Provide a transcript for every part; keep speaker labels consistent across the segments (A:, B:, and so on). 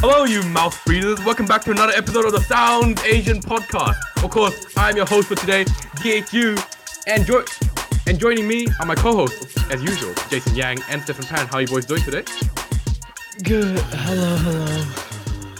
A: Hello, you mouth breathers. Welcome back to another episode of the Sound Asian Podcast. Of course, I'm your host for today, DHU, and, jo- and joining me are my co-hosts, as usual, Jason Yang and Stefan Pan. How are you boys doing today?
B: Good. Hello, hello.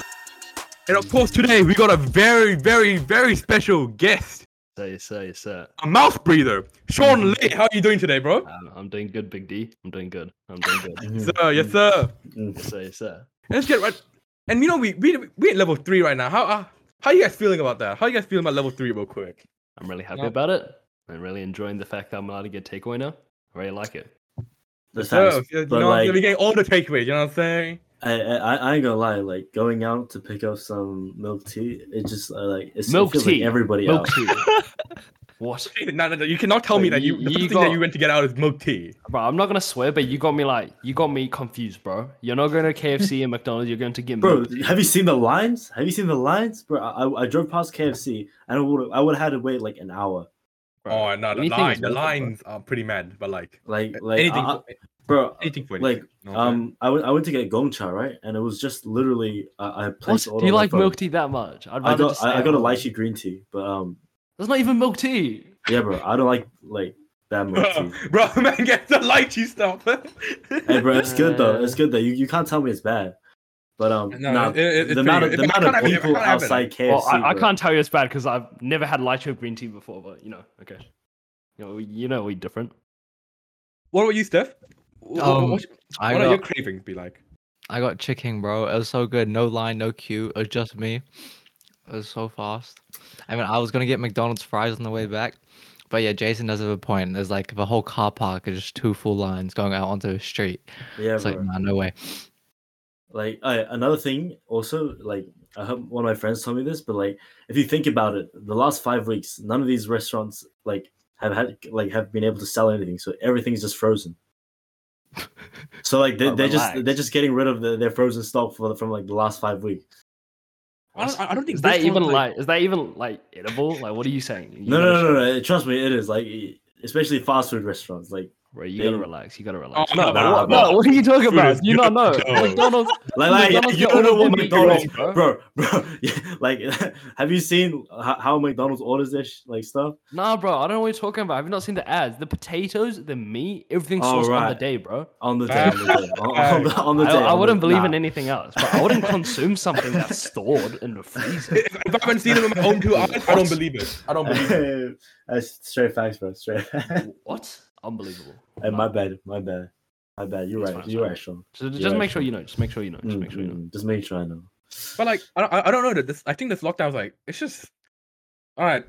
A: And of course, today we got a very, very, very special guest,
B: Say, say, say.
A: a mouth breather, Sean Lee. How are you doing today, bro?
B: I'm, Um, I'm doing good, Big D. I'm doing good. I'm doing good.
A: Sir, yes, sir.
B: say, say.
A: Let's get right. And you know, we we we at level three right now. How uh, how you guys feeling about that? How you guys feeling about level three, real quick?
B: I'm really happy
A: Yep.
B: about it. I'm really enjoying the fact that I'm allowed to get takeaway now. I really like it.
C: That's
A: So,
C: nice.
A: Oh, you know,
C: but
A: what I'm saying? we
C: like,
A: getting all the takeaways. You know what I'm saying?
C: I, I I ain't gonna lie. Like going out to pick up some milk tea, it just uh, like it's,
B: Milk
C: it feels
B: tea.
C: like everybody
B: Milk
C: else.
B: tea. what?
A: No, no, no, you cannot tell
B: But
A: me that you,
B: you-
A: the
B: you
A: first thing that
B: got-
A: you went to get out is milk tea.
B: Bro, I'm not gonna swear, but you got me like you got me confused, bro. You're not going to KFC and McDonald's. You're going to get
C: Bro,
B: milk tea.
C: have you seen the lines? Have you seen the lines, bro? I, I- I drove past KFC and I would I would have had to wait like an hour.
B: Bro,
A: oh no, the,
B: anything
A: line,
B: is
A: the
B: worth it, bro.
A: lines are pretty mad, but like,
C: Like like
A: anything,
C: I- I-
A: for,
C: bro.
A: anything for
C: like,
A: anything. you know what I'm saying?
C: Um, I went I went to get gongcha right, and it was just literally I, I
B: What?
C: placed
B: Do
C: order
B: you
C: on my
B: like
C: phone.
B: milk tea that much? I'd
C: I got
B: just oh.
C: I,
B: stay
C: I
B: at
C: got a
B: home.
C: lychee green tea, but um
B: That's not even milk tea.
C: yeah, bro. I don't like like that milk tea.
A: bro, bro, man, get the lychee stuff.
C: Hey, bro, it's good though.
B: Uh,
C: It's good though. You, you can't tell me it's bad. But um,
A: No,
C: nah,
A: it- it- it's
C: the
A: pretty
C: amount of,
A: good.
C: the
A: If I
C: amount
A: can't
C: of
A: have it, if I
C: people
A: can't have it.
C: outside KFC.
B: Well, I, I
C: bro.
B: can't tell you it's bad because I've never had lychee green tea before, but you know, okay. You know, you know we different.
A: what about you, Steph? Wh-
D: Um,
A: what
D: I
A: what are
D: got,
A: your cravings be like?
D: I got chicken, bro. It was so good. No line, no queue. It was just me. It was so fast. I mean, I was gonna get McDonald's fries on the way back, but yeah, Jason does have a point. There's like the whole car park is just two full lines going out onto the street.
C: Yeah,
D: It's like,
C: bro.
D: nah, no way.
C: Like uh, another thing, also like I hope one of my friends told me this, but like if you think about it, the last five weeks, none of these restaurants like have had like have been able to sell anything, so everything's just frozen. So like they,
B: Oh,
C: they're just
B: relax.
C: they're just getting rid of the, their frozen stock for, from like the last five weeks.
A: I don't, I don't think
B: Is that
A: restaurants,
B: even
A: like,
B: like, is that even like edible? Like, what are you saying? You
C: No,
B: gotta
C: no, no,
B: chill.
C: no, no. Trust me, it is like e- especially fast food restaurants. Like
B: Bro, you gotta
C: They-
B: relax. You gotta relax.
A: Oh, no,
B: Bro,
C: no,
B: what,
C: no.
B: no, what are you talking
A: Food
B: about?
A: is
B: You not know?
A: good, though.
B: McDonald's.
C: like, like yeah,
B: McDonald's
C: you
B: got
C: don't know
B: all
C: what
B: the big
C: McDonald's,
B: deals, bro.
C: bro, bro. Yeah, like, have you seen how, how McDonald's orders their sh- like stuff?
B: Nah, bro, I don't know what you're talking about. I've not seen the ads. The potatoes, the meat, everything's
C: Oh,
B: sourced on the
C: right.
B: day, bro.
C: On the day, on the day, on, on the, on the day.
B: I, I
C: on the-
B: wouldn't believe in
C: nah.
B: anything else, but I wouldn't consume something that's stored in the freezer.
A: if, if I haven't seen them in my own two eyes, I don't
B: What?
A: believe it. I don't believe it.
C: That's straight facts, bro. Straight. hey,
B: What? Unbelievable.
C: my bad, my bad, my bad. You're
B: It's
C: right.
B: fine,
C: You're
B: it's
C: right, Sean.
B: So just
C: Yeah,
B: make sure
C: sure. Mm-hmm.
B: you know. Just make sure you know. Just make sure you know.
C: Mm-mm. Just make sure I know.
A: But like, I don't, I don't know. That this, I think this lockdown's like, it's just. All right,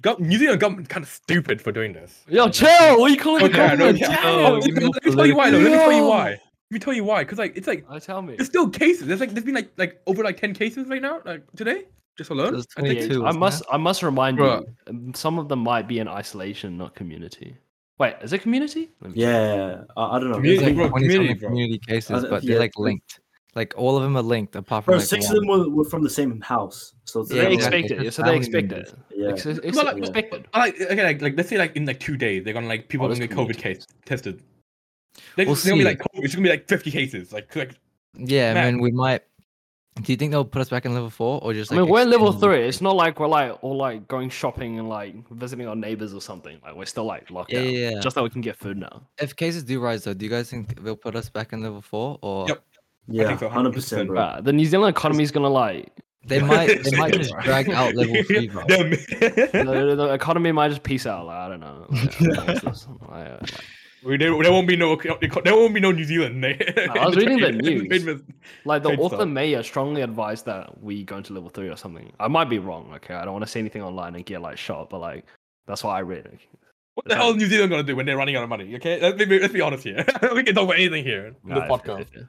A: gov- New Zealand government's kind of stupid for doing this.
B: Yo, chill. What are you calling
A: Okay, I
B: the
A: don't
B: government?
A: care.
D: Damn.
A: Let me let me tell you why. Though. Let me tell you
B: Yo.
A: why. Let me tell you why. Cause like, it's like
B: Oh, tell me.
A: there's still cases. There's like there's been like like over like ten cases right now. Like today, just alone.
D: There's
A: I think-
D: 22,
B: I
D: isn't
B: must. I must remind
A: Bruh.
B: you. um, Some of them might be in isolation, not community. Wait, is it community? Let me check.
C: Yeah, I, I don't know.
D: There's
A: Community,
D: like
A: bro,
D: 20
A: community,
D: community,
A: bro.
D: community cases,
C: Uh,
D: but
C: yeah,
D: they're like
C: it's-
D: linked. Like all of them are linked, apart from
C: Bro,
D: like,
C: six of
D: one.
C: them were, were from the same house, so it's
B: So
D: Yeah,
B: they
C: like-
D: exactly.
B: expect
D: They're
B: it. So they
D: family
B: expect
D: members.
B: it.
C: Yeah.
B: Ex- ex-
A: But like-
B: expected.
A: I like okay, like, like let's say like in like two days they're gonna like people
B: Oh,
A: are gonna
B: that's
A: get COVID
B: community.
A: case tested. They're,
D: We'll
A: just- they're gonna be
D: see.
A: like COVID. it's gonna be like fifty cases. Like like
D: Yeah, I
A: Matt.
D: mean, we might. Do you think they'll put us back in level four or just
B: I
D: like?
B: mean, we're level
D: extend-
B: three. It's not like we're like all like going shopping and like visiting our neighbors or something. Like we're still like locked
D: Yeah,
B: down.
D: yeah, yeah.
B: Just that we can get food now.
D: If cases do rise though, do you guys think they'll put us back in level four or?
A: Yep.
C: yeah,
A: think so,
C: hundred percent,
A: 100%,
C: bro.
B: Bruh, the New Zealand economy is gonna like
D: They might they might just
B: Bro.
D: drag out level three, bro.
B: the,
A: them.
B: the- the economy might just peace out. Like, I don't know. Like, I'm lost or something, like, uh, like-
A: We- there, there won't be no there won't be no New Zealand. I
B: was reading the news. Like the
A: Good
B: author
A: stuff.
B: mayor strongly advised that we go into level three or something. I might be wrong, okay? I don't want to say anything online and get like shot, but like that's what I read. okay?
A: What the hell is New Zealand gonna do when they're running out of money? Okay, let's be, let's be honest here. we can talk about anything here in
B: Nah,
A: the
B: if-
A: podcast.
B: if- if-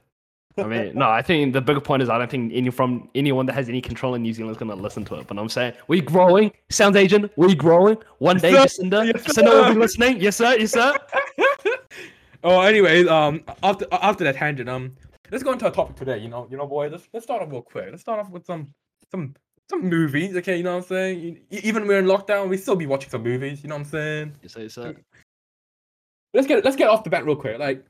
B: I mean, no, I think the bigger point is I don't think any from anyone that has any control in New Zealand is going to listen to it. But I'm saying we growing, sounds agent, we growing. One day,
A: sir.
B: Jacinda,
A: Yes,
B: Jacinda will
A: sir.
B: be listening. Yes, sir. Yes, sir.
A: oh, anyways, um, after after that tangent, um, let's go into our topic today. You know, you know, boy, let's let's start off real quick. Let's start off with some some some movies. Okay, you know what I'm saying. E- Even we're in lockdown, we still be watching some movies. You know what I'm saying.
B: Yes, sir. Yes, sir.
A: Let's get let's get off the bat real quick. Like,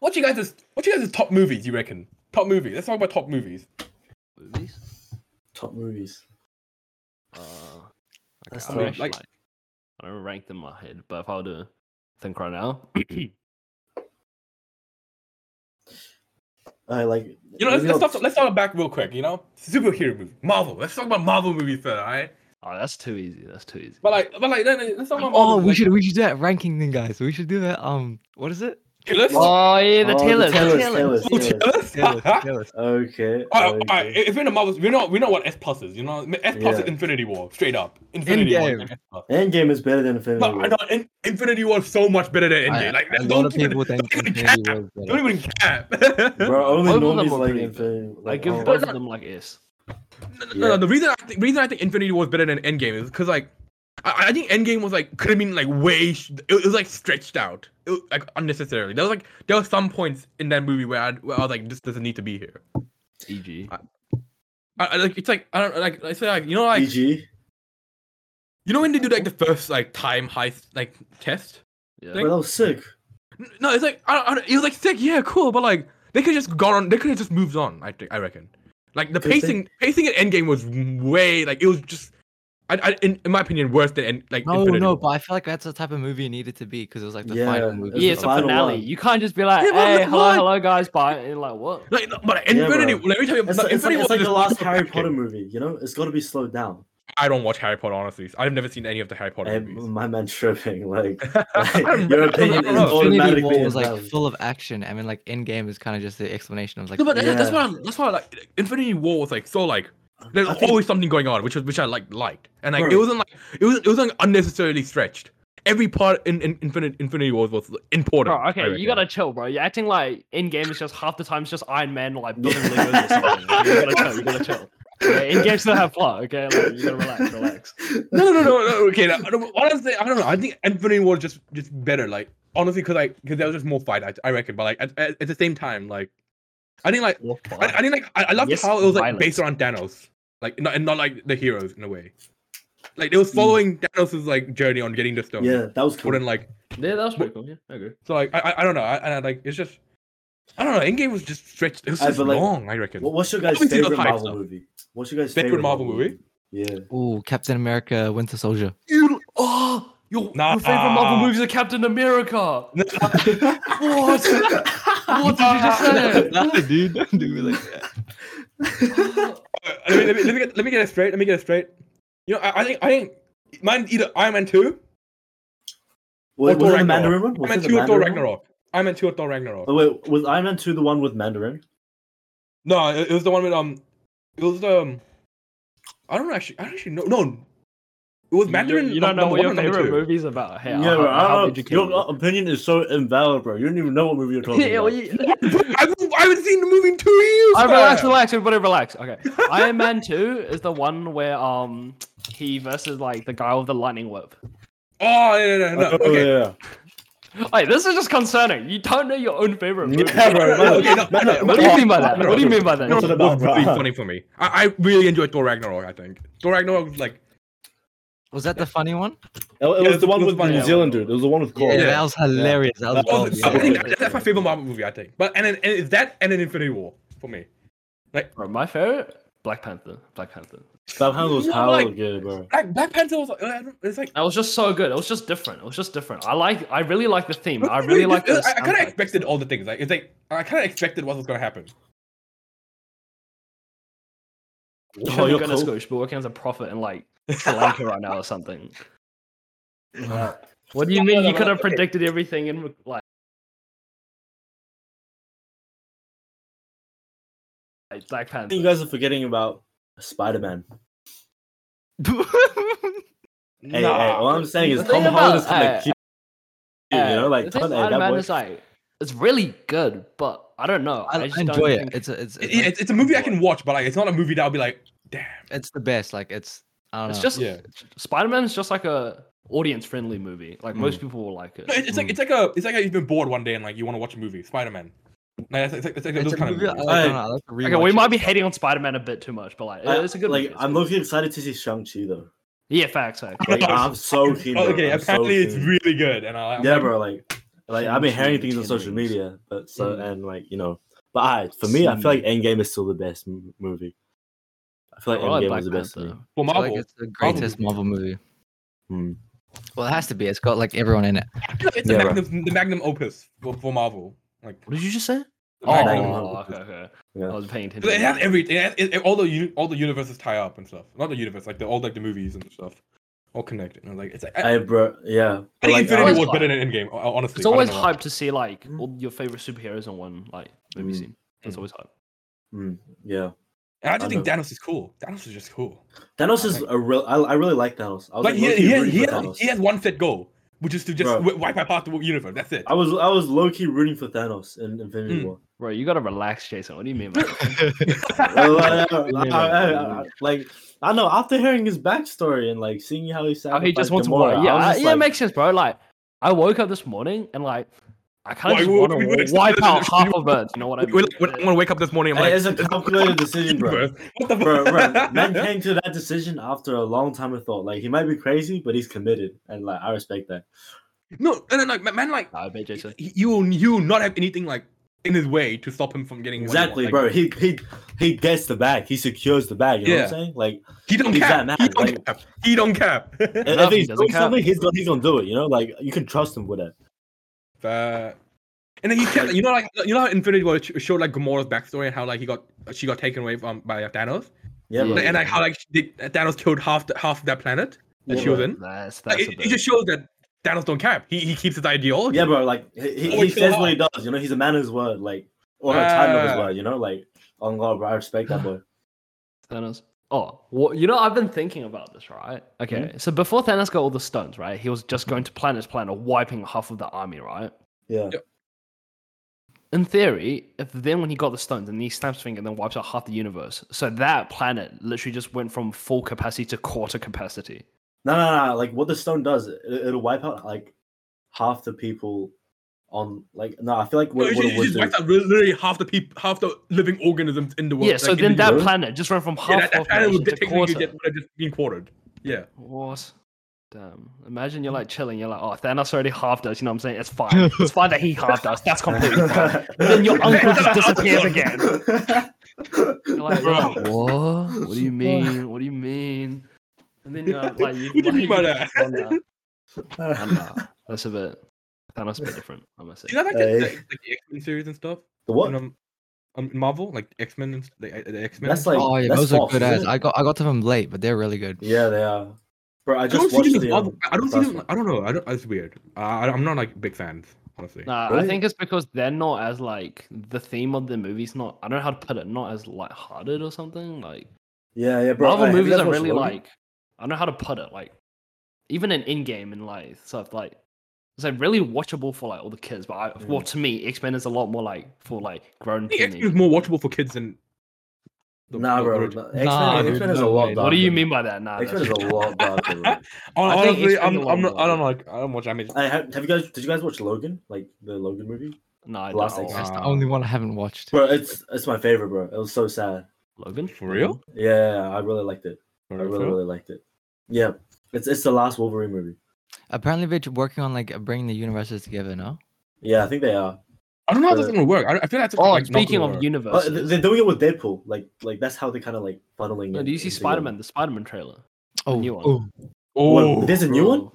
A: what you guys' what you guys' top movies you reckon? Top movie. Let's talk about top movies.
D: Movies?
C: Top movies.
B: Uh,
D: Okay,
C: That's
D: I'll
C: not
D: rank
B: like-
D: mine.
B: I don't rank them in my head, but if I were to think right now, oh,
C: I like.
A: You know, let's,
C: maybe
A: let's,
C: not-
A: talk, let's talk back real quick. You know, superhero movie, Marvel. Let's talk about Marvel movies first, alright?
B: oh, that's too easy. That's too easy.
A: But like, but like, no, no, let's talk about Marvel.
D: Oh, we
A: like-
D: should we should do that ranking thing, guys. We should do that. Um, what is it?
A: Killers?
B: Oh yeah,
C: Oh,
B: the tailors. The tailors.
C: Taylors, Taylors,
A: Oh,
C: Taylors.
A: Killers? Alright,
C: Okay.
A: alright,
C: okay.
A: If we're in the Marvels, we know we know what S plus is. You know, S plus is
C: Yeah.
A: Infinity War, straight up. Infinity War. is
D: Endgame.
A: S plus.
C: Endgame is better than Infinity
A: No,
C: War.
A: I know In- Infinity War is so much better than
D: I-
A: Endgame. Like,
D: a
A: don't
D: lot of
A: even-
D: people think
A: don't even
D: Infinity
A: cap.
D: War is better.
A: Don't even cap.
C: Bro, only
B: Both of
C: normies
B: them are
C: like
B: pretty
C: Infinity. Like,
B: I give
C: oh,
B: both of them like S.
A: No, no, no,
C: Yeah.
A: the reason I think reason I think Infinity War is better than Endgame is because like I, I think Endgame was like could have been like way sh- it, was like stretched out it was, like unnecessarily. There was like there were some points in that movie where I where I was like this doesn't need to be here.
B: E.g.
A: I, I, like it's like I don't like I say like you know like
C: EG.
A: you know when they do like the first like time heist like test.
B: Yeah.
C: Bro, that was sick.
A: N- No, it's like I, don't- I, don't- it was like sick, yeah, cool, but like they could just gone on. They could have just moved on. I think I reckon. Like the
C: 'Cause they-
A: pacing, pacing in Endgame was way like it was just, I, I in, in my opinion, worse than End- like.
D: No,
A: Infinity
D: no,
A: War.
D: but I feel like that's the type of movie it needed to be because it was like the
C: Yeah,
D: final movie.
B: Yeah,
C: It's
B: it's
C: the
B: a
C: final
B: finale.
C: one.
B: You can't just be like,
A: Yeah, but
B: hey,
A: look,
B: hello,
A: what?
B: hello, guys, bye, and like what?
A: Like, no, but like,
C: Yeah,
A: Infinity.
C: bro.
A: Let me tell you,
C: It's,
A: no,
C: like, it's, like,
A: Infinity War
C: it's like
A: is just
C: the last
A: pure
C: Harry
A: packaging.
C: Potter movie, you know? It's got to be slowed down.
A: I don't watch Harry Potter honestly. I've never seen any of the Harry Potter
C: Hey,
A: movies.
C: my man tripping. Like,
A: I don't-
C: your
A: I don't
C: opinion is
A: know.
C: all-
D: Infinity
C: automatically
D: War was like
C: invalid.
D: full of action. I mean, like Endgame is kind of just the explanation of like.
A: No, but that- that's
C: Yeah.
A: why. I'm, that's why like Infinity War was like so like. There's
C: I think-
A: always something going on, which was which I like liked, and like it
C: Bro.
A: wasn't like it wasn't it wasn't unnecessarily stretched. Every part in, in Infinite Infinity War was important.
B: Bro,
A: I
B: okay,
A: reckon.
B: you gotta chill, bro. You're acting like in game is just half the time it's just Iron Man like building
C: Yeah.
B: Legos or something. Like, you gotta chill. You gotta chill. Okay, in game still have plot. Okay, like, you gotta relax, relax.
A: No, no, no, no, no. Okay, no, no, honestly, I don't know. I think Infinity War is just just better. Like honestly, because like because there was just more fight. I, I reckon, but like at, at, at the same time, like I think like I, I think like I, I loved
B: Yes,
A: how it was like based around
B: violence.
A: Thanos, like not, and not like the heroes in a way. Like it was
B: Mm.
A: following Thanos's like journey on getting the stone.
C: Yeah, that was
A: More
C: cool.
A: than like
B: Yeah, that was pretty cool. Yeah, I agree.
A: so like I I, I don't know. I, and I like it's just I don't know. Endgame was just stretched. It was
C: Aye,
A: just
C: but, like,
A: long. I reckon.
C: What- What's your guys'
A: Obviously the
C: favorite
A: hype
C: Marvel
A: stuff.
C: movie? What's your guys'
A: Favorite Marvel movie?
C: Yeah.
D: Ooh, Captain America: Winter Soldier.
B: You, oh, your,
A: Nah.
B: your favorite Marvel movies are Captain America. What? what did you just say?
D: no, dude, don't do it like that.
A: Uh, let, me, let, me, let me get let me get it straight. Let me get it straight. You know, I, I think I think mine's either Iron Man two
C: Wait,
A: Or
C: was it
A: Thor
C: the Mandarin one?
A: Iron
C: Was
A: Man
C: it the
A: two or Thor
C: Mandarin one?
A: Ragnarok. Iron Man two or Thor Ragnarok.
C: Oh, wait, was Iron Man 2 the one with Mandarin?
A: No, it, it was the one with um, it was the um, I don't actually, I don't actually know. No, it was Mandarin. um,
B: You, you don't know
A: number
B: what your
A: one and number
B: favorite
A: two.
B: movies about. Hey,
C: yeah,
B: I'll-
C: bro, I
B: I'll
C: don't know.
B: educate
C: Your
B: you.
C: opinion is so invalid, bro. You don't even know what movie you're talking
B: Yeah, well,
C: about.
B: you-
A: I've, I haven't seen the movie in two years.
B: I Oh, relax,
A: man.
B: relax, everybody relax. Okay. Iron Man 2 is the one where um he versus like the guy with the lightning whip.
A: Oh no, no, no, no.
C: Oh,
A: Okay.
C: yeah.
B: Wait, this is just concerning. You don't know your own favorite movie.
C: Yeah,
A: No,
C: bro.
A: no, okay, no,
C: man,
A: no,
C: man,
B: What do you mean by that?
C: Ragnarok.
B: What do you mean by that?
A: Ragnarok
C: What's it about,
A: was really
C: bro?
A: funny for me. I, I really enjoyed Thor Ragnarok. I think Thor Ragnarok was like
D: Was that the funny one?
C: It, it
A: Yeah,
C: was the one
A: it was
C: with the
A: funny.
C: New Zealand dude. It was the one with Cole.
D: Yeah, that was hilarious. That was,
A: that was-
D: awesome.
A: oh, I think that- that's my favorite Marvel movie. I think, but and then- and it's that and an Infinity War for me.
B: Bro, my favorite? Black Panther. Black Panther.
C: That hand was
A: No,
C: hell
A: like-
C: good, bro.
A: Like Black Panther was like I don't- it's like
B: That was just so good. It was just different. It was just different. I like I really like the theme. I
A: It-
B: really
A: it-
B: like
A: it-
B: the
A: I, I kind of
B: soundtrack.
A: expected all the things. Like it's like I kind of expected what was gonna happen.
B: Shouldn't
C: Oh,
B: have
C: you're
B: gone to
C: cool.
B: Scoosh, but working as a prophet in like Sri Lanka right now or something. What do you mean you could have predicted everything in like? like Black
C: I
B: Panther.
C: think you guys are forgetting about Spider Man. Hey, hey, all I'm saying is
B: The
C: Tom
B: thing
C: Holland
B: about-
C: is kind
B: uh,
C: of cute. You know, like,
B: the thing
C: cunt, hey,
B: about Iron
C: that
B: Man
C: boy.
B: is like it's really good, but I don't know.
D: I,
B: I, just
D: I
B: don't
D: enjoy it.
B: think-
D: It's a, it's
A: It-
D: it's,
A: yeah,
D: like-
A: it's, it's a movie I can watch, but like it's not a movie that I'll be like, damn.
D: it's the best. Like it's I don't know.
B: It's just
A: Yeah.
B: Spider Man is just like a audience friendly movie. Like
C: Mm.
B: most people will like it.
A: No, it- it's like it's like a it's like you've been bored one day and like you want to watch a movie, Spider Man. Like, it's, it's, like- it's like
D: it's
A: those
D: a
A: kind
D: movie I
A: of movies.
D: like, I
C: Hey.
D: don't know, I like to
B: Okay, we
D: rewatch
B: might be hating on Spider Man a bit too much, but like
C: I-
B: it's a good.
C: like
B: movie. It's
C: I'm
B: good.
C: looking excited to see Shang Chi though.
B: Yeah, facts. facts.
A: No,
C: Like, I'm so keen.
A: Oh,
C: bro.
A: okay,
C: I'm so
A: apparently it's
C: keen.
A: really good, and I, I'm
C: yeah,
A: like,
C: bro. Like, like I've been
B: Shang-Chi
C: hearing things on social
B: continues.
C: Mm. media, but so and like you know, But I, for me, I feel like Endgame is still the best m- movie. I feel like
B: I like
C: Endgame
B: Black
C: was the best
B: Panther.
C: movie.
A: Well,
D: I feel
A: Marvel.
D: like it's the greatest Marvel movie.
C: Hmm.
D: Well, it has to be. It's got like everyone in it.
A: I feel like it's
C: Yeah,
A: the,
C: right.
A: magnum, the magnum opus for, for Marvel. Like,
B: What did you just say?
A: the
B: Oh,
A: magnum
C: Magnum.
B: okay, okay.
C: Yeah.
B: I was paying
A: But
B: attention.
A: it has everything. It has, it, it- all the u- all the universes tie up and stuff. Not the universe, like the all like the movies and stuff, all connected. And like it's like, I,
C: I bro, yeah.
A: I think
C: Like,
A: Infinity
D: um,
B: always
A: War is
B: hype.
A: better than Endgame. o- o- Honestly,
B: It's always
A: I don't know why.
B: hype to see like
C: Mm.
B: all your favorite superheroes in one like movie
C: Mm.
B: scene. It's
A: Mm.
B: always hype.
C: hmm, yeah.
A: And I
C: I
A: just think
C: know.
A: Thanos is cool. Thanos is just cool.
C: Thanos is a real. I, I really like Thanos. I was
A: Like he,
C: low-key
A: he, has,
C: rooting
A: he,
C: for
A: has,
C: Thanos.
A: he has one set goal, which is to just
C: Bro.
A: w- wipe out half the universe. That's it.
C: I was I was low key rooting for Thanos in Infinity
A: Mm.
C: War.
B: Bro, you gotta relax, Jason. What do you mean by that?
C: Like, I- I-
B: Yeah.
C: I- like I know after hearing his backstory and like seeing how he
B: How
C: sacrificed
B: he just wants to
C: Gamora,
B: work. Yeah,
C: I was
B: I-
C: just
B: yeah, it
C: like,
B: makes sense, bro. Like, I woke up this morning and like, I kind
A: Why
B: of just
A: would
B: want
A: we
B: to
A: waste
B: wipe
A: this
B: out
A: energy?
B: half of it. You know what I
A: When,
B: mean?
A: when, when I wake up this morning, I'm like,
C: it's a
A: "There's
C: calculated decision, bro.
A: universe. What the
C: bro, bro,
A: fuck?
C: man came to that decision after a long time of thought. Like he might be crazy, but he's committed, and like I respect that.
A: no, no, no, no, man, man, like
B: Nah, I bet Jason.
A: he, you will, you will not have anything like in his way to stop him from getting what he wants.
C: Exactly,
A: Like,
C: bro. He he he gets the bag. He secures the bag. You know
A: Yeah.
C: what I'm saying? Like
A: He don't
C: He's
A: care.
C: that
A: He
C: mad,
A: don't
C: like-
A: cap. He don't cap.
C: if-
B: enough,
C: if
B: he
C: he's
B: doesn't
C: doing
B: care.
C: something, he's gonna, he's gonna do it. You know, like you can trust him with it.
A: But and then he kept, you know, like you know how Infinity War sh- showed like Gamora's backstory and how like he got she got taken away from by Thanos,
C: Yeah,
B: Yeah.
C: bro.
A: and like how like they, Thanos killed half the, half that planet that
C: Yeah,
A: she was
C: bro.
A: in.
B: That's that's
A: Like,
B: a
A: it, it
B: bit.
A: just shows that Thanos don't care. He he keeps his ideology.
C: yeah, bro. Like he, he,
A: Oh,
C: he
A: chill
C: says
A: out.
C: what he does. You know, he's a man of his word. Like or a time of his
A: Ah.
C: word. You know, like on God, bro. I respect that boy.
B: Thanos. Oh, well, you know, I've been thinking about this, right? Okay,
A: Mm.
B: so before Thanos got all the stones, right, he was just going to planet planet, wiping half of the army, right?
C: Yeah,
B: In theory, if then when he got the stones and he snaps his finger and then wipes out half the universe, so that planet literally just went from full capacity to quarter capacity.
C: no, no, no. Like what the stone does, it, it'll wipe out like half the people on. Like no, I feel like
A: Well,
C: what,
A: it
C: what
A: just,
C: it
A: it
C: would
A: just
C: do.
A: wiped out literally half the people, half the living organisms in the world.
B: yeah, so
A: like, in
B: then
A: the
B: that
A: universe.
B: planet just went from half
A: yeah, that, that planet
B: population
A: would
B: to
A: technically
B: quarter.
A: get would have just been quartered. Yeah,
B: What? Damn. Imagine you're like chilling, you're like, oh, Thanos already halved us, you know what I'm saying? It's fine. It's fine that he halved us. That's completely fine. Then your uncle just disappears again. You're like, you're like, what? What do you mean? What do you mean? And then you're like, you,
A: What do you mean by that?
B: that? That's a bit. Thanos a bit different, I must say.
A: you know like,
C: Hey.
A: the, like, like the X Men series and stuff.
C: The what?
A: In, um, um, Marvel, like X Men, and the, uh, the X Men.
C: That's like
D: oh yeah,
C: that's
D: those are
C: Fox,
D: good
C: isn't
D: ass.
C: it?
D: I got I got to them late, but they're really good.
C: Yeah, they are. Bro, I
A: I don't
C: just
A: see
C: watched
A: them. As
C: the.
A: Marvel.
C: Um,
A: I don't see
C: first
A: them.
C: one.
A: I don't know. I don't. It's weird. I, I'm not like big fans, honestly.
B: Nah, I
C: Really?
B: think it's because they're not as like the theme of the movie's not. I don't know how to put it. Not as light-hearted or something. Like
C: yeah, yeah, bro.
B: Marvel
C: Hey, have you
B: movies
C: guys
B: are
C: watched
B: really
C: Logan?
B: like. I don't know how to put it. Like even in in-game and like stuff like it's like really watchable for like all the kids. But I,
C: Mm.
B: well, to me, X Men is a lot more like for like grown
A: I think X Men
B: teenagers.
A: is more watchable for kids than. the-
C: Nah,
A: the
C: bro.
A: origin-
C: X Men
D: Nah,
C: X Men is a lot
D: dude, no way.
C: darker.
B: What do you mean by that? Nah,
C: X Men is
B: that's-
C: a lot darker.
A: Hon-
C: Bro.
B: I think
A: Honestly,
B: X-Men
A: I'm.
B: is
A: I'm
B: one
A: not. I don't like. I don't watch anime.
C: Hey, have, have you guys? Did you guys watch Logan? Like the Logan movie?
B: nah, I
C: Last
B: don't.
D: That's the
A: Wow.
D: only one I haven't watched.
C: Bro, it's it's my favorite, bro. It was so sad.
B: Logan
A: For real?
C: Yeah, I really liked it. I really really liked it. Yeah, it's it's the last Wolverine movie.
D: Apparently, they're working on like bringing the universes together. No,
C: Yeah, I think they are.
A: I don't know how this is
C: Uh,
A: gonna work. I, I feel like. it's,
B: Oh,
A: like, not
B: speaking
A: gonna
B: of
A: work.
B: universe,
C: But they're doing it with Deadpool. Like like that's how they kind of like funneling.
B: no,
C: it
B: do you see
C: into
B: Spider
C: one.
B: Man? The Spider Man trailer.
D: oh,
B: new one.
D: oh.
A: Oh,
C: Wait, there's a new
B: bro.
C: one.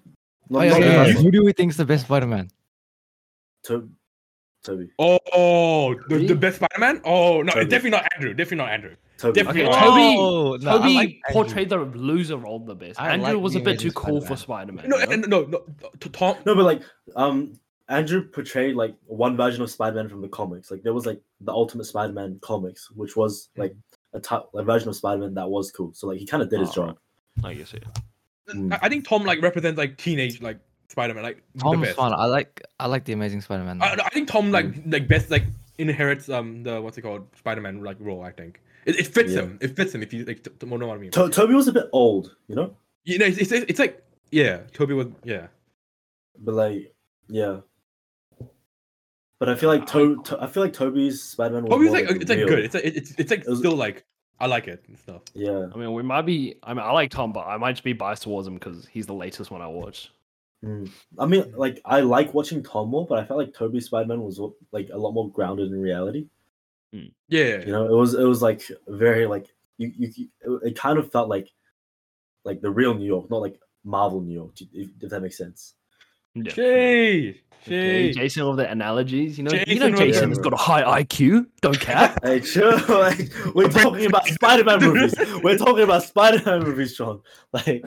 C: No,
D: Oh, yeah,
C: not the
D: yeah, yeah.
C: first one.
D: Who do we think's the best Spider-Man?
C: To- Toby.
A: oh, the, the
B: Really?
A: best Spider Man. Oh no,
C: Toby.
A: it's definitely not Andrew. Definitely not Andrew.
C: Toby.
A: Definitely
B: Okay,
A: not.
B: Toby-
D: Oh, no, I
B: Toby
D: like Andrew.
B: portrayed the loser role the best.
D: I
B: Andrew
D: like
B: was a
D: the
B: bit
D: amazing
B: too cool for Spider Man.
A: No, no, no, no. t- Tom.
C: No, but like, um, Andrew portrayed like one version of Spider-Man from the comics. Like there was like the Ultimate Spider-Man comics, which was
B: Hmm.
C: like a type, a version of Spider-Man that was cool. So like he kind of did his
B: Oh,
C: job.
B: I guess yeah.
C: Mm.
A: I, I think Tom like represents like teenage like Spider Man like the
D: Tom's
A: best.
D: fun. I like I like the Amazing Spider-Man. though.
A: I, I think Tom like
C: Mm.
A: like best like inherits um the what's it called Spider Man like role. I think it, it fits
C: Yeah.
A: him. It fits him if you like t- t- know what I mean.
C: To- Toby was a bit old, you know,
A: you know, it's, it's, it's like yeah, Toby was yeah.
C: but like, yeah. But I feel
B: Ah.
C: like to- To- I feel like Toby's Spider-Man. Was
A: Toby was
C: more,
A: like it's like
C: real.
A: good. It's like it- it's, it's like
C: Oh, It was-
A: still like I like it and stuff.
C: Yeah.
B: I mean, we might be. I mean, I like Tom, but I might just be biased towards him because he's the latest one I watched.
C: Mm. I mean, like, I like watching Tom more, but I felt like Toby's Spider-Man was like a lot more grounded in reality.
A: Yeah.
C: You know, it was it was like very like you you you- it kind of felt like like the real New York, not like Marvel New York, if, if that makes sense.
B: Yeah.
A: Shade.
B: Okay,
A: Shade.
B: Jason, all the analogies. You know, you
A: Jason
B: know,
A: was-
B: Jason's got a high IQ. Don't care.
C: Hey, chill. Like, we're talking about Spider-Man movies. We're talking about Spider-Man movies, Sean. Like,
B: You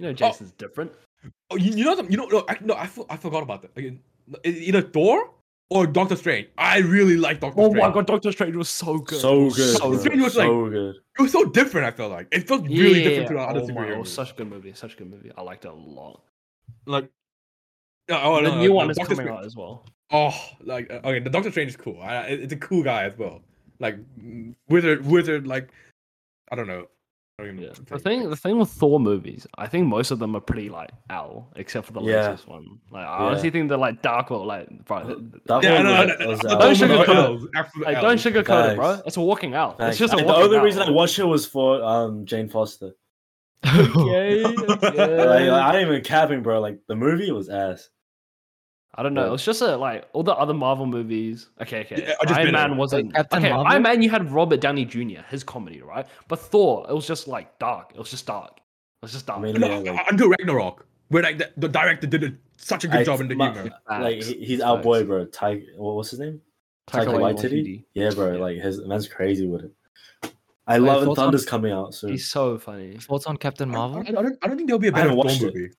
B: know, Jason's different.
A: Oh, you, you know, some, you know, no, I, no, I, fo- I forgot about that. Like, it's either Thor or Doctor Strange. I really like Doctor
B: Oh
A: Strange.
B: my god, Doctor Strange was so good.
C: so good,
B: So
C: bro.
B: good.
A: It was like-
C: so good.
A: It was so different. I felt like it felt really different to the
B: Yeah,
A: other
B: oh my-
A: superhero
B: it was
A: movies.
B: such a good movie. Such a good movie. I liked it a lot.
A: like. Yeah, oh,
B: the
A: no,
B: new
A: no,
B: one is
A: Doctor
B: coming
A: Strange-
B: out as well.
A: Oh, like uh, okay, the Doctor Strange is cool. I, I- it's a cool guy as well. Like mm, wizard, wizard, like I don't know. I don't even
B: Yeah.
A: know.
B: The thing, the thing with Thor movies, I think most of them are pretty like L, except for the
C: Yeah. Uh,
B: latest one. Like I honestly think they're like dark or like. Bro, th- th-
C: That
A: Yeah,
C: one
A: no,
C: was-
A: no, no,
C: was
A: no,
C: out.
B: Don't
A: no, no,
B: sugarcoat it.
A: L's, absolute
B: like, uh, don't
A: L's.
B: sugarcoat it, bro.
C: Thanks.
B: It's a walking out.
C: Thanks.
B: It's just a
C: And the
B: walking
C: only
B: out.
C: reason I watched it was for um Jane Foster.
B: Okay,
C: Like,
D: Uh,
B: okay.
C: like, I ain't even capping, bro. Like the movie was ass.
B: I don't know.
C: Yeah.
B: It's just a, like all the other Marvel movies. Okay, okay.
A: Yeah, I just
B: Iron
A: been
B: Man
A: in.
B: wasn't
D: Captain
B: okay.
D: Marvel?
B: Iron Man, you had Robert Downey Jr. His comedy, right? But Thor, it was just like dark. It was just dark. It was just dark.
C: I mean,
A: No,
C: yeah, like,
A: until Ragnarok, where like the, the director did such a good
C: I-
A: job in the
C: my-
A: humor.
C: like
B: Facts.
C: he- he's our boy, bro. Ty, what was his name?
B: Taika
C: Taika
B: Waititi.
C: Waititi. Yeah, bro.
B: Yeah.
C: Like his man's crazy with it. I
D: Wait,
C: love and
D: thoughts on-
C: Thunder's coming out soon.
B: He's so funny,
D: Thoughts on Captain
A: I-
D: Marvel?
A: I, I don't, I don't think there'll be a
C: I
A: better
C: haven't
A: Thor
C: watched it.
A: movie.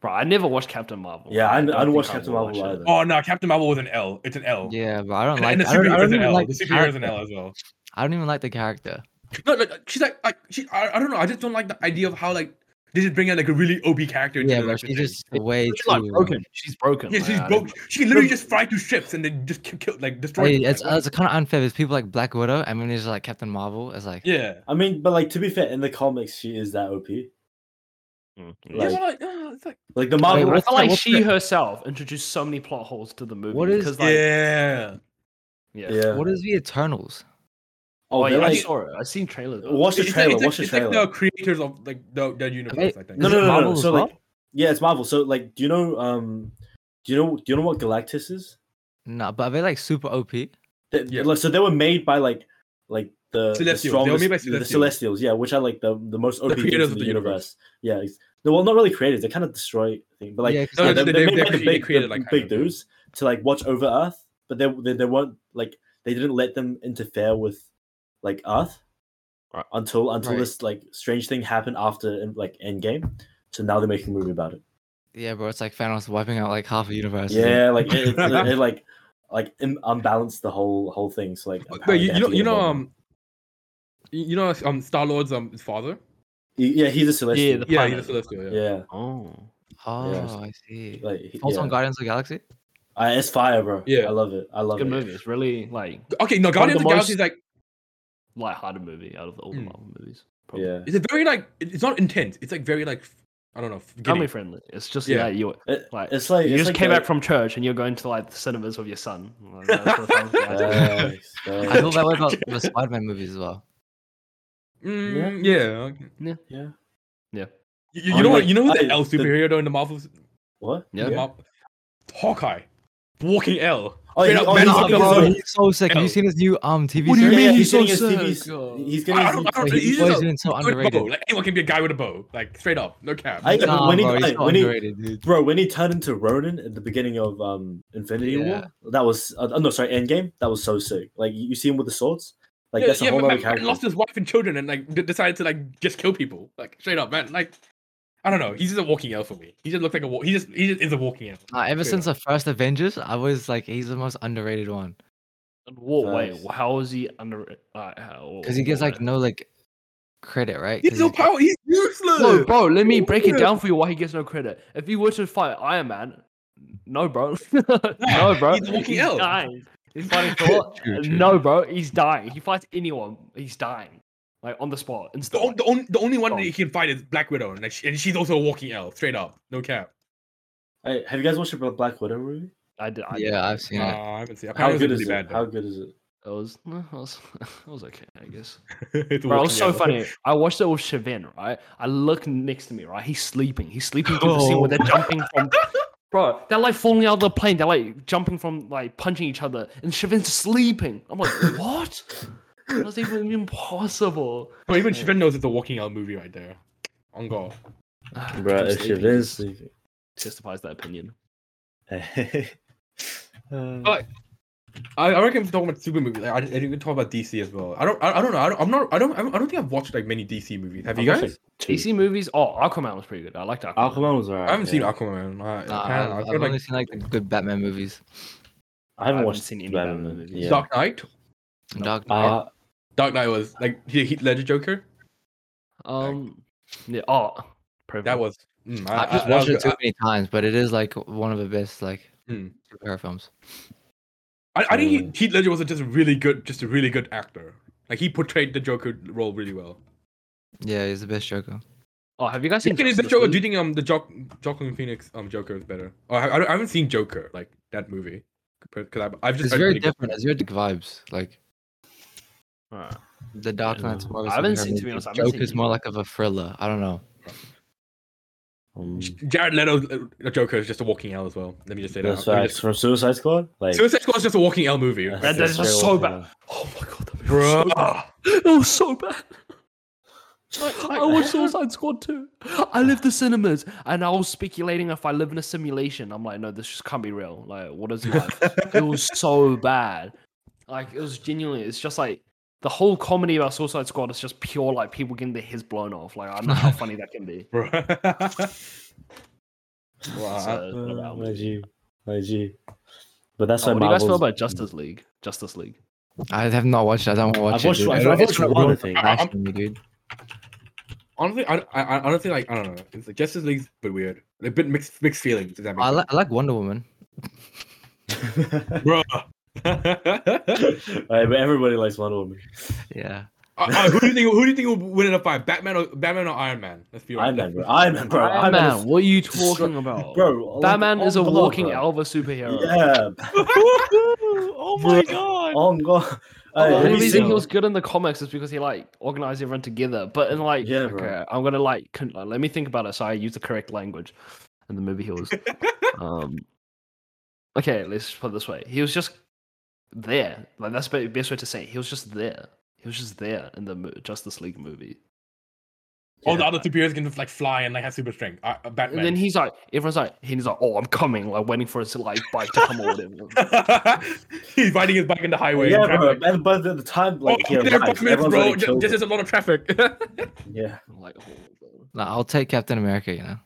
B: bro. I never watched Captain Marvel.
C: Yeah, I- I
B: don't
C: didn't
B: think
C: watch
B: I
C: Captain
B: will
C: Marvel
B: watch it.
C: either.
A: Oh no, Captain Marvel was an L. It's an L.
D: Yeah, but I don't
A: And,
D: like.
A: and the
D: I don't, I
A: superhero
D: don't
A: is an
D: even
A: L.
D: like
A: the
D: the
A: superhero is an
D: character.
A: L as well.
D: I don't even like the character.
A: No, like, she's like, like she, I, I don't know. I just don't like the idea of how like they just bring out like a really OP character. into
D: Yeah,
A: the
D: but
A: rest of
D: she's
A: the thing.
D: just way
B: She's
D: too.
B: like broken. She's broken.
A: Yeah,
B: like,
A: she's
B: I
A: broke.
B: don't-
A: She literally just fried two ships and then just ki- killed, like destroyed.
D: Hey,
A: them.
D: it's
A: Like,
D: it's kind of unfair. There's people like Black Widow, and then there's like Captain Marvel. It's like
A: yeah.
C: I mean, but like to be fair, in the comics, she is that OP.
B: Mm.
A: Yeah,
C: Like,
A: but like, uh, it's like
C: like the
B: I
C: Marvel.
D: Wait,
B: feel
D: what's
B: like
D: the- what's
B: she
D: the-
B: herself introduced so many plot holes to the movie.
D: What is-
B: because, like,
A: yeah.
B: yeah.
C: yeah.
D: what is the Eternals?
C: Oh,
B: Oh,
C: they're
B: yeah, I
C: like,
B: saw it. I seen trailers. bro.
C: watch the
A: It's like-
C: trailer.
A: it's like-
C: watch the
A: it's like
C: trailer.
A: the creators of like the, their universe. I think.
C: no,
D: Is
C: no, no,
D: it
C: no,
D: Marvel
C: no.
D: as
C: So
D: well?
C: like, yeah, it's Marvel. So like, do you know um, do you know do you know what Galactus is?
D: No, but are they like super OP?
C: They,
A: Yeah.
C: like, So they were made by like like the the
A: Celestials. They were made by
C: strongest- the
A: Celestials.
C: Celestials. Yeah, which are like the the most OP things
A: creators
C: in
A: of
C: the,
A: the
C: universe. Yeah, it's, no, well, not really creators. They kind of destroy things, but like
D: yeah, 'cause
A: No,
C: yeah,
D: like,
A: no,
C: they,
A: they-
C: they, made
A: they
C: like, the
A: actually
C: big,
A: created,
C: the
A: like, kind
C: big
A: of thing.
C: dudes to like watch over Earth, but they they, they weren't like they didn't let them interfere with like Earth
B: Right.
C: until until
D: Right.
C: this like strange thing happened after in, like Endgame. So now they're making a movie about it.
D: yeah, bro, it's like Thanos wiping out like half a universe. isn't it?
C: Yeah, like it, it, it, it, like like im- unbalanced the whole whole thing. So like
A: But- But
C: apparently
A: you,
C: they
A: you
C: had to
A: know,
C: get
A: you know,
C: involved.
A: um, you you know, um, Star Lord's um his father.
C: Y- yeah, he's a celestial.
B: the-
A: Yeah, he's a
B: planet.
A: celestial. Yeah.
C: yeah,
B: Oh.
D: Oh,
C: Yeah.
D: I see.
C: like he-
D: Thoughts
C: yeah.
D: on Guardians of the Galaxy?
C: Uh, it's fire, bro.
A: Yeah.
C: I love it. I
D: Oh.
C: love
B: Good
C: it.
B: movie. It's really like
A: Okay, no,
B: One of
A: Guardians of the Galaxy
B: the most-
A: is like
B: light-hearted movie out of the, all the
A: Mm.
D: Hmm.
B: Marvel movies.
C: Yeah,
A: it's a very like it- it's not intense. It's like very like f- I don't know.
B: Family
A: Giddy.
B: friendly. It's just
A: Yeah.
B: yeah. you
C: It-
B: like
C: it's like
B: you
C: it's
B: just
C: like
B: came
C: the-
B: back from church and you're going to like the cinemas with your son. Like, that's what it sounds like.
C: Nice,
D: I
C: nice.
D: thought that was about the Spider-Man movies as well.
A: Mm, yeah. okay.
C: yeah.
A: You, you
C: I'm
A: know what?
C: like-
A: You know who the
C: I-
A: L
C: the-
A: superhero though in the Marvel?
C: What?
B: Yeah.
A: The Mar- Hawkeye, walking L.
C: Oh,
A: Straight
C: he-
A: up
C: oh,
A: Ben
C: he's-
A: Affleck.
C: he's
D: bro,
C: like-
D: he's so sick. Have you
A: Yo.
D: seen his new um TV
B: What do you
D: series?
B: mean?
C: yeah,
B: he's
C: he's,
B: so
C: getting his
B: sick?
C: TV's,
B: Oh.
C: he's
A: I
C: getting his.
A: don't- I
D: Like,
A: don't-
D: he's
A: he's
D: always
A: a-
D: been so
A: With a bow.
D: underrated.
A: Like anyone can be a guy with a bow. Like straight up, no cap.
C: I-
D: Nah,
C: when he
D: bro, he's
C: died-
D: so
C: when he-
D: underrated, dude.
C: Bro, when he turned into Ronin at the beginning of um Infinity War, that was uh, no sorry Endgame. That was so sick. Like you you see him with the swords. Like that's a whole
A: man,
C: other
A: man
C: character.
A: lost his wife and children and like d- decided to like just kill people. Like straight up, man. Like I don't know. He's just a walking L for me. He just looks like a wa- he just he just is a walking L.
D: Nah, ever
A: Straight
D: since the first Avengers, I was like, he's the most underrated one
B: In what way?
C: Nice.
B: How is he under? Like, how?
D: because he gets
B: what
D: like
B: way?
D: no like credit, right?
A: He's
D: 'Cause
A: no
D: he's got-
A: power. He's useless.
B: No, bro. Let me break it
A: Yeah.
B: down for you. Why he gets no credit? If you were to fight Iron Man, no, bro. no, bro.
A: he's walking L.
B: dying. He's fighting Thor.
D: True, true.
B: no, bro. He's dying. He fights anyone. He's dying, like on the spot.
A: The,
B: Instantly.
A: on, the, only, the only one
B: Oh.
A: that he can fight is Black Widow, and, like, she, and she's also a walking L, straight up, no cap.
C: Hey, have you guys watched the Black Widow movie?
B: I did. I did.
D: Yeah, I've seen
A: Nah,
D: it.
A: Uh, I haven't seen.
C: How
A: Apparently,
C: good
A: it's
C: is
A: really
C: it?
A: bad.
C: How
A: though.
C: good is it?
B: It was, no, it was, it was okay, I guess.
A: It's a
B: Bro, it was
A: walking
B: so
A: L.
B: funny. I watched it with Oh. Shavin, right? I look next to me, right? He's sleeping. He's sleeping through the scene where they're jumping from. Bro, they're like falling out of the plane. They're like jumping from like punching each other, and Shivin's sleeping. I'm like, what? That's even impossible.
A: But even Shivan knows it's a walking out movie right there. On God.
C: Bro, if
B: Sleeping
C: Shivin's sleeping.
B: justifies that opinion.
C: Uh,
A: But- I, I reckon if we're talking about super movies, like, I, I didn't talk about DC as well. I don't I, I don't know. I don't, I'm not. I don't. I don't I don't think I've watched like many DC movies. Have you
C: I've watched,
A: guys?
C: like, two.
B: DC movies. Oh, Aquaman was pretty good. I liked Aquaman.
C: Aquaman was alright.
A: I haven't seen
C: yeah.
A: Aquaman. I,
D: Nah,
A: I can't- I
D: I've,
A: feel
D: I've
A: like
D: only seen like the good Batman movies.
C: I haven't
B: I
C: watched
B: haven't seen any
C: Batman
B: Batman
C: movies.
B: movies.
C: Yeah.
A: Dark Knight.
D: Dark Knight.
C: Uh,
A: Dark Knight was like the Heath Ledger Joker.
B: Um, yeah. Oh, perfect.
A: That was. Mm, I,
D: I've just
A: I- that
D: watched it
A: was
D: too
A: good.
D: many times, but it is like one of the best like
A: Hmm.
D: superhero films.
A: I, I think he- Heath Ledger was just a really good, just a really good actor. Like he portrayed the Joker role really well.
D: Yeah, he's the best Joker.
B: Oh, have you guys
A: Do you
B: seen
A: think it's the
B: Justice
A: Joker?
B: League?
A: Do you think um the Joc Joaquin Phoenix um Joker is better? Or I, I don't- I haven't seen Joker like that movie because I've, I've just
D: It's
A: heard
D: very
A: really good-
D: different. It's very different vibes. Like
B: Alright.
D: the Dark
C: Yeah.
D: Knight's more. Of a
B: I haven't
D: superhero
B: seen- to be
D: movie.
B: honest, I haven't seen
D: Joker's more
B: either.
D: like of a thriller. I don't know.
C: um,
A: Jared Leto's uh, Joker is just a walking L as well. Let me just say that.
C: that's
A: Let me
C: facts
A: just-
C: from Suicide Squad. Like
A: Suicide Squad is just a walking L movie,
C: that's-
A: right?
B: That- that's
C: that's
B: just
C: very
B: so
C: well
B: bad.
C: done.
B: Oh my god, that movie was
A: bro.
B: so bad. It was so bad. I,
C: like,
B: I watched Suicide Squad too. I live the cinemas, and I was speculating if I live in a simulation. I'm like, no, this just can't be real. Like, what is life? it was so bad. Like, it was genuinely. It's just like the whole comedy about Suicide Squad is just pure like people getting their heads blown off. Like, I don't know how funny that can be.
A: Bro. Wow,
B: So, it's not
C: Uh,
B: about-
C: my G, my G. But that's
B: um, Oh,
C: why
B: what do you guys feel
C: Marvel's-
B: about Justice League? Justice League.
D: I have not watched. it. I don't watch
C: I've
D: it.
C: watched-
D: dude.
C: I've
D: Everyone-
C: watched
D: everyone
C: one
D: wants to
C: thing.
D: bash
A: I'm-
D: on me, dude.
A: honestly, I, I, I honestly like I don't know. It's like Justice League's a bit weird. A bit mixed mixed feelings. If that
D: I,
A: makes
D: li- I like Wonder Woman.
A: sense. Bro.
C: Alright, but everybody likes Wonder Woman.
D: Yeah.
A: Uh, uh, who do you think? Who do you think will win in a fight? Batman or Batman or Iron Man? Let's be
C: I
A: honest.
C: remember. I remember.
B: Batman,
C: Batman,
B: what are you
C: so-
B: talking about?
C: bro. on-
B: Batman
C: on
B: is a
C: God,
B: walking
C: bro.
B: alpha superhero.
C: Yeah.
B: oh
C: my
B: god.
C: On God.
B: the
C: Alright,
B: only
C: have you
B: reason
C: seen-
B: he was good in the comics is because he like organized everyone together. But in like,
C: Yeah, bro.
B: okay, I'm gonna like, con- like, let me think about it. So I use the correct language. In the movie, he was. um, okay, let's put it this way: he was just there. Like that's the best way to say it. he was just there. He was just there in the mo- Justice League movie.
A: All Oh, the
C: Yeah.
A: other superheroes can just like fly and like have super strength. Uh, uh, Batman.
B: And then he's like, everyone's like, he's like, oh, I'm coming, like waiting for his like bike to come or whatever.
A: he's riding his bike in the highway. in
C: Yeah, bro.
A: traffic.
C: But, but at the time, like,
A: oh,
C: yeah,
A: there are
C: right,
A: five minutes,
C: everyone's
A: bro.
C: already
A: Just,
C: killed
A: just
C: him.
A: there's a lot of traffic.
C: Yeah.
B: I'm like, oh,
D: No, I'll take Captain America. You know.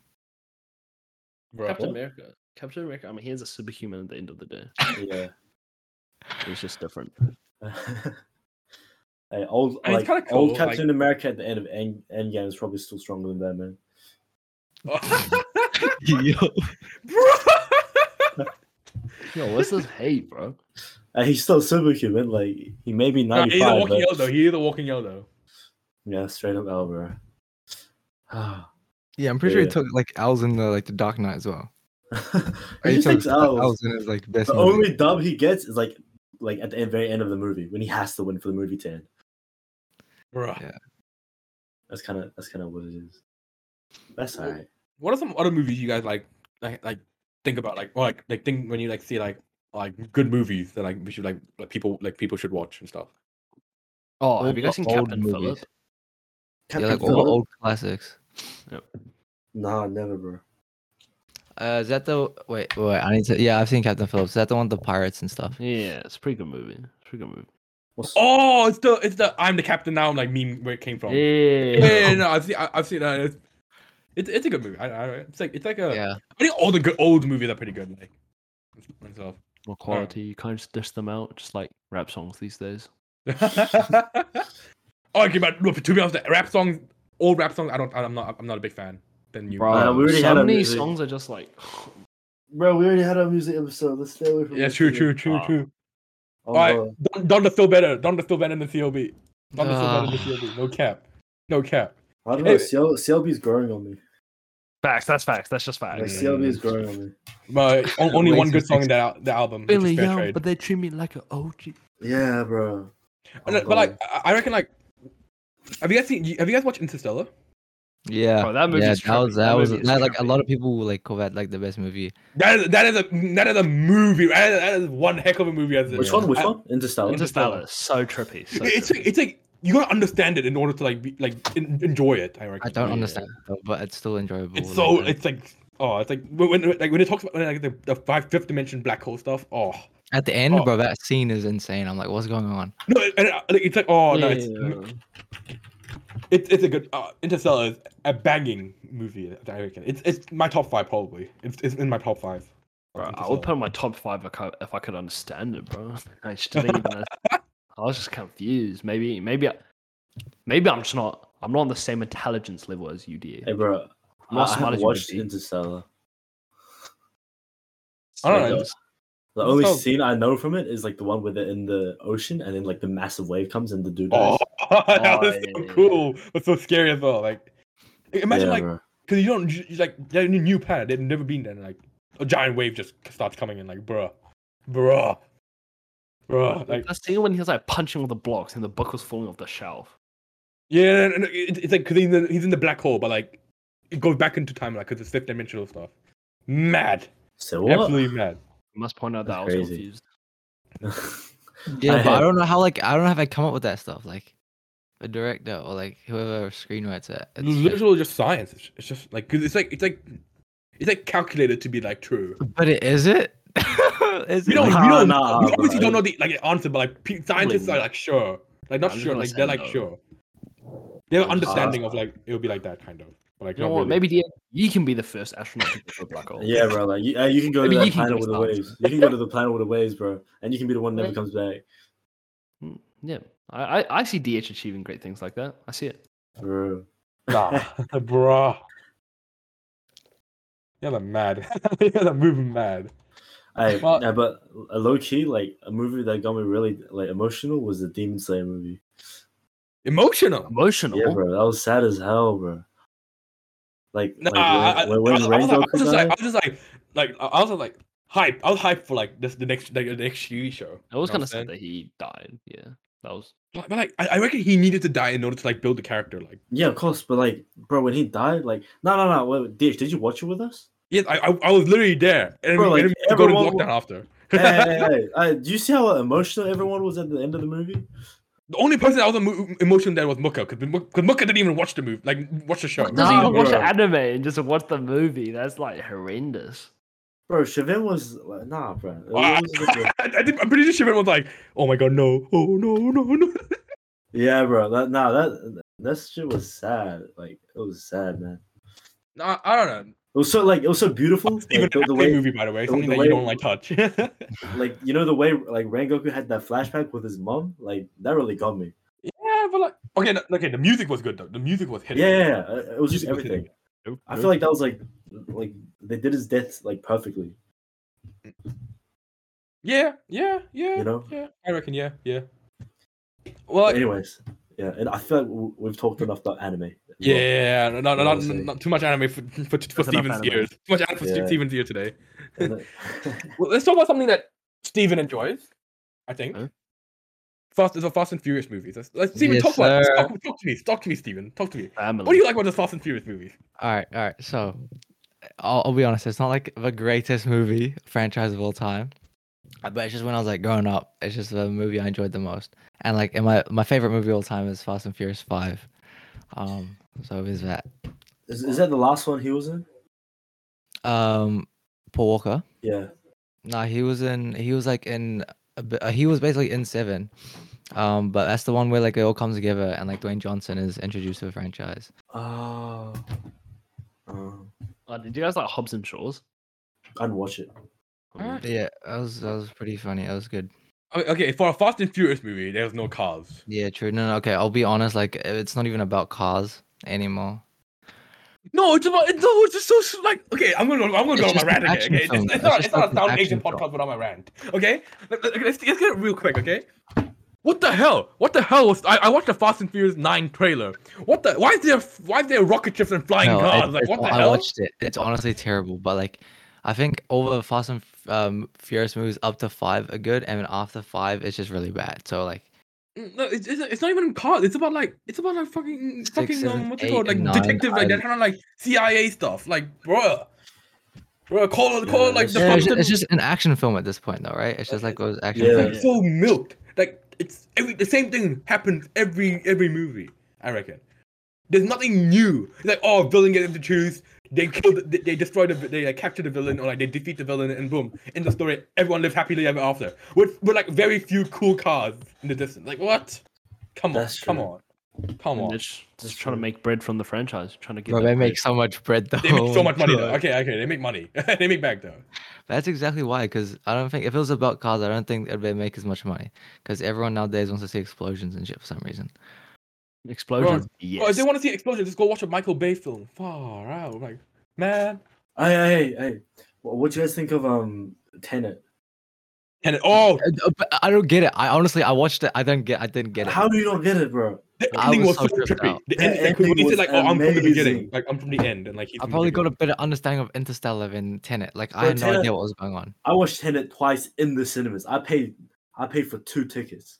A: bro.
B: Captain America. Captain America. I mean, he is a superhuman at the end of the day.
C: Yeah.
B: He's just different.
C: Hey, old
A: And it's
C: like,
A: kinda
C: old
A: cool,
C: Captain America at the end of End Endgame is probably still stronger than Batman.
A: Bro.
B: Yo, what's this hate, bro?
C: And he's still superhuman. Like he may be
A: Nah,
C: ninety
A: he's a
C: five.
A: walking L though. He's a walking L though.
C: yeah, straight up L, bro.
B: Oh,
D: Yeah, I'm pretty sure he
C: Yeah.
D: took like Al's in the like the Dark Knight as well.
C: he
D: He
C: just
D: took
C: takes L's.
D: Al's in his like best.
C: The
D: movie.
C: only dub he gets is like like at the end, very end of the movie when he has to win for the movie to end.
A: Bro.
D: Yeah.
C: That's kind of that's kind of what it is. That's
A: Well,
C: alright.
A: What are some other movies you guys like? Like, like think about like or like like think when you like see like like good movies that like we should like like people like people should watch and stuff.
B: Oh,
D: Old-
B: have you guys seen
D: old
B: Captain
D: movies.
B: Phillip?
D: Yeah, like
C: Captain
D: all
C: Phillips?
D: old classics.
C: Nah, never, bro.
D: Uh, is that the wait? Wait, I need to. Yeah, I've seen Captain Phillips. Is that the one with the pirates and stuff?
B: Yeah, it's a pretty good movie. It's a pretty good movie.
C: What's,
A: Oh, it's the it's the I'm the captain now. I'm like meme where it came from. Yeah,
B: Yeah.
A: yeah, no, I've seen I, I've seen that. It's, it's it's a good movie. I, I it's like it's like a. I
D: Yeah,
A: think all the good old movies are pretty good. Like myself.
B: More quality. You can't just dish them out, just like rap songs these days.
A: oh, okay, but look, to be honest, the rap songs, all rap songs, I don't, I'm not, I'm not a big fan. Then you,
C: Uh, we already
B: so
C: had a
B: many
C: music-
B: songs are just like,
C: Bro, we already had our music episode. Let's stay away from.
A: yeah,
C: this
A: true,
C: shit.
A: true, true,
B: Ah.
A: true.
C: Oh,
A: All right,
C: no.
A: Don, Donda's still better. Donda's still better than CLB. Donda's still
D: Ah.
A: better than CLB. No cap, no cap.
C: I don't
A: Hey.
C: know. CL, CLB is growing on me.
B: facts. That's facts. That's just
C: Like
A: yeah,
C: CLB is growing on me.
A: But o- only one
D: Racist
A: good song in that al- the album. which is
B: Really
A: Fair
B: young,
A: Trade.
B: but they treat me like an OG.
C: Yeah, bro.
A: And, uh, but like, I I reckon like, have you guys seen? Have you guys watched Interstellar?
D: Yeah.
B: Bro, that movie
D: yeah,
B: is
D: that was
B: trippy.
D: that,
B: That
D: was
B: movie is
D: that, like a
B: trippy.
D: lot of people will, like call that like the best movie.
A: That is that is a that is a movie. That is, that is one heck of a movie. As it
C: Which
A: is.
C: one? Which
A: I-
C: one? Interstellar.
B: Interstellar, is so trippy. So
A: It's
B: trippy.
A: like, it's like you gotta understand it in order to like be, like en- enjoy it. I reckon.
D: I don't
A: Yeah.
D: understand, it, though, but it's still enjoyable.
A: It's
D: like,
A: so
D: uh,
A: it's like oh it's like when when- like when it talks about like the, the five fifth dimension black hole stuff. Oh
D: at the end,
A: oh.
D: bro. That scene is insane. I'm like, what's going on?
A: no, and, uh, like, it's like oh no, it's
B: Yeah.
A: it's it's a good uh, Interstellar is a banging movie. I reckon it's it's my top five probably. It's it's in my top five. of
B: Bro, I would
A: Interstellar.
B: put in my top five if I- if I could understand it, bro. I just didn't even. I was just confused. Maybe, maybe, I, maybe I'm just not. I'm not on the same intelligence level as you, do.
C: Hey, bro. I,
B: Not
C: I
B: smart
C: haven't
B: as you would
C: watched
B: be.
C: Interstellar.
A: I don't know,
C: Like,
A: it's-
C: The
A: it's
C: only
A: so-
C: scene I know from it is like the one where they're in the ocean and then like the massive wave comes and the dude dies.
A: Oh, that
B: Oh,
A: was
B: yeah,
A: so
B: yeah, yeah.
A: cool. But so scary as well. Like imagine
C: Yeah,
A: like
C: bro.
A: because you don't you, you, like they're in a new planet. They've never been there. And, like a giant wave just starts coming in. Like bruh, bruh, bruh. Like
B: I see when he was like punching all the blocks and the book was falling off the shelf.
A: yeah, and, and it, it's like because he's, in the- he's in the black hole, but like it goes back into time, like because it's fifth dimensional stuff. Mad,
C: So what?
A: absolutely mad.
B: I must point out
C: That's
B: that I was
C: crazy.
B: confused.
D: Yeah,
C: I
D: but I
C: had-
D: don't know how like I don't know how they come up with that stuff. Like the director or like whoever screenwrites it. It's
A: It's
D: just-
A: literally just science. It's, it's just like 'cause it's like it's like it's like calculated to be like true.
D: but it is it. is
A: We
D: it,
A: don't,
D: like-
A: we
C: Nah,
A: don't,
C: nah,
A: we obviously
C: bro.
A: don't know the like the answer, but like pe- scientists are like sure, like not
B: I'm just
A: sure,
B: gonna
A: like
B: say
A: they're like
B: no.
A: sure. They have an
B: I'm just gonna
A: understanding
C: say
A: of like it would be like that kind of, but like
B: You know
A: not
B: what?
A: really.
B: Maybe Diego, you can be the first astronaut to go to a black hole.
C: yeah, bro. Like you, uh, you can go
B: Maybe
C: to
B: you
C: that
B: can go
C: planet with the
B: start.
C: waves. You can go to the planet with the waves, bro, and you can be the one that never
B: Wait.
C: comes back.
B: yeah. I, I, I see DH achieving great things like that. I see it.
C: Bro.
A: nah, bruh. You're the mad. You're the moving mad.
C: I,
A: Well-
C: yeah, but a low key, like a movie that got me really like emotional was the Demon Slayer movie.
A: Emotional.
B: Emotional.
C: Yeah, bro, that was sad as hell, bro. Like,
A: Nah,
C: like,
A: I, I,
C: when, when
A: I, was, I, was, like- I
C: Rengoku
A: was just like, I
C: died-
A: was just like, like I I was like hype. I was hyped for like this the next like, the next TV show.
B: I was
A: You know what
B: gonna
A: I'm
B: say that he died. Yeah, that was.
A: But, but like, I, I reckon he needed to die in order to like build the character. Like,
C: yeah, of course, but like, bro, when he died, like, no, no, no, wait, wait, Dish, did you watch it with us?
A: yes, I, I, I was literally there, and
C: Bro,
A: we
C: like,
A: to go to
C: everyone
A: lockdown after.
C: hey, hey, hey, hey, uh, do you see how emotional everyone was at the end of the movie?
A: The only person that was emo- emotional there was Mukka, because Mukka didn't even watch the movie, like watch the show.
B: Does
D: Nah,
B: he even watch
A: bro.
B: the anime and just watch the movie? That's like horrendous.
C: Bro, Shavin was like, nah, bro. It
A: I,
C: was just like-
A: I, I think, I'm pretty sure Shimon was like, "Oh my god, no! Oh no, no, no!"
C: yeah, bro, that, nah, that that shit was sad. Like, it was sad, man.
A: Nah, I don't know.
C: It was so like, it was so beautiful.
A: It's even
C: like, the,
A: a
C: the way
A: movie, by the way,
C: the
A: something that
C: way-
A: you don't like touch. yeah,
C: like you know the way like Rengoku had that flashback with his mom, like that really got me.
A: but like, okay, no, okay, the music was good though. The music was
C: Yeah,
A: hitting.
C: yeah, yeah. uh, it was just
A: Music was hitting.
C: everything. I feel like that was like like they did his death like perfectly.
A: Yeah, yeah, yeah.
C: You know?
A: Yeah, I reckon. Yeah, yeah. Well, like,
C: Anyways, yeah, and I feel like w- we've talked enough about anime. as well.
A: yeah, no, no, no, not,
C: Honestly.
A: not too much anime for for, for
B: enough
A: Steven's
B: anime.
A: ears. Too much anime for
C: Yeah.
A: Steven's ear today.
C: And then-
A: Well, let's talk about something that Steven enjoys, I think.
B: Okay.
A: Fast is a Fast and Furious movies. Let's, let's Steven
D: Yes,
A: talk about this.
D: sir.
A: Talk, talk to me. Talk to me, Steven. Talk to me.
B: Family.
A: What do you like about the Fast and Furious movies?
D: All right, all right. So, I'll, I'll be honest. It's not like the greatest movie franchise of all time, uh, but it's just when I was like growing up, it's just the movie I enjoyed the most. And like, and my my favorite movie of all time is Fast and Furious Five. Um, so is that
C: is, is that the last one he was in?
D: um Paul Walker?
C: Yeah,
D: Nah, he was in. He was like in. a bi- Uh, he was basically in Seven. Um, but that's the one where like it all comes together and like Dwayne Johnson is introduced to the franchise.
C: oh, oh.
B: Uh, did you guys like Hobbs and Shaws?
C: I'd watch it.
A: Alright.
D: Yeah, that was that was pretty funny. That was good.
A: I mean, okay, for a Fast and Furious movie, there's no cars.
D: Yeah, true. No, no, okay. I'll be honest. Like, it's not even about cars anymore.
A: No, it's about it's, no, it's just so s- like okay. I'm gonna I'm gonna
D: It's
A: go on my
D: just an
A: rant again.
D: action
A: Okay? It's,
D: film.
A: it's
D: It's
A: not
D: just
A: it's not
D: like
A: a
D: an
A: South
D: action
A: Asian
D: film.
A: podcast without my rant. Okay, Let- let- let's, let's get it real quick. Okay, what the hell? What the hell was I, I watched the Fast and Furious Nine trailer? What the why is there why is there rocket ships and flying
D: No,
A: cars?
D: it-
A: like
D: it's-
A: what the
D: I
A: hell?
D: watched it. It's honestly terrible. But like, I think all the Fast and F- um, Furious movies up to five are good, and then after five, it's just really bad. So like,
A: Mm, No, it's, it's, it's not even cars. It's about like it's about like fucking fucking
D: seven,
A: um, what's it
D: eight,
A: called like
D: and nine,
A: detective like that
D: I-
A: kind of like CIA stuff. Like bruh, bruh, call
C: Yeah,
A: call like
C: it's-
A: the
D: Yeah, it's, ju-
A: fucking
D: it's just an action film at this point, though, right? It's just like those action
C: Yeah.
D: films.
A: it's so milked. Like it's every the same thing happens every every movie. I reckon. There's nothing new. It's like oh, villain gets introduced. They kill. The, they- they destroy the. They like, capture the villain, or like they defeat the villain, and boom, end the story. Everyone lives happily ever after. With with like very few cool cars in the distance. Like what? Come on,
C: That's
A: come
C: true.
A: on, come
B: They're
A: on.
B: just, just trying to make bread from the franchise, trying to get.
D: Bro,
B: that
D: they
B: bread.
D: make so much bread though.
A: They make so
D: Oh my
A: much money though.
D: God.
A: Okay, okay, they make money. they make back though. Oh,
D: That's exactly why, because I don't think if it was about cars, I don't think they'd make as much money. Because everyone nowadays wants to see explosions and shit for some reason.
B: explosions.
A: Well, if
B: yes.
A: they want to see explosion, just go watch a Michael Bay film. Far out, like man.
C: Hey, hey, hey. What what do you guys think of um Tenet?
A: And it, oh,
D: Uh, uh, But I don't get it. I honestly, I watched it. I don't get. I didn't get it.
C: How do you not get it, bro?
A: The
D: I
A: ending was,
D: was
A: so
D: so tripped
A: trippy.
D: out.
A: The
C: The
A: ending, like, when
C: ending
A: he
C: was
A: said, like, "Oh, I'm from the beginning,
C: amazing.
A: like, I'm from the end," and like, he's
D: I
A: from
D: probably
A: the
D: got a
A: beginning.
D: better understanding of Interstellar than Tenet. Like I
C: Bro,
D: had no
C: Tenet-
D: idea what was going on.
C: I watched Tenet twice in the cinemas. I paid I paid for two tickets.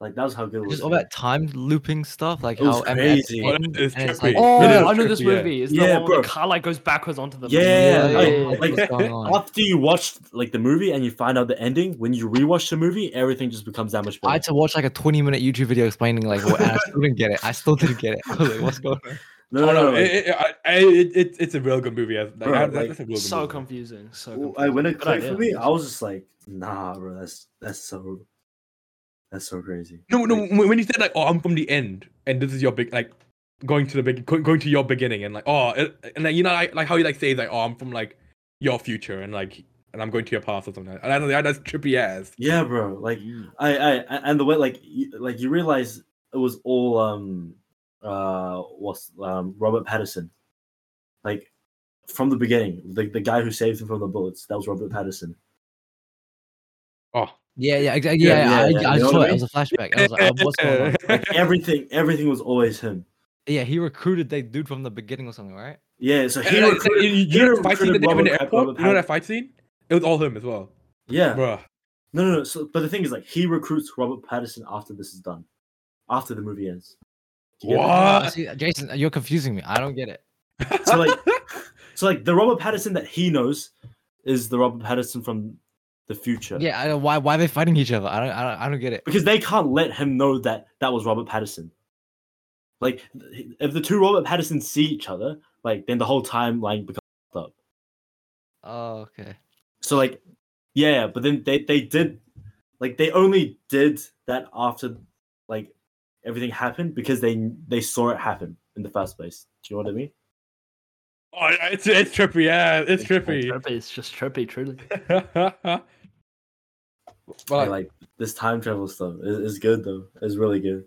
C: Like that was how good it was.
D: Just all
C: for me.
D: that time looping stuff, like
C: It was
D: how MS
C: crazy.
A: Oh,
D: ends,
A: that is
D: and it's
A: trippy.
D: like,
B: Oh,
A: It is
B: I know this
A: trippy, yeah.
B: movie. It's
C: Yeah,
B: the one where the
C: bro.
B: car like goes backwards onto the.
C: Yeah,
D: yeah,
C: I-
D: yeah,
C: like-
D: what's going on?
C: After you watch like the movie and you find out the ending, when you rewatch the movie, everything just becomes that much
D: I
C: better.
D: had to watch like a 20 minute YouTube video explaining like what and I still didn't get it. I still didn't get it. I was like, what's going on?
C: no,
A: Oh
C: no, no,
A: no,
C: like,
A: it, it, I- I- it, it, it's a real good movie. Like,
C: Bro,
A: that-
C: like,
A: that's a real good
B: So
A: movie.
B: confusing. So
C: w-
B: confusing.
C: I- when it
B: Good
C: clicked
B: idea.
C: for me, I was just like, nah, bro, that's that's so that's so crazy.
A: No, no.
C: Like,
A: When when you said like, "Oh, I'm from the end," and this is your big like, going to the big, go- going to your beginning, and like, oh, it, and like you know, like, like how you like say like, "Oh, I'm from like your future," and like, and I'm going to your past or something. Like that. And I don't know, that's trippy ass.
C: yeah, bro, like I, I, I- and the way like you, like you realize it was all um uh what's um Robert Patterson, like from the beginning, the the guy who saved him from the bullets, that was Robert Patterson.
A: Oh,
D: Yeah, yeah, exactly.
C: Yeah,
D: Yeah,
C: yeah,
D: I,
C: yeah,
D: I
C: you know
D: saw
C: what
D: it.
C: I
D: It was a flashback. I was like, oh, what's going on?
C: Like everything, everything was always him.
D: Yeah, he recruited that dude from the beginning or something, right?
C: Yeah, so he
A: And, like,
C: recruited,
A: you, you
C: he
A: know that fight scene that
C: recruited
A: they have in the
C: Robert-
A: airport.
C: Robert
A: You know that
C: Pattinson.
A: fight scene? It was all him as well,
C: Yeah,
A: bruh.
C: No, no, no. So, but the thing is, like, he recruits Robert Patterson after this is done, after the movie ends. Do you get that?
D: Uh,
A: What?
D: see, Jason, you're confusing me. I don't get it.
C: So, like, so like the Robert Patterson that he knows is the Robert Patterson from the future.
D: Yeah, I don't, why why are they fighting each other? I don't I don't, I don't get it.
C: Because they can't let him know that that was Robert Patterson. Like, if the two Robert Pattersons see each other, like, then the whole timeline becomes fucked up.
D: Oh, okay.
C: So like, yeah, but then they they did like they only did that after like everything happened because they they saw it happen in the first place. Do you know what I mean?
A: Oh, it's it's trippy, yeah, it's trippy.
B: trippy. It's just trippy, truly.
A: but
C: Like,
A: like,
C: like this time travel stuff is, is good though. It's really good.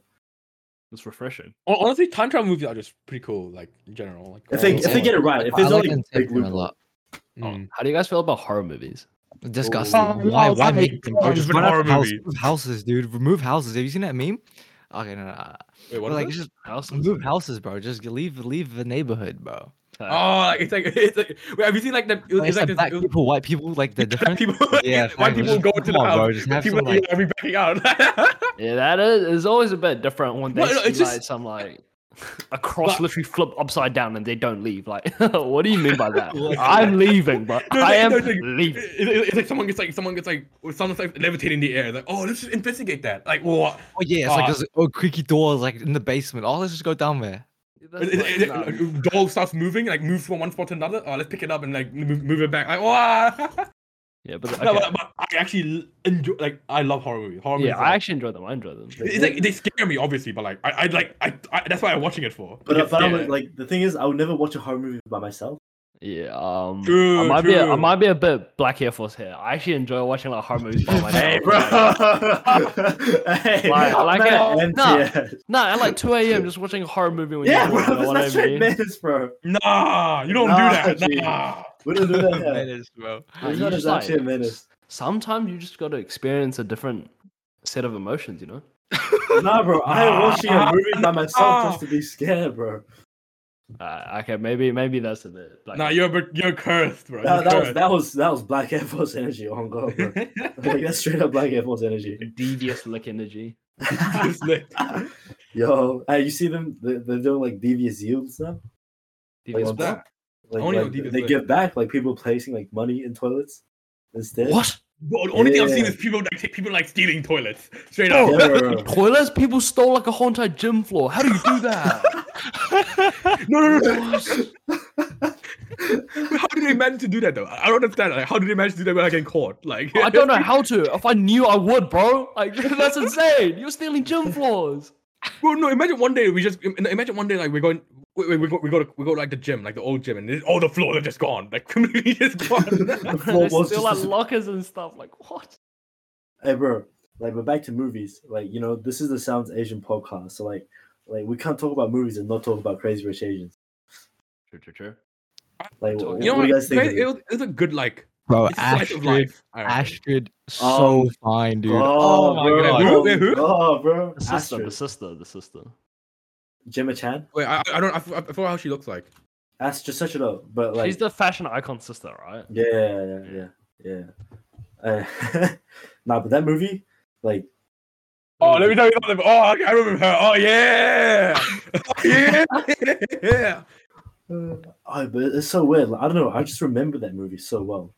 B: It's refreshing.
A: hon- honestly, time travel movies are just pretty cool, like in general. Like
C: If they
A: all-
C: if they get it right, if
D: But
C: there's
D: I like
C: only like, big
D: Inception a
C: loophole-
D: lot.
A: Mm.
B: How do you guys feel about horror movies?
D: Disgusting.
A: Oh,
D: why
A: no,
D: why
A: I
D: make
A: hate
D: them bro?
A: horror
D: Just run out
A: horror
D: of house,
A: movies.
D: move houses, dude. Remove houses. Have you seen that meme? Okay, no, no. no.
A: Wait,
D: But,
A: what?
D: like
A: Like,
D: just
B: House
D: Move houses, bro. Just g- leave leave the neighborhood, bro.
A: oh, like, it's like it's like. Wait, have you seen like the? It was,
D: Like,
A: it's
D: it's
A: like
D: like
A: this,
D: black
A: it was,
D: people, white people, like the
A: black
D: different.
A: people.
D: Yeah,
A: white
D: fam,
A: people
D: just
A: go into the
D: come on, bro,
A: house.
D: just have
A: people
D: some, like-
A: are backing out.
B: Yeah, that is, is always a bit different when they
A: No, no,
B: see
A: it's just-
B: like some like a cross
A: But-
B: literally flip upside down and they don't leave. Like, what do you mean by that?
D: Well,
B: I'm leaving, but
A: No,
B: I
A: no,
B: am
A: no, no. It-
B: leaving.
A: it- it's like someone gets like someone gets like or someone's like levitating in the air. Like, oh, let's just investigate that. Like, what?
D: Oh yeah, it's like
A: Ah.
D: those oh creaky doors like in the basement. Oh, let's just go down there.
B: That's
A: it, it,
B: like, nah.
A: it- doll starts moving, like moves from one spot to another. Oh, let's pick it up and like move, move it back. Like, wow.
B: Yeah, but,
A: No,
B: okay.
A: but, but I actually l- enjoy. Like, I love horror movies. Horror movies.
B: yeah,
A: are-
B: I actually enjoy them. I enjoy them.
A: it's like they scare me, obviously, but like I, I like I, I. That's why I'm watching it for.
C: But, uh,
A: Like,
C: but I would,
A: yeah.
C: like the thing is, I would never watch a horror movie by myself.
B: Yeah, um, I
A: True,
B: might be a, I
A: true.
B: might be a bit Black Air Force here. I actually enjoy watching like horror movies by myself.
C: Hey, bro. hey,
B: Like, I like it.
C: man,
B: Nah.
C: MTS.
B: No, at like 2 a.m. just watching a horror movie when
C: Yeah,
B: you're bored, you know
C: bro.
B: what I
C: That's straight
B: mean?
C: menace, bro.
A: nah, you don't
C: Nah,
A: do that.
C: G.
A: Nah.
C: We don't do that. here.
D: Menace, bro.
B: Nah,
C: It's
B: you
C: not
B: just,
C: as actually a
B: like,
C: menace.
B: Sometimes you just got to experience a different set of emotions, you know?
C: Nah, bro. I
D: Ah,
C: am watching a
A: Nah,
C: movie by myself
A: nah.
C: just to be scared, bro.
B: Uh, okay, maybe maybe that's a bit. Like,
A: Nah, you're but you're cursed, bro.
C: That,
A: You're
C: that was
A: cursed.
C: that was that was Black Air Force energy on God, bro. like that's straight up Black Air Force energy.
B: devious lick energy.
A: It's lit.
C: Yo, hey, you see them? They- They're doing like devious yields now.
D: Devious
C: What's
D: back.
C: Like,
A: Only on
C: like,
A: devious
C: they
A: yield.
C: give back like people placing like money in toilets instead.
D: What?
A: Bro, the only thing I've seen
C: Yeah. Oh.
A: is people like people like stealing toilets straight
C: Yeah,
A: up.
C: bro, bro, bro.
B: Toilets? People stole like a whole entire gym floor. How do you do that?
A: No, no, no.
B: What?
A: no. How did they manage to do that though? I I don't understand. Like, how did they manage to do that without getting caught? Like,
B: I don't know how to. If I knew, I would, bro. Like that's insane. You're stealing gym floors.
A: Well, no. Imagine one day we just im- imagine one day like we're going. We, we, we, go, we go to we go to, like the gym, like the old gym, and there's- all the floors are just gone, like completely just
C: The
A: gone.
C: floor
B: They steal
C: was just
B: like
C: dis-
B: lockers and stuff. Like what?
C: Hey, bro. Like, we're back to movies. Like, you know, this is the Sounds Asian podcast. So, like, like we can't talk about movies and not talk about Crazy Rich Asians.
B: True, true, true.
C: Like, wh-
B: You
C: what,
A: you know
C: do
A: what?
C: you guys think? of
A: It, it was, it was a good like
D: Bro,
A: it's a slice of
D: Astrid.
A: life. I reckon.
D: Astrid, so
C: Um,
D: fine, dude.
C: Oh,
D: my
C: bro.
D: God.
A: Who? Wait, who?
C: Oh, bro.
B: The sister, the
C: Astrid.
B: sister, the sister.
C: Gemma Chan.
A: Wait, I, I don't. I, f- I forgot how she looks like.
C: That's just such it up. But, like,
B: She's the fashion icon sister, right?
C: Yeah, yeah, yeah, yeah. yeah. Uh, nah, but that movie, like,
A: Oh, let me tell you something. Oh, okay, I remember her. Oh yeah, yeah, yeah.
C: uh, oh, but it's so weird. Like, I don't know. I just remember that movie so well.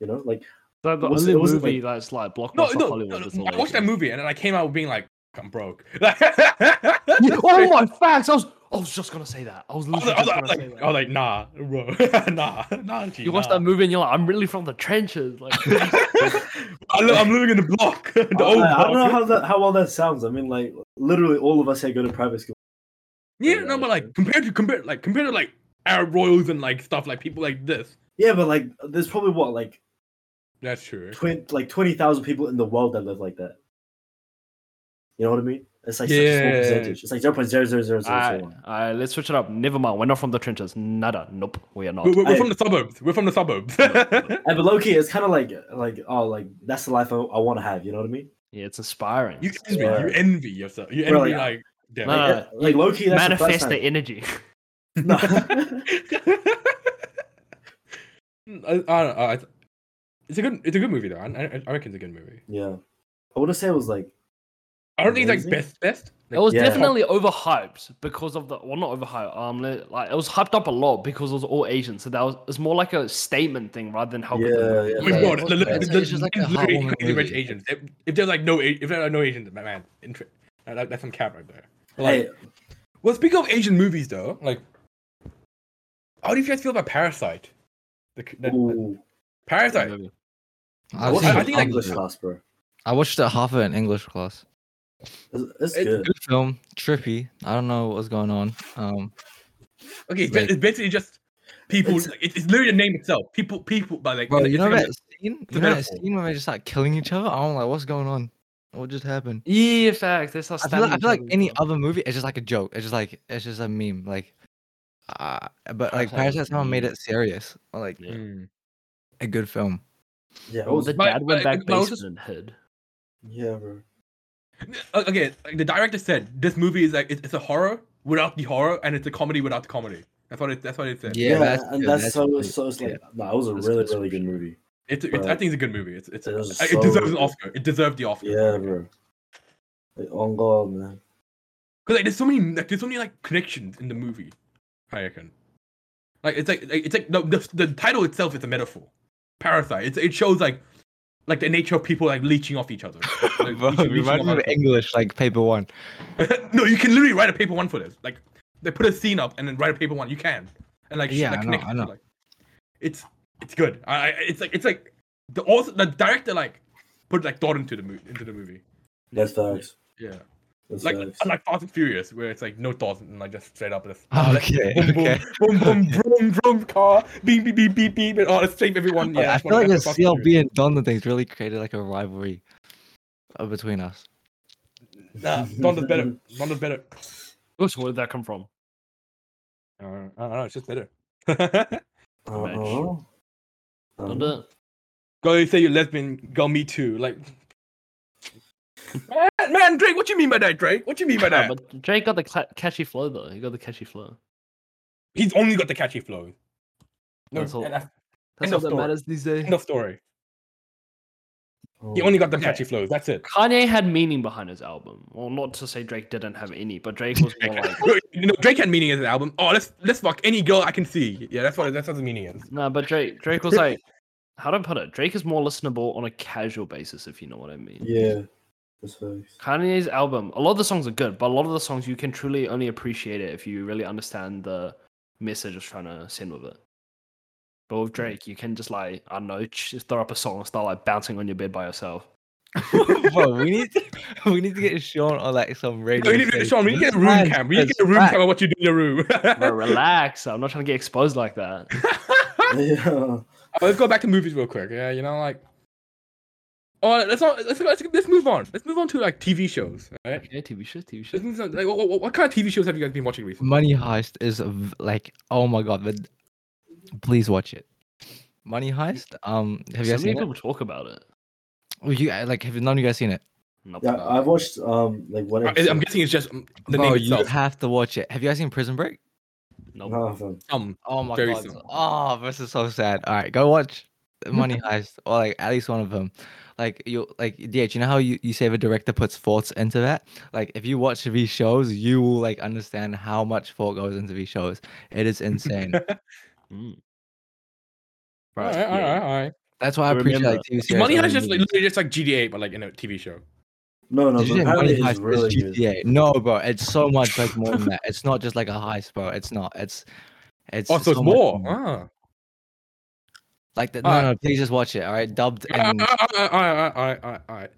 C: You know, like,
B: That the
C: Was it-
B: only
C: was it
B: movie that's like blockbuster
A: No, no, no,
B: Hollywood.
A: no,
B: that's not
A: I watched
B: like-
A: that movie and then I came out being like, I'm broke.
B: Yeah, oh my facts! I was, I was just gonna say that. I was
A: I was,
B: literally
A: like, I, was like,
B: just
A: I,
B: gonna
A: was
B: say
A: like, I
B: that.
A: was like, nah, bro, nah, nah. G,
B: You watch
A: nah.
B: that movie and you're like, I'm really from the trenches. Like,
A: I li- I'm living in the block, the
C: I,
A: old
C: I- I don't know
A: block.
C: how that how well that sounds. I mean, like, literally all of us here go to private school.
A: Yeah, no, but like compared to compared like compared to like Arab royals and like stuff like people like this.
C: Yeah, but like, there's probably what like
A: That's true.
C: twen- like twenty thousand people in the world that live like that. You know what I mean? It's like such a small
A: Yeah.
C: percentage. It's like zero point zero zero zero zero
B: alright,
C: one.
B: alright, let's switch it up. Never mind, we're not from the trenches. Nada, nope, we are not.
A: We're, we're, we're
C: I-
A: from the suburbs. We're from the suburbs.
C: And but Loki, it's kind of like like oh like that's the life I, I want to have. You know what I mean?
B: Yeah, it's inspiring.
A: you envy,
C: Yeah.
A: you envy yourself. You
C: Bro,
A: envy
C: like,
A: like. them.
B: No, no,
C: Like,
B: no,
C: like
B: you
C: Loki, that's the first
B: manifest
C: time.
B: the energy.
C: No.
A: I, I don't know. I, it's a good. It's a good movie though. I, I, I reckon it's a good movie.
C: yeah. I want to say it was like,
A: I don't think it's like
C: Amazing.
A: best best.
B: It was
C: Yeah.
B: definitely overhyped because of the well, not overhyped. Um, li- like it was hyped up a lot because it was all Asian. So that was it's more like a statement thing rather than how. good the
C: Yeah,
B: movie
C: yeah,
A: Oh my
B: is.
D: yeah.
A: god! The, the,
D: It's-
A: the,
D: it's just like a
A: the
D: heartwarming
A: Crazy Rich
D: movie.
A: Asians. If, if there's like no, A- if there are no Asians, man, man intre- that- that- that's some cap right there. Like,
C: hey,
A: well, speaking of Asian movies, though, like, how do you guys feel about Parasite? The, c- the, the-
C: ooh,
A: Parasite.
B: Movie.
C: I,
D: I've
A: was-
C: watched
D: seen
A: I
D: it
C: it
A: think
C: in
A: I-
D: in
C: English
D: English.
C: class, bro.
D: I watched it half of an English class.
C: It's, it's
A: It-
C: good.
D: Good film, trippy. I don't know what's going on. Um,
A: Okay, it's,
D: Like-
A: it's basically just people.
C: It's-
A: It's, it's, literally the name itself. People, people, but like,
D: bro,
A: it's
D: you know
A: like a-
D: that scene? You know that
A: metaphor.
D: scene when they just start killing each other? I'm like, what's going on? What just happened?
B: Yeah, facts. That's how
D: I feel like, I
B: standard
D: feel like
B: it is,
D: any
B: bro.
D: other movie, it's just like a joke. It's just like it's just a meme. Like, uh, but like
B: Parasite was
D: Parasite somehow made
B: meme.
D: it serious. or, Like
B: Yeah.
A: Mm.
D: a good film.
C: Yeah, it
B: Well,
C: was,
B: the
A: but-
B: dad went
A: but-
B: back
A: but I was
B: basement and hid.
C: yeah, bro.
A: Uh, Again, like the director said, this movie is like it's, it's a horror without the horror, and it's a comedy without the comedy. That's what it. That's what it said.
D: Yeah,
C: Yeah,
D: that's
C: and
D: good,
C: that's,
D: that's
C: so
D: good,
C: so. It's like,
D: yeah.
C: no, it was a
B: That's
C: really
B: good
C: really good movie.
A: It's, it's, I
C: Right.
A: think it's a good movie. It's, it's
C: It was
A: it,
C: so
A: deserves an
C: good.
A: Oscar. It deserved the Oscar.
C: Yeah, bro. Like, on God, man.
A: Because like, there's so many, like, there's so many like connections in the movie. I reckon. Like it's like, like it's like the, the the title itself is a metaphor. Parasite. It's, it shows like like the nature of people like leeching off each other. Like,
D: Bro,
A: leeching-
D: it
A: leeching
D: reminds
A: off
D: me of
A: other
D: English, like paper one.
A: people. no, you can literally write a paper one for this. Like they put a scene up and then write a paper one. You can. And like sh-
D: Yeah,
A: like,
D: I know,
A: connect
D: I
A: it to,
D: know.
A: Like, it's it's good. I I- it's like it's like the author, the director like put like thought into the movie into the movie.
C: That's facts.
A: Yeah.
C: That's
A: like
C: facts.
A: like Fast and Furious, where it's like no thoughts and like just straight up this.
D: Oh, okay, okay.
A: Boom, boom, boom, boom, car, beep, beep, beep, beep, beep, and all the same everyone. Yeah,
D: I
A: that's
D: feel
A: what-
D: like the
A: that's what Fast and Furious-
D: CLB and Donda things really created like a rivalry uh, between us.
A: Nah, Donda's better. Donda's better.
B: Oops, where did that come from?
A: Uh, I don't know, it's just better.
C: Uh-huh. Uh-huh.
B: Under-
A: Girl, you say you're lesbian. Girl, me too. Like, man, man, Drake, what you mean by that, Drake? What you mean by that?
B: Yeah, but Drake got the cla catchy flow though. He got the catchy flow.
A: He's only got the catchy flow. No,
B: That's all-
A: and that's End
B: That's all
A: of
B: that
A: story.
B: matters these days.
A: end of story.
C: Uh-huh.
A: He only got the catchy flows. That's it.
B: Kanye had meaning behind his album. Well, not to say Drake didn't have any, but Drake was more like,
A: No, you know, Drake had meaning in his album. Oh, let's let's fuck any girl I can see. Yeah, that's what that's what the meaning is.
B: no, but Drake, Drake was like, how do I put it? Drake is more listenable on a casual basis, if you know what I mean.
C: yeah, that's facts.
B: Kanye's album, a lot of the songs are good, but a lot of the songs you can truly only appreciate it if you really understand the message it's trying to send with it. But
C: Hmm.
B: with Drake, you can just like, I don't know, just throw up a song and start like bouncing on your bed by yourself.
D: Bro, we need to, we need to get Sean on like some
A: No,
D: radio.
A: you need to, Sean, we need to get a
D: station.
A: room
D: That's
A: cam. We need to
D: facts.
A: get a room
D: That's
A: cam of what you do in your room.
B: Bro, relax. I'm not trying to get exposed like that.
C: yeah.
A: Oh, let's go back to movies real quick. Yeah, you know, like. Oh, let's not. Let's let's, let's move on. Let's move on to like TV shows. All right.
B: Okay, TV shows, TV shows.
A: Let's move on, like, what, what- what kind of TV shows have you guys been watching recently?
D: Money Heist is v- like oh my god, but please watch it. Money Heist. Um, have you
B: so
D: guys
B: many
D: seen it?
B: people talk about it.
D: Oh, You uh, like have none of you guys seen it?
B: Nope.
C: yeah, I watched um like what
A: I- I'm guessing it's just um, the
D: Bro,
A: name
D: Oh, you
A: itself.
D: have to watch it. Have you guys seen Prison Break?
B: Nope.
C: No, fam.
A: Um,
D: Oh my
A: Very
D: god.
A: similar.
D: Oh, this is so sad. All right, go watch Money Heist or like at least one of them. Like you like DH, you know how you, you say the director puts thoughts into that? Like if you watch these shows, you will like understand how much thought goes into these shows. It is insane.
B: Mm.
A: all
D: Bro,
A: right, all right, all right.
D: That's why I appreciate like
B: Remember-
D: TV
A: Is
D: series.
A: Money
D: over
A: Heist just like,
D: movies.
A: literally just like GTA, but like in a TV show.
C: no, no,
D: Did you
C: but
D: say Money
C: apparently
D: Heist
C: it's
D: is
C: really good.
D: GTA? No, bro, it's so much like more than that. It's not just like a heist, bro. It's not. It's it's
A: Oh, so it's
D: much
A: more. Ah.
D: Like the,
A: Alright.
D: no, no, please just watch it. All right, dubbed
A: All
D: and
A: right, all right, all right, all right, all right.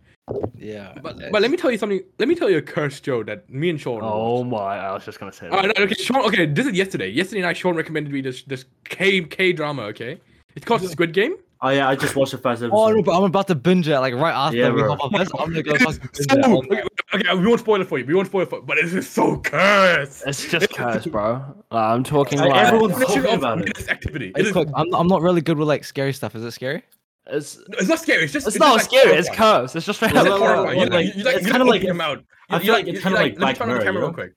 D: yeah.
A: But,
D: it's-
A: ah, but let me tell you something. Let me tell you a curse, Joe, that me and Sean.
B: Oh my, I was just going to say that.
A: All right, okay, Sean. Okay, this is yesterday. Yesterday night, Sean recommended me this this K K drama. Okay, it's called Squid Game.
C: Oh yeah, I just watched the first episode.
D: Oh, no, but I'm about to binge it like right after
C: Yeah,
D: we
C: bro.
D: hop off this. I'm gonna go
A: It is
D: fucking binge
A: so-
D: it. all
A: okay,
D: night.
A: okay, we won't spoil it for you. We won't spoil it for you. But this is so cursed.
B: It's just cursed, bro. Like, I'm talking
C: Like,
B: like,
C: everyone-
A: Definition
C: talking
A: of
C: about it.
A: menace activity. It
D: Hey,
A: is,
D: quick, I'm, I'm not really good with like scary stuff. Is it scary?
B: it's,
A: it's not scary. It's just.
B: it's, not
A: just, like,
B: scary. It's
A: horrifying.
B: cursed. It's just
A: It's
C: No,
A: just
C: no, no,
A: horrifying. You
C: no, like,
A: like, you like,
C: it's
A: you
C: kinda
A: like
C: like-
A: open him out.
C: I
A: You-
C: feel
A: you
C: like it's
A: you
C: kinda like
A: Let me
C: Black
A: turn on the
C: Mirror,
A: camera
C: you
A: real
C: know?
A: quick.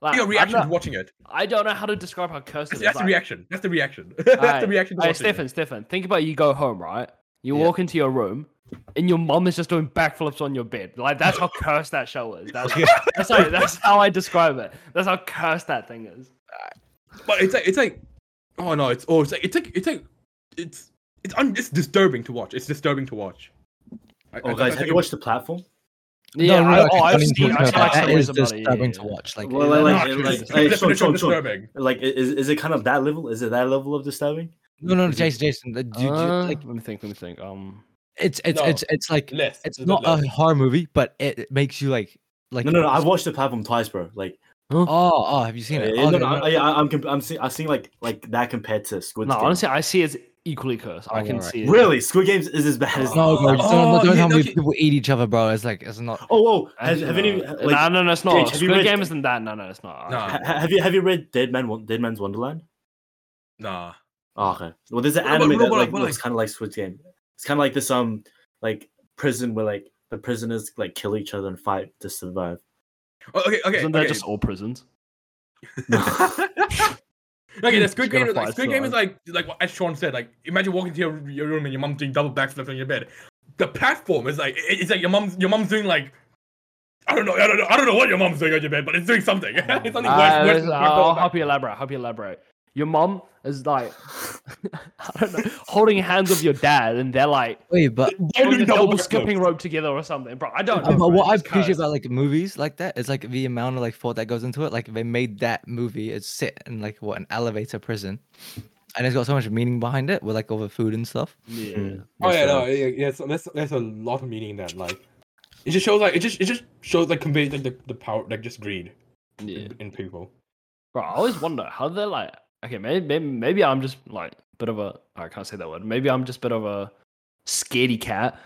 B: Like,
A: Your
B: Ah, I'm
A: reaction
B: not-
A: to watching it.
B: I don't know how to describe how cursed
A: That's,
B: it is.
A: that's the
B: like-
A: reaction. That's the reaction. that's the
B: Alright,
A: reaction to
B: Hey,
A: watching it.
B: Stefan, Stefan, think about you go home, right? You
D: Yeah.
B: walk into your room, and your mom is just doing backflips on your bed. Like that's how cursed that show is. That's that's, how, that's how I describe it. That's how cursed that thing is.
A: But it's like it's like, oh no, it's oh it's like it's like it's like it's it's un- it's disturbing to watch. It's disturbing to watch. I,
C: Oh guys, have you watched the platform?
B: Yeah,
D: no,
B: I,
D: no,
B: oh, I've
D: don't even
B: seen.
D: talk
B: I've
D: about
B: seen like
D: that. That
B: stories about
D: is
B: it. yeah,
D: disturbing
B: yeah,
D: to watch. Like,
C: Well,
D: it-
C: like-
A: no,
C: like-
A: it's- it's
C: like,
A: the
C: Sean,
A: definition of
C: Sean, Sean.
A: disturbing.
C: Like, i- is is it kind of that level? Is it that level of disturbing?
D: no, no, no,
C: is it-
D: Jason, Jason, the- do you- do you-
B: Mm-hmm. Uh,
D: like
B: let me think. Let me think. Um,
D: it's it's
A: No.
D: it's it's like
A: Less.
D: it's not uh, a horror movie, but it it makes you like like.
C: No, no, no. I've watched the platform twice, bro. Like,
D: Oh, oh, have you seen it?
C: yeah,
D: Oh,
C: no,
D: okay,
C: no,
D: no,
C: I, I, I'm, comp- I'm seeing, I'm seeing like, like that compared to Squid.
B: no,
C: Game.
B: honestly, I see it's equally cursed. I
D: Oh,
B: can
D: alright.
B: see it.
C: really, Squid Games is as bad as.
D: No, bro,
A: Oh,
D: don't, don't
A: yeah,
D: how many
A: okay.
D: people eat each other, bro. It's like it's not.
C: Oh, whoa! Has,
B: Actually,
C: have any?
B: no.
C: Like,
B: no, no, no, it's not.
C: Jake, have you
B: Squid
C: read-
B: Game isn't that. No, no, it's not.
A: Nah.
C: ha- have you have you read Dead Man, Won- Dead Man's Wonderland?
A: Nah.
C: Oh, okay. Well, there's an
A: What about-
C: anime
A: what
C: that
A: about,
C: like
A: what
C: looks
A: like-
C: kind of like Squid Game. It's kind of like this um like prison where like the prisoners like kill each other and fight to survive.
A: Oh, okay, okay.
B: Isn't that
A: okay.
B: just all prisons?
A: Okay, the Squid
B: Just gonna
A: Game, is like,
B: fight
A: Squid Game is
B: someone.
A: like, like what as Sean said, like imagine walking to your, your room and your mom doing double backflips on your bed. The platform is like, it- it's like your mom's your mom's doing like, I don't know, I don't know, I don't know what your mom's doing on your bed, but it's doing something. it's something worse.
B: Uh,
A: worse than
B: I'll
A: double back-
B: help you elaborate. Help you elaborate. Your mom is like, I don't know, holding hands with your dad, and they're like
D: Wait, but
A: They're
B: doing
A: doing
B: a double
A: backflips.
B: skipping rope together or something, bro. I don't know.
D: Um,
B: bro.
D: but what I
B: It's
D: appreciate
B: cursed.
D: about like movies like that is like the amount of like thought that goes into it. Like they made that movie, it's set in like what an elevator prison, and it's got so much meaning behind it with like all the food and stuff.
B: yeah.
A: Oh yeah,
C: That's
A: no,
C: right.
A: yeah, yeah. So there's there's a lot of meaning in that. Like, it just shows like it just it just shows like conveys like the, the power like just greed
B: yeah,
A: in, in people.
B: bro. I always wonder how they're like. Okay, maybe, maybe maybe I'm just like bit of a. I can't say that word. Maybe I'm just bit of a scaredy cat.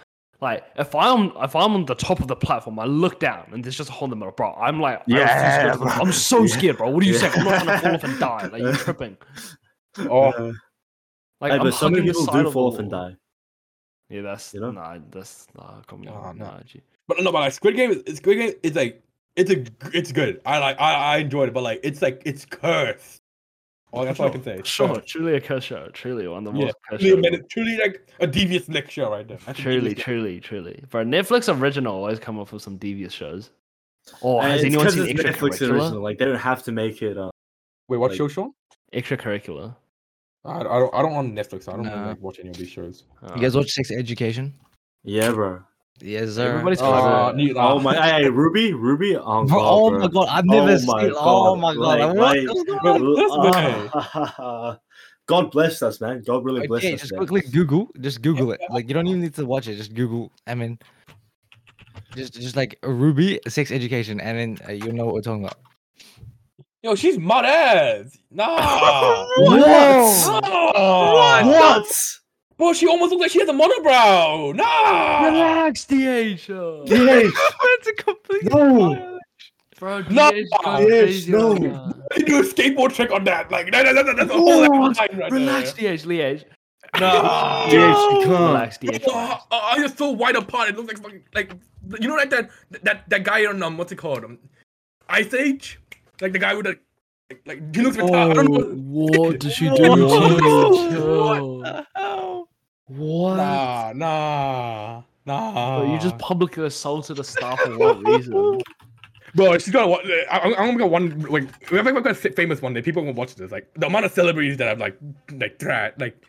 B: Like if I'm if I'm on the top of the platform, I look down and there's just a hole in the middle, bro. I'm like, I refuse to
C: Yeah,
B: go to the-
C: bro.
B: I'm so
C: Yeah.
B: scared, bro. What are you
C: Yeah.
B: saying? I'm not trying to fall off and die. Like you're tripping.
A: Oh,
C: Uh,
B: Like
C: hey,
B: I'm
C: but so many
B: hugging the
C: people
B: side of
C: do
B: the
C: fall off and
B: wall.
C: die.
B: Yeah, that's
C: You know?
B: nah, that's nah, come
A: Nah,
B: on,
A: nah.
B: nah, G.
A: but Oh, no, but like Squid Game, is- Squid Game is like it's a g- it's good. I like I I enjoyed it, but like it's like it's cursed. Oh, that's all I can say.
B: Sure, Julia Kershaw, truly one of the
A: Yeah,
B: most
A: Truly,
B: Kershaw.
A: made it- truly like a devious lecture right there. That's a
B: Truly,
A: devious
B: truly, truly. For a Netflix original, always come up with some devious shows. Or
C: Uh,
B: Oh, has
C: it's
B: anyone
C: 'cause
B: seen
C: it's Netflix original.
B: extracurricular?
C: Like they don't have to make it. Uh,
A: lecture. Wait, what
C: like-
A: show, Sean?
B: Extracurricular.
A: I, I don't. I don't own Netflix. So I don't really,
D: Nah.
A: like, watch any of these shows.
B: Uh,
D: You guys watch Sex Education?
C: yeah, bro.
D: Uh-huh. Yes, sir.
B: Everybody's
A: Oh,
B: clever.
A: neat-
C: Oh my, hey, hey, Ruby, Ruby. Oh,
D: Bro,
C: God,
D: oh
C: bro.
D: my god, I've never seen. oh my god,
C: like-
D: like,
C: like-
D: what?
A: Bro,
D: What's going on?
A: this guy.
C: Ah, God bless us, man. God really bless
D: Okay,
C: us.
D: just
C: man.
D: quickly Google. Just Google it. Like you don't even need to watch it. Just Google. I mean, just just like Ruby sex education, and then uh, you know what we're talking about.
A: Yo, she's mud ass. Nah.
D: Whoa!
A: Nah.
C: What?
A: Bro, she almost looks like she has a monobrow.
B: Ah.
A: Nah.
B: Relax, DH. uh,
C: DH,
D: it's a complete.
C: no.
B: Bro, DH
A: No,
B: gone
A: DH,
B: crazy on
C: no.
B: that.
A: They do a skateboard trick on that. Like, that, that, that, that's a whole
C: What?
A: line right
B: Relax, DH, Liège.
A: there. Nah.
C: DH, you can't.
B: Relax, DH.
A: Oh,
B: relax.
A: oh, you're so wide apart. It looks like fucking like you know like that that that guy on um what's it called um, Ice Age, like the guy with the like, like he looks like I don't know.
B: what did she do
A: What?
B: to you? What?
A: Nah, nah, nah.
B: Oh. Bro, you just publicly assaulted a star for what reason?
A: bro. She's gonna. wa- I, I'm I'm gonna get one. Like we're gonna get a famous one day. People will watch this. Like the amount of celebrities that have like like that like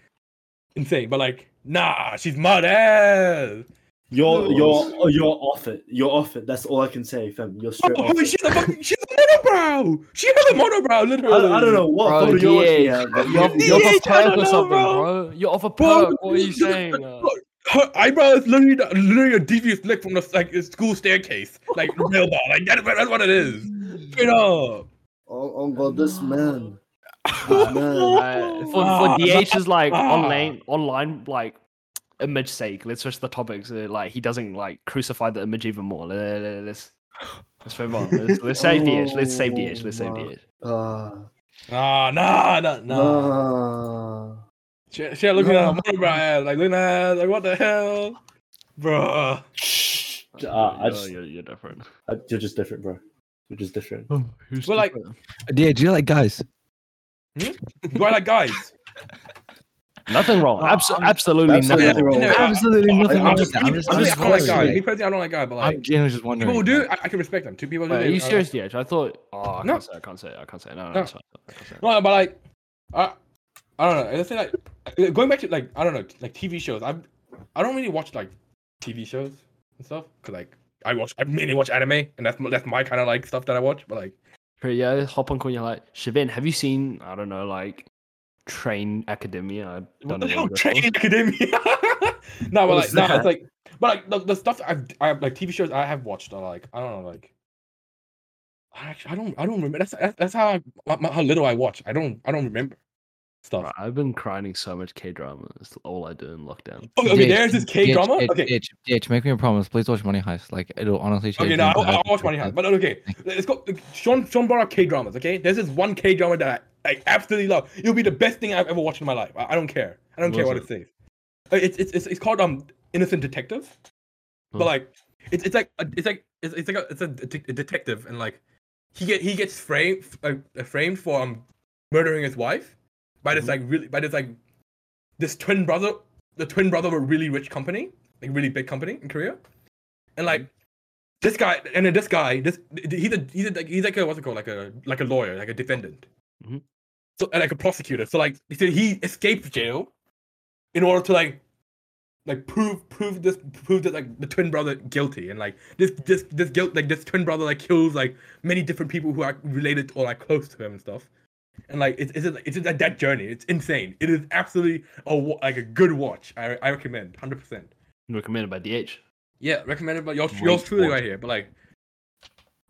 A: insane. But like nah, she's mad ass.
C: You're you're you're off it. You're off it. That's all I can say, fam. You're straight
A: Oh,
C: off. it.
A: she's a fucking she's a monobrow. She has a monobrow.
C: I,
A: Literally.
C: I don't know what
B: Bro,
C: photo you're watching
B: DH,
C: at, but
B: You're off,
C: you-
B: you're off
A: DH,
B: a
A: I
B: perk
A: don't
B: or
A: know,
B: something,
A: bro.
B: bro. You're off a
A: Bro,
B: perk. What are you
A: you-
B: saying? uh?
A: Look, her eyebrow is literally, the- literally a devious lick from the like school staircase, like rail bar, like that, that's what it is. Straight up.
C: Oh, oh god, this man.
B: Uh,
C: man.
B: Uh, for, for
A: Ah,
B: DH's like
A: ah.
B: online online like image sake, let's switch the topics. Uh, like he doesn't like crucify the image even more. Let- let- let- Let's let's move on. Let's, let's save DH. Let's save DH. Let's save
C: Oh,
B: DH.
C: Ah,
A: Nah, nah, nah, nah.
C: nah.
A: She, she looking at her monobrow ass, like looking at her, ass, like what the hell, bruh.
C: Ah, I
B: you're,
C: just-
B: you're, you're different.
C: Uh, You're just different, bro. You're just different.
B: Who's
A: Well, like-
D: Yeah, do you like guys?
A: Do I like guys?
B: nothing wrong. Abso- absolutely
C: absolutely
B: nothing.
C: wrong.
A: No, I-
D: Absolutely
A: I,
D: nothing
A: I'm
D: wrong
A: just,
D: with that.
A: I'm
D: I'm
A: just,
D: just-
A: I'm
D: I'm
A: just,
D: just
A: I don't like guys.
D: wondering.
A: Me personally, I don't like guys, but like
D: I'm genuinely just wondering.
A: people who do,
D: bro.
A: I, I can respect them. Two people do.
B: Wait, are
A: it,
B: you
A: I-
B: serious, DH? I thought. Oh, I can't
A: No.
B: say. I can't say. I can't say. No, no,
A: No.
B: no. it's fine, I can't say.
A: No, but like, I, I don't know. Let's say like uh, going back to like I don't know like TV shows. I, I don't really watch like TV shows and stuff because like I watch I mainly watch anime and that's m- that's my kind of like stuff that I watch. But like
B: But yeah, hop on call. You're like, Shavin, have you seen? I don't know, like, Train Academia. I
A: what
B: don't
A: the
B: know.
A: hell,
B: what
A: Train
B: that's
A: Academia? no, but
C: What
A: like
C: is
A: no,
C: that?
A: it's like but like the, the stuff I've I have, like TV shows I have watched are like I don't know like. I actually I don't I don't remember. That's that's, that's how I, my- how little I watch. I don't I don't remember
B: called.
A: stuff.
B: Bro, I've been grinding so much K drama. It's all I do in lockdown.
A: Okay, Oh, okay there's this K drama.
D: DH,
A: Okay,
D: DH, DH, make me a promise. Please watch Money Heist. Like it'll honestly change.
A: Okay,
D: your
A: no, I'll,
D: entire
A: I'll watch Money Heist.
D: perspective.
A: But okay, let's go. Sean, Sean brought up K dramas. Okay, there's this one K drama that I, I absolutely love. It'll be the best thing I've ever watched in my life. I, I don't care. I don't
B: What
A: care
B: is
A: what it,
B: it?
A: says. Uh, It's, it's it's it's called um Innocent Detective, but
B: Huh.
A: like it's it's like a, it's like it's, it's like a, it's a, detec- a detective and like he get he gets framed uh, uh, framed for um murdering his wife by this
B: Mhm.
A: like really by this like this twin brother the twin brother of a really rich company like really big company in Korea, and like this guy and then this guy this he's a he's a, like he's like a what's it called like a like a lawyer like a defendant,
B: Mhm.
A: so and like a prosecutor. So like so he escaped jail in order to like like prove prove this prove that like the twin brother guilty and like this this this guilt like this twin brother like kills like many different people who are related or like close to him and stuff and like it's it's it's that, that journey it's insane it is absolutely a wa- like a good watch i i recommend 100 percent
B: Recommended by DH.
A: yeah, recommended by yours,
B: Great
A: yours truly
B: sport.
A: right here. But like,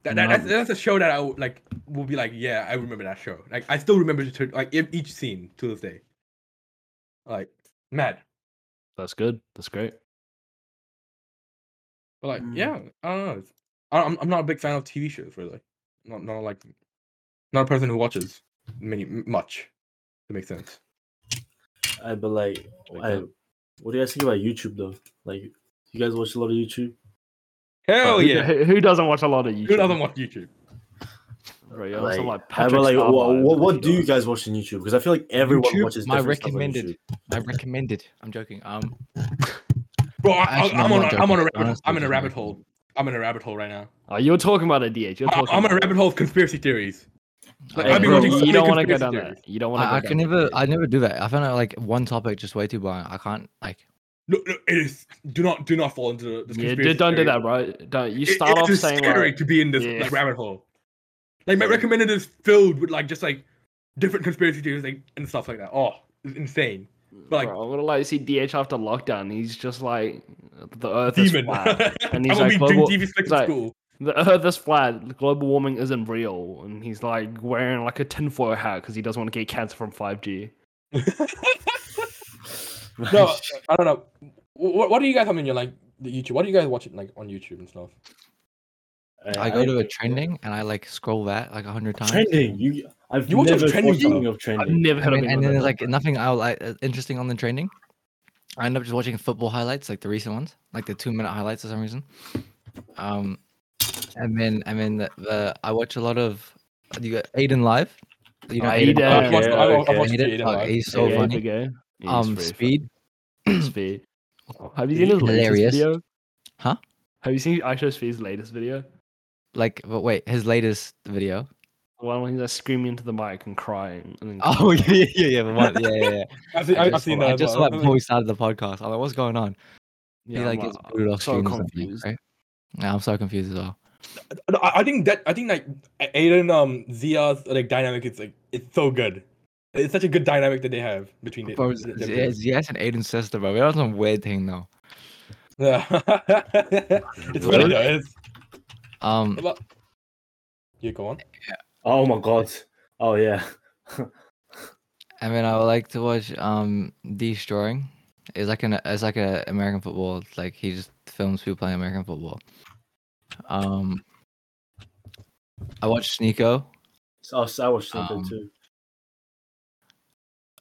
A: that, that that's,
B: Marvelous.
A: that's a show that I would, like will be like, yeah, I remember that show. Like I still remember to, like e- each scene to this day. Like mad,
B: That's good. That's great.
A: but like
C: Mm.
A: yeah, I don't know. It's, I, I'm I'm not a big fan of TV shows really. Not not like not a person who watches many m- much. If it makes sense.
C: I but like,
B: Like
C: I, what do you guys think about YouTube though? Like, you guys watch a lot of YouTube.
A: Hell
B: Who-
A: Oh, yeah!
B: Who, who doesn't watch a lot of YouTube?
A: Who doesn't watch YouTube?
B: bro. You're
C: Like,
B: some, like
C: I
B: Patrick
C: mean, like,
B: Star
C: what,
B: vibe,
C: what, what
B: you
C: do you
B: know?
C: guys watch on YouTube? Because I feel like everyone
D: YouTube?
C: watches
D: My
C: different stuff on
D: recommended.
C: YouTube.
D: I recommended. I'm joking. Um,
A: Bro, I, I,
D: Actually,
A: I'm,
D: I'm
A: on.
D: not
A: A, I'm on a
D: joking.
A: rabbit.
D: Honestly,
A: I'm in a
D: I'm
A: rabbit
D: joking.
A: hole. I'm in a rabbit hole right now.
B: Oh, you're talking about a DH. You're
A: I,
B: talking
A: I'm in a
B: about
A: rabbit hole of conspiracy theories. Like,
B: Hey,
A: I've been
B: bro,
A: watching so
B: you
A: many
B: don't want to go
A: conspiracy
B: down
A: theories.
B: that. You don't want to go
D: I, I
B: down
D: can
B: that
D: never.
B: road.
D: I never do that. I found out like one topic just way too boring. I can't like.
A: No, no, it is. Do not, do not fall into the. this
B: Yeah,
A: conspiracy
B: dude, don't do
A: theory.
B: that, bro. Don't. You
A: It-
B: start
A: it's
B: off
A: just
B: saying
A: scary
B: like,
A: to be in this
B: yeah.
A: like, rabbit hole. Like my recommended is filled with like just like different conspiracy theories like, and stuff like that. Oh, it's insane. Like
B: bro, I'm gonna like see DH after lockdown. He's just like, the Earth
A: demon.
B: is flat.
A: I'm
B: he's
A: gonna
B: like,
A: be
B: global-
A: doing TV
B: he's
A: slick
B: like-
A: at school.
B: The Earth is flat. Global warming isn't real, and he's like wearing like a tinfoil hat because he doesn't want to get cancer from 5G.
A: No, I don't know. What, what do you guys have in your like the YouTube? What do you guys watch like on YouTube and stuff?
D: I go to a trending and I like scroll that like a hundred times.
C: trending. You, I've
A: You watch
C: never
A: trending?
C: thought something of
B: I've
C: trending.
B: never
D: I
B: heard
D: mean,
B: of
D: and
B: anyone
D: then
B: that-
D: there's like nothing I like uh, interesting on the trending. I end up just watching football highlights, like the recent ones, like the two minute highlights for some reason. Um, and then I mean the, the I watch a lot of you got Aiden live. You know
B: Oh,
D: Aiden.
B: Aiden.
A: I've watched, I've, I've
C: okay.
A: watched
D: Aiden,
A: Aiden
D: fuck,
A: Live.
D: he's so
B: Yeah,
D: funny.
B: okay. Yeah, he's
D: Um,
B: very
D: speed.
B: funny. Speed. Have you seen his latest
D: Hilarious.
B: video?
D: Huh?
B: Have you seen Aisha Speed's latest video?
D: Like, but wait, his latest video.
B: The one where he's like screaming into the mic and crying. And then
D: Oh yeah, yeah, yeah, the one- yeah, yeah. yeah.
A: I've seen,
D: I
A: I've
D: just
A: seen uh,
D: saw that, I
A: that. as
D: just saw
A: well.
D: that before we started the podcast. I'm like, what's going on? he
B: I'm uh,
D: like gets booted off
B: so
D: screen or something,
B: confused.
D: right? Yeah, I'm so confused as well.
A: No, I I think that I think like A- Aiden um Zia's like dynamic is like it's so good. It's such a good dynamic that they have between the,
D: Bro, Z-
A: the- the-
D: Z- Yes and Aiden's sister, bro. That was some weird thing though.
A: Yeah. it's funny though. It's,
D: Um,
A: well, you go on.
C: Oh my god. Oh yeah.
D: I mean, I would like to watch um Destroying. It's like an it's like a American football. it's Like he just films people playing American football. Um, I watched Sneeko.
C: So, so I watched something
D: Um,
C: too.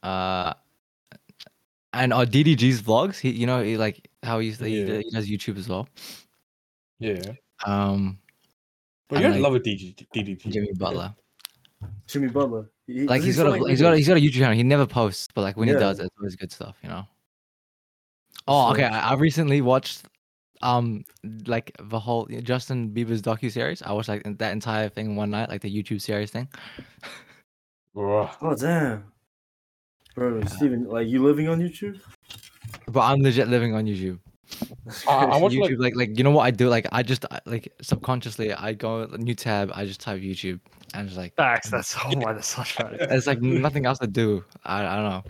D: Uh, and uh, DDG's vlogs. He, you know, he like how he, used to- he,
A: Yeah.
D: d- he does YouTube as well.
A: Yeah.
D: Um,
A: But
D: I
A: you're in
D: like
A: love with DG, DDT.
D: Jimmy Butler.
C: Jimmy Butler. He-
D: Like
C: does
D: he's
C: he
D: got a
C: sound like
D: he's got a,
C: English?
D: he's got a YouTube channel. He never posts, but like when
C: Yeah.
D: he does, it's always good stuff, you know. Oh,
C: So-
D: okay. I I recently watched um like the whole Justin Bieber's docu series. I watched like that entire thing in one night, like the YouTube series thing.
A: Bruh.
C: Oh damn. Bro, Steven, like you living on YouTube?
D: But I'm legit living on YouTube.
A: I, I watch like
D: YouTube, like, like you know what I do? Like I just I- like subconsciously I go new tab, I just type YouTube, and it's like
B: Facts. That's oh my, that's such a
D: it's like nothing else to do. I, I don't know.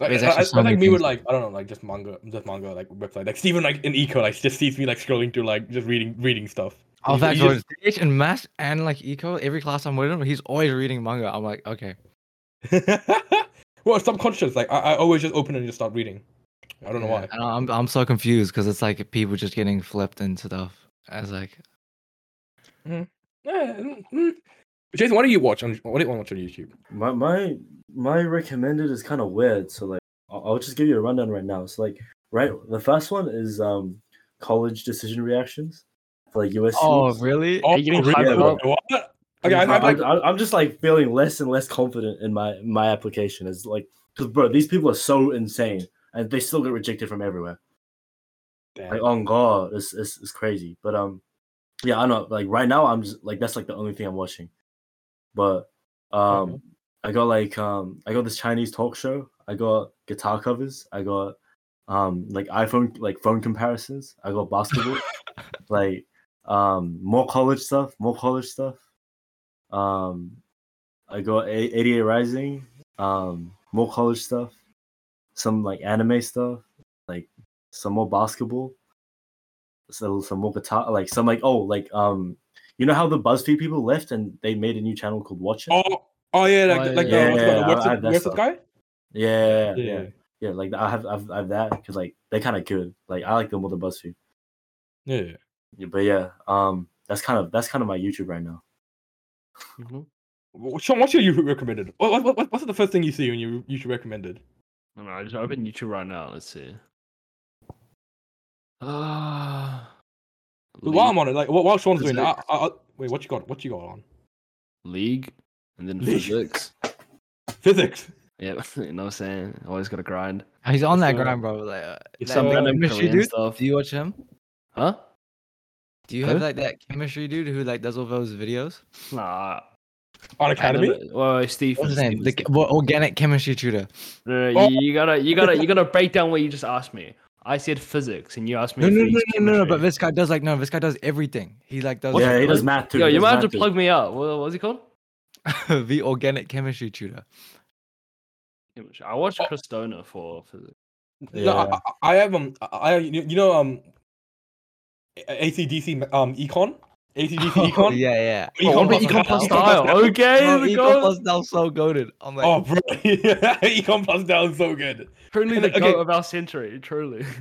A: like,
D: There's
A: I-
D: actually
A: I-
D: so
A: I
D: many
A: like me with
D: things.
A: like I don't know like just manga just manga like website like Steven like in eco like just sees me like scrolling through like just reading reading stuff.
D: Oh,
A: You-
D: that's
A: you
D: what
A: just-
D: it is. and math and like eco. Every class I'm with him, he's always reading manga. I'm like, okay,
A: well, subconscious like I, I always just open it and just start reading. I don't know
D: Yeah,
A: why.
D: And I'm I'm so confused because it's like people just getting flipped and stuff. I was like,
A: Yeah, mm, mm. Jason, what do you watch on what do you watch on YouTube?
C: My my my recommended is kind of weird. So like, I'll, I'll just give you a rundown right now. So like, right, the first one is um college decision reactions for like USC.
D: oh really?
A: Oh,
B: you getting
A: really? What?
B: hyped up?
A: What? Okay, I, I,
C: I'm,
A: like,
C: I'm, I'm just like feeling less and less confident in my my application. Is like, cause bro, these people are so insane, and they still get rejected from everywhere. Like,
A: damn.
C: oh god, it's, it's it's crazy. But um, yeah, I know. Like right now, I'm just like that's like the only thing I'm watching. But um,
A: Okay.
C: I got like um, I got this Chinese talk show. I got guitar covers. I got um, like iPhone like phone comparisons. I got basketball. like um, more college stuff. More college stuff. Um, I got A- 88 Rising. Um, more college stuff. Some like anime stuff. Like some more basketball. So some more guitar. Like some like oh like um. You know how the BuzzFeed people left and they made a new channel called Watch It?
A: oh, oh yeah, like,
D: Oh,
A: like
C: yeah,
A: the, what's
C: yeah, I-
A: the, what's
C: I-
A: the,
C: that's
A: what's the
C: the-
A: guy?
C: Yeah, yeah,
A: Yeah.
C: yeah, yeah. Like I have, I've, I've that because like they're kind of good. Like I like them more than BuzzFeed.
A: Yeah,
C: Yeah, but yeah, um, that's kind of that's kind of my YouTube right now.
B: Mhm.
A: Well, Sean, what's your YouTube recommended? What, what, what, what's the first thing you see when you YouTube recommended?
B: I don't know, I just open YouTube right now. Let's see. Ah.
A: While I'm on it, like while- while Sean's
C: Is
A: doing
C: it-
A: Uh, that, I, I, I- wait, what you got? What you got on?
B: league, and then
A: League.
B: physics.
A: Physics.
B: Yep, you know what I'm saying? Always gotta grind.
D: He's on that
A: So-
D: grind, bro. Like, uh,
B: If
D: that
B: some
A: uh,
B: random
D: chemistry
B: Korean
D: dude.
B: stuff.
D: Do you watch him?
B: Huh?
D: Do you have
B: Who?
D: like that chemistry dude who like does all those videos?
B: Nah.
A: On
B: I
A: academy.
B: never- Well, Steve.
D: What's his
B: Steve
D: name?
B: was-
D: The ch- what, organic chemistry tutor.
B: No, no,
A: Oh.
B: you, you gotta, you gotta, you gotta break down what you just asked me. I said physics, and you asked me.
D: No,
B: if
D: no,
B: it's
D: no, no, no, no. But
B: chemistry.
D: this guy does like no. This guy does everything. He like does.
C: yeah, he does math too.
B: Yo,
C: he
B: you
C: does
B: might have
C: math
B: to
C: too.
B: plug me up. What, what's he called?
D: the organic chemistry tutor.
B: I watched
A: Oh.
B: Christona for physics.
A: No, I-
C: Yeah.
A: I, I have um, I I- you you know um, A- ACDC ma- um econ, ACDC
D: Oh,
A: econ.
D: yeah, yeah.
B: Oh, what about econ plus style? Okay,
D: Bro,
B: we
D: Econ
B: go.
D: plus Dell's so goaded. I'm like,
A: Oh, bro, yeah, econ plus down is so good.
B: Truly the
A: Okay.
B: goat of our century. Truly.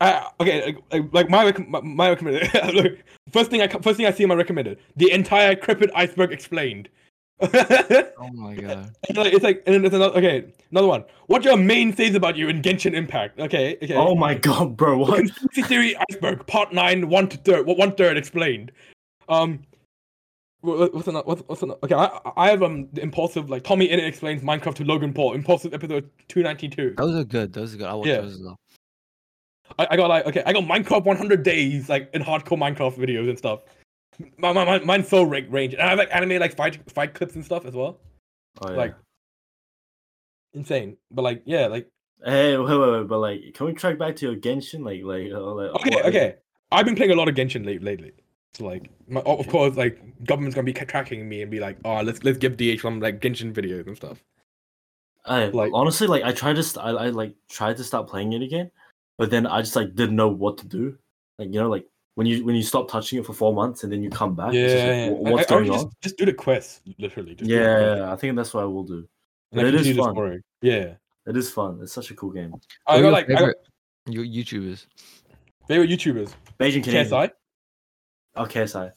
A: Uh, okay, like- like, like my rec- my, my recommended. look, first thing I co- first thing I see in my recommended, the entire crepid iceberg explained. it's
D: oh my god.
A: like it's like, and then there's another. Okay, another one. What your main says about you in Genshin Impact? Okay, okay.
C: Oh my god, bro! What?
A: Conspiracy theory iceberg part nine one to third one third explained. Um, wha- what's another? What's, what's another? Okay, I I- I have um the impulsive like Tommy in explains Minecraft to Logan Paul impulsive episode two ninety two.
D: Those are good. Those are good. I watch
A: Yeah.
D: those as well.
A: I, I got like okay, I got Minecraft one hundred days like in hardcore Minecraft videos and stuff. My my, my mine's so ra- range and I have like anime like fight fight clips and stuff as well.
C: Oh, yeah.
A: Like insane, but like yeah, like
C: hey, wait, wait, wait, but like, can we track back to your Genshin? Like, like, uh, like
A: Okay,
C: what-
A: okay. I've been playing a lot of Genshin late, lately. So like, my, oh, of course, like government's gonna be ca- tracking me and be like, "Oh, let's let's give DH some like Genshin videos and stuff."
C: I,
A: Like-
C: honestly, like I tried to, st- I, I like tried to start playing it again, but then I just like didn't know what to do. Like you know, like when you when you stop touching it for four months and then you come back, it's just like,
A: yeah.
C: wh-
A: I-
C: what's
A: I, I would
C: going
A: just,
C: on?
A: just do the quest, literally. Just do the
C: Yeah,
A: quest,
C: yeah, I think that's what I will do.
A: and
C: it
A: then
C: is
A: continue the
C: fun.
A: story. Yeah,
C: It is fun. It's such a cool game.
A: I
D: Who
A: got
D: are your
A: like I got
D: favorite, your YouTubers.
A: favorite YouTubers.
C: Beijing Canadian.
A: KSI,
C: Oh, KSI.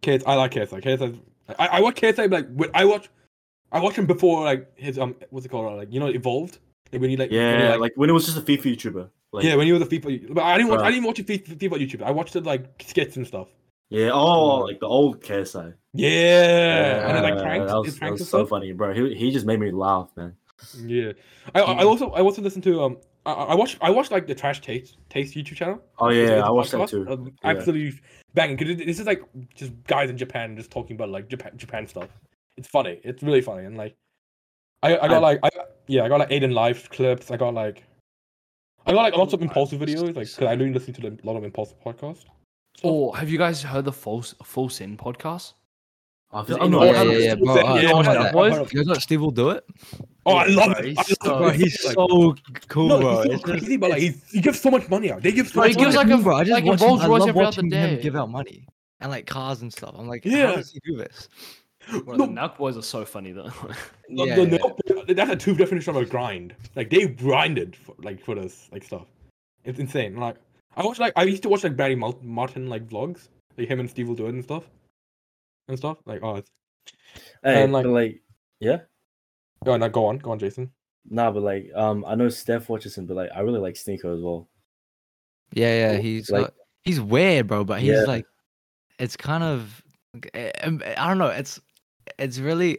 A: KSI. I like KSI. KSI. I, I watch KSI like when I watch, I watch him before like his um what's it called like you know evolved like when he like when he,
C: Yeah,
A: like,
C: like, when it was just a FIFA YouTuber. Like,
A: yeah
C: yeah.
A: when he was a FIFA but I didn't watch I
C: Bruh.
A: didn't watch a FIFA YouTuber I watched it like skits and stuff.
C: Oh,
A: Yeah.
C: like the old KSI.
A: Mm. Yeah, and then like
C: Uh,
A: pranks,
C: that was,
A: his
C: that
A: pranks
C: was
A: and
C: so
A: stuff.
C: funny, bro. He, he just made me laugh, man.
A: yeah, I, I I also I also listen to um I, I I watch I watch like the Trash Taste Taste YouTube channel.
C: Oh
A: It's-
C: yeah,
A: it's a
C: I watched that
A: podcast,
C: too.
A: um,
C: Yeah.
A: Absolutely banging because this is like just guys in Japan just talking about like Japan Japan stuff. It's funny. It's really funny and like I I got
C: I-
A: like I yeah I got like Aiden live clips. I got like I got like lots of
B: Live
A: impulsive videos like 'cause I
B: stuff.
A: do listen to a lot of impulsive podcasts.
B: Or have you guys heard the false full sin podcast?
C: I
B: Does
C: feel, I'm not,
B: anyone
D: yeah,
B: have
D: yeah,
B: a
D: yeah,
A: Steve
D: bro.
A: said- yeah,
D: uh, I
B: I
D: watch
B: heard of
D: that.
B: it. Boys?
D: You guys know what Steve will do it?
A: Oh, I
B: Yeah,
A: love
B: bro,
A: it.
B: he's
A: I
B: so-
A: love
C: Oh,
D: Bro,
A: it.
D: he's
A: Like,
D: so cool,
A: no,
D: bro.
A: he's
D: It's
A: so
D: just-
A: crazy, but like he's, he gives so much money out. They give so
B: Bro, he
A: much
B: gives,
A: money.
B: like, a-
D: bro, I just
B: like a
D: watch him,
B: Rolls
D: I
B: Royce
D: love
B: every other
D: watching him
B: day.
D: give out money and like cars and stuff. I'm like, how
A: Yeah.
D: does he do this?
B: Bro,
A: No,
B: the Nuck boys are so funny though.
A: No,
D: Yeah,
A: no,
D: yeah.
A: no, that's a true definition of a grind. Like they grinded for, like for this like stuff. It's insane. Like I watch like I used to watch like Barry Mal- Martin like vlogs, like him and Steve will do it and stuff, and stuff. Like oh, it's...
C: hey,
A: and, like-
C: but, like, yeah,
A: oh no, go on, go on, Jason.
C: nah, but like, um, I know Steph watches him, but like, I really like Sneaker as well.
D: Yeah, yeah,
C: Cool.
D: he's
C: Like-
D: got- he's weird, bro. But he's
C: Yeah.
D: like, it's kind of, I I don't know. It's it's really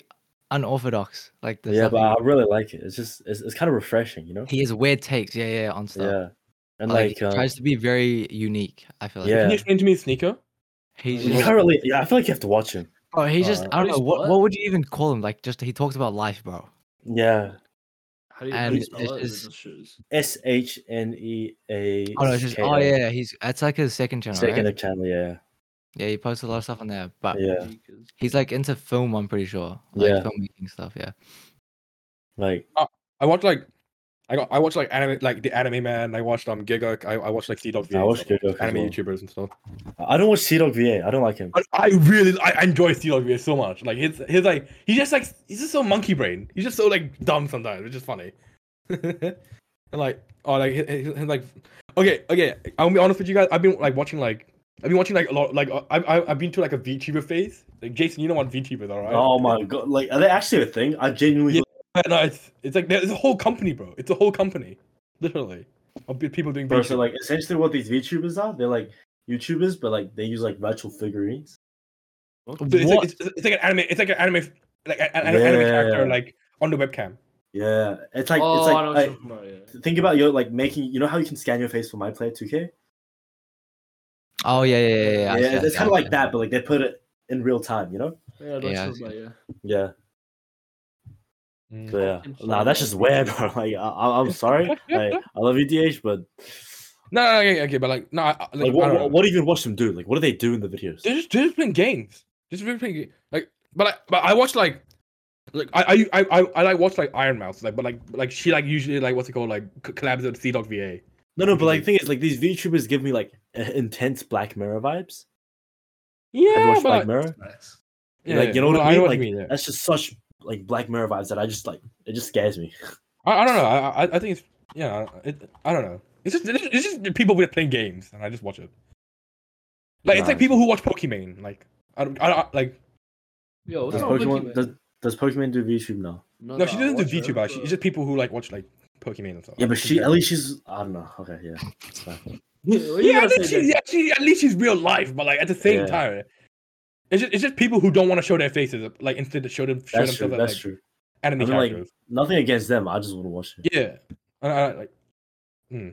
D: unorthodox. Like, there's
C: yeah, but I
D: nothing-
C: really like it. It's just, it's, it's kind of refreshing, you know?
D: he has weird takes. Yeah, yeah, on stuff.
C: Yeah, and
D: like,
C: like,
D: he
C: uh,
D: tries to be very unique. I feel like.
A: Can
C: Yeah.
A: you explain to me sneaker?
D: He's
C: you
D: just,
C: can't really. Yeah, I feel like you have to watch him.
D: bro, he just
C: uh,
D: I don't
B: what
D: know
B: is
D: what,
B: what?
D: what would you even call him? Like just he talks about life, bro.
C: Yeah,
B: How do you,
D: And
B: and spell
D: it's
B: it? Is
D: just-
B: it just shoes?
C: S H N E A.
D: Oh no, it's just oh yeah, he's that's like his second channel.
C: second
D: right?
C: channel. Yeah,
D: Yeah, he posts a lot of stuff on there, but
C: yeah,
B: Sneakers.
D: he's like into film. I'm pretty sure, like
C: Yeah.
D: filmmaking stuff. Yeah,
C: like
A: I watch like I got I watch like anime like the anime man. I watched um Giga. I, I watched like Sea Dog.
C: Yeah, I
A: videos,
C: watch
A: like,
C: Giga as
A: anime
C: well.
A: YouTubers and stuff.
C: I don't watch Sea Dog VA. I don't like him.
A: I, I really I I enjoy Sea Dog so much. Like his his like he's just like he's just so monkey brain. He's just so like dumb sometimes, which is funny. and like oh like he- he- he's like okay okay. I'll be honest with you guys. I've been like watching like I've been watching like a lot like uh, I, I I've been to like a VTuber phase. Like Jason, you know what VTubers are, right?
C: Oh my god! Like, are they actually a thing? I genuinely.
A: Yeah. No, it's it's like there's a whole company, bro. It's a whole company, literally, of pe- people doing
C: Bro, so
A: VTubers.
C: like, essentially, what these VTubers are, they're like YouTubers, but like they use like virtual figurines.
A: So it's, like,
B: What?
A: it's, it's like an anime. It's like an anime, like an, an
C: Yeah,
A: anime
C: yeah,
A: character,
C: yeah.
A: like on the webcam.
C: Yeah, it's like
B: oh,
C: it's
B: I know
C: like
B: what
C: I,
B: you're talking about, yeah.
C: think about your like making. You know how you can scan your face for my player two K.
D: Oh yeah, yeah, yeah. yeah. I see, I
C: it's
D: see,
C: kind
D: I
C: of like
D: see.
C: that, but like they put it in real time. You know?
B: Yeah, I know what
D: Yeah,
B: you're
D: I
B: talking about, yeah.
C: Yeah. So, yeah.
B: Fucking
C: Nah, that's just weird, bro. Like I, I- I'm sorry. like, I love you, DH, but
A: No, no, okay, okay, but like, no, I, I- like,
C: like,
A: I
C: what,
A: don't
C: what,
A: know.
C: what do you even watch them do? Like, what do they do in the videos?
A: They're just, they're just playing games. Just really playing ga- like, but I, but I watch like, like I, I, I, I, I like watch like Iron Mouse, like, but like, like she like usually like what's it called like c- collabs with C Dog VA.
C: No, no, but like, the thing is, like, these VTubers give me like i- intense Black Mirror vibes. Have you
A: Yeah,
C: watched
A: but
C: Black
A: like,
C: Mirror?
B: nice.
A: yeah,
C: like, you know what
A: no,
C: I mean?
A: know
C: like,
A: you mean, yeah.
C: that's just such like Black Mirror vibes that I just like. It just scares me.
A: I, I don't know. I, I- I think it's yeah. It, I don't know. It's just it's it's just the people who are playing games, and I just watch it. Like it's
C: Nah.
A: like people who watch Pokemon. Like I don't, I don't like.
B: Yo, what's
C: Does
A: Yeah.
B: wrong with
C: Pokemon
B: Pokemon?
C: does, does Pokemon do VTube now?
A: No, she doesn't do
B: watch her,
A: VTuber. She, it's
B: but-
A: just people who like watch like Pokemon and stuff.
C: Yeah, but she at least she's I don't know. Okay, yeah. it's fine.
A: Yeah, at least she's yeah, she, at least she's real life. But like at the same
C: Yeah.
A: time, it's just it's just people who don't want to show their faces. Like instead, to show them show
C: That's true.
A: themselves as
C: That's
A: like
C: true.
A: anime
C: I mean, like,
A: characters.
C: Nothing against them. I just want to watch it.
A: Yeah, and I like, hmm.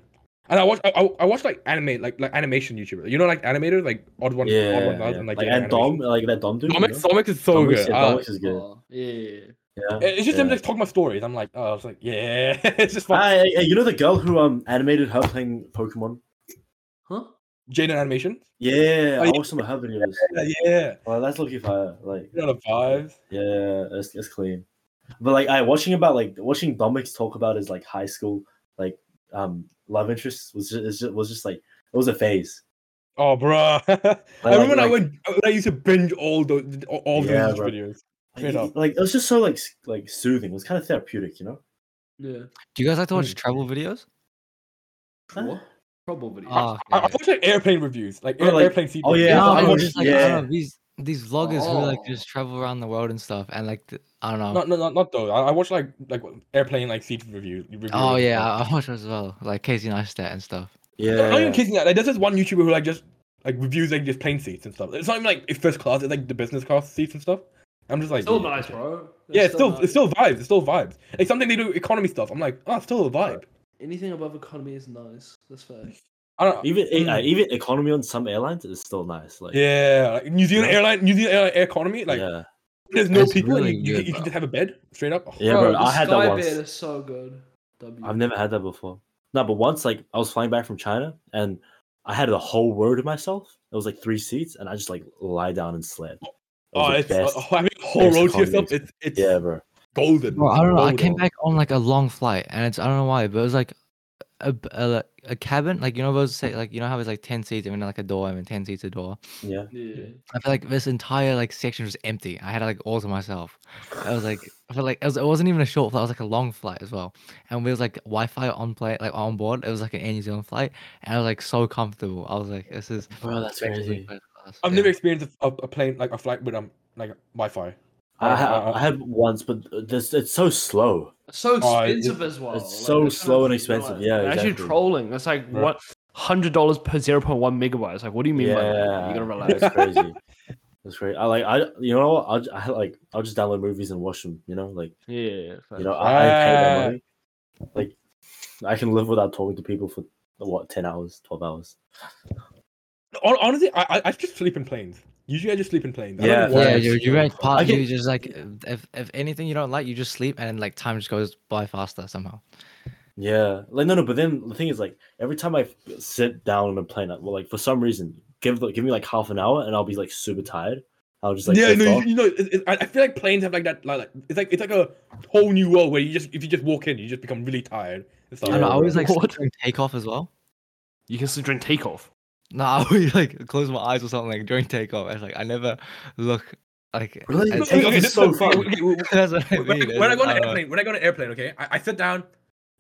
A: and I watch I, I I watch like anime like like animation YouTubers. You know like animators like odd one
C: Yeah,
A: odd
C: yeah,
A: one
C: yeah.
A: Thousand,
C: like,
A: like, yeah,
C: and Dom, like that Dom dude. you
A: Sonic,
C: know?
A: Sonic is so
C: Domix-
A: good.
C: yeah,
A: Uh,
C: Domix is good.
B: Oh, yeah, yeah, yeah.
C: Yeah,
A: it's just
C: yeah.
A: them just talking about stories. I'm like, oh, it's like yeah, it's just fun.
C: Ah, hey, hey, you know the girl who um animated her playing Pokemon?
B: Huh?
A: Jaden animation.
C: Yeah,
A: Oh,
C: I
A: yeah.
C: watched some of her videos.
A: Yeah, yeah,
C: Well, that's looking fire. Like,
A: you know the vibes.
C: yeah, it's, it's clean. But like, I watching about like watching Domix talk about his like high school like um love interest was just, just was just like it was a phase.
A: Oh, bruh. I
C: Like-
A: remember when I
C: like-
A: went. I used to binge all those all- all
C: Yeah,
A: those
C: bruh.
A: videos.
C: Like,
A: Straight up.
C: like, it was just so like s- like soothing. It was kind of therapeutic, you know.
B: Yeah.
D: Do you guys like to
C: Hmm.
D: watch
A: Mm.
D: travel videos?
C: Huh?
B: What? Probably.
D: Ah,
A: I, I
D: okay.
A: watched like airplane reviews, like,
C: Or,
A: air-
C: like-
A: airplane seat.
C: oh,
D: Yeah,
C: Yeah,
D: no,
C: I
D: but
C: watched-
D: just like I
C: yeah.
D: don't know, these these vloggers who like
B: Oh.
D: just travel around the world and stuff, and like th- I don't know.
A: No, no, no, not those. I, I watched like like airplane like seat review. reviews
D: oh
A: and
D: yeah,
A: stuff.
D: I I watch as well, like Casey Neistat and stuff.
C: uh,
A: No, not even kissing that. Like, there's this one YouTuber who like just like reviews like just plane seats and stuff. It's not even like it's first class. It's like the business class seats and stuff. I'm just like,
B: Still
A: yeah,
B: nice,
A: okay.
B: bro.
A: Yeah, it's still
B: nice.
A: it's still vibes. It's still vibes. Like something they do economy stuff. I'm like, oh, it's still a vibe.
B: Anything above economy is nice. That's fair.
A: I don't.
C: Even eh, uh,
A: Mm.
C: even economy on some airlines is still nice. Like
A: yeah, like, New Zealand
C: Yeah.
A: airline, New Zealand airline economy. Like,
C: yeah,
A: there's no
D: That's
A: people. and
D: really
A: you, you,
D: good,
A: can, you can
D: bro.
A: just have a bed straight up.
C: yeah, bro.
B: the
C: I had that
B: sky
C: once.
B: bed is so good. W.
C: I've never had that before. No, but once like I was flying back from China and I had the whole row to myself. It was like three seats, and I just like lie down and slept. It was
A: Oh,
C: the
A: it's
C: best.
A: uh, having a whole
C: best
A: road to yourself.
C: economies.
A: It's it's
C: yeah, bro.
A: golden.
D: Bro, I don't know. I
A: Golden.
D: came back on like a long flight, and it's I don't know why, but it was like a b- a, like, a cabin, like you know those say like you know how it's like ten seats and then like a door and then ten seats a door.
C: Yeah,
B: Yeah.
D: I feel like this entire like section was empty. I had like all to myself. I was like, I felt like it, was, it wasn't even a short flight. It was like a long flight as well. And we was like Wi-Fi on play, like on board. It was like an Air New Zealand flight, and I was like so comfortable. I was like, this is.
C: Bro, Oh, that's
D: actually
C: crazy.
D: first class,
A: I've
D: yeah.
A: never experienced a, a, a plane like a flight with um like Wi-Fi.
C: I, ha-
A: Uh,
C: I had once, but this it's so slow.
B: It's so
A: Oh, it-
B: expensive as well.
C: it's so
B: that's
C: slow
B: kind
C: and
B: of the thing,
C: expensive,
B: like,
C: yeah,
B: they're Actually
C: exactly.
B: trolling. That's like
C: Yeah.
B: what hundred dollars per zero point one megabytes. Like, what do you mean by that? Like,
C: Yeah,
B: You gotta relax.
C: that's crazy. That's crazy. I like I you know what? I'll, j- I like I'll just download movies and watch them. You know, like
B: yeah.
C: you know I, I pay
A: Ah.
C: that money. Like I can live without talking to people for what ten hours, twelve hours.
A: Hon- Honestly, I, I I just sleep in planes. Usually, I just sleep in planes. I
C: Yeah,
A: don't even
D: Yeah,
A: watch-
D: you you right part.
C: get-
D: You just like if if anything you don't like, you just sleep, and like time just goes by faster somehow.
C: Yeah, like no, no. But then the thing is, like every time I f- sit down on a plane, I- well, like for some reason, give the- give me like half an hour, and I'll be like super tired. I'll just like
A: yeah,
C: drift
A: no,
C: off.
A: you, you know, it, it, I I feel like planes have like that. Like, like- it's like it's like a whole new world where you just if you just walk in, you just become really tired. It's
D: I
A: like,
D: don't know. I
C: Yeah,
D: always
C: bro.
D: like sleep
B: What?
D: during takeoff as well.
B: You can sleep during takeoff.
D: No, I always like close my eyes or something like, during takeoff. I was like, I never look like.
C: Really?
D: I-
C: It's
A: Okay,
C: takeoff
A: okay,
C: is
A: this-
C: so
A: okay,
C: fun.
A: okay, when-
D: That's what I mean.
A: When
D: it's
A: when I
D: like,
A: go on
D: I
A: an
D: don't know.
A: airplane, when I go on an airplane, okay, I, I sit down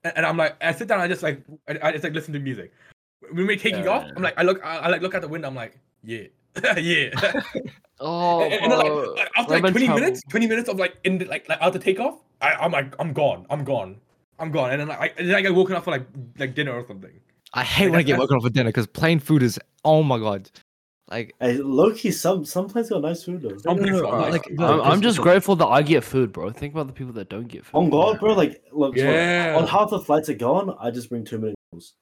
A: and, and I'm like, I sit down, I just like, I, I just like listen to music. When we're taking
C: Yeah.
A: off, I'm like, I look, I, I like look out the window, I'm like, yeah, yeah.
B: Oh,
A: and, and then, like, like, after like
B: Urban
A: 20
B: travel.
A: minutes, 20 minutes of like in the, like like after takeoff, I, I'm like I'm gone, I'm gone, I'm gone, and then like I, and then I get woken up for like like dinner or something.
D: I hate when I get
A: that's-
D: woken up for dinner because plain food is oh my god. Like,
C: Hey, low key, some some places got nice food though.
A: Some
C: No, no,
A: places
C: no,
A: got
C: I-
A: nice
D: like,
C: I-
D: food.
B: I'm,
C: I-
B: I'm just grateful that I get food, bro. Think about the people that don't get food.
C: On God, bro, like look, so
A: Yeah.
C: on half the flights are gone. I just bring two minute noodles.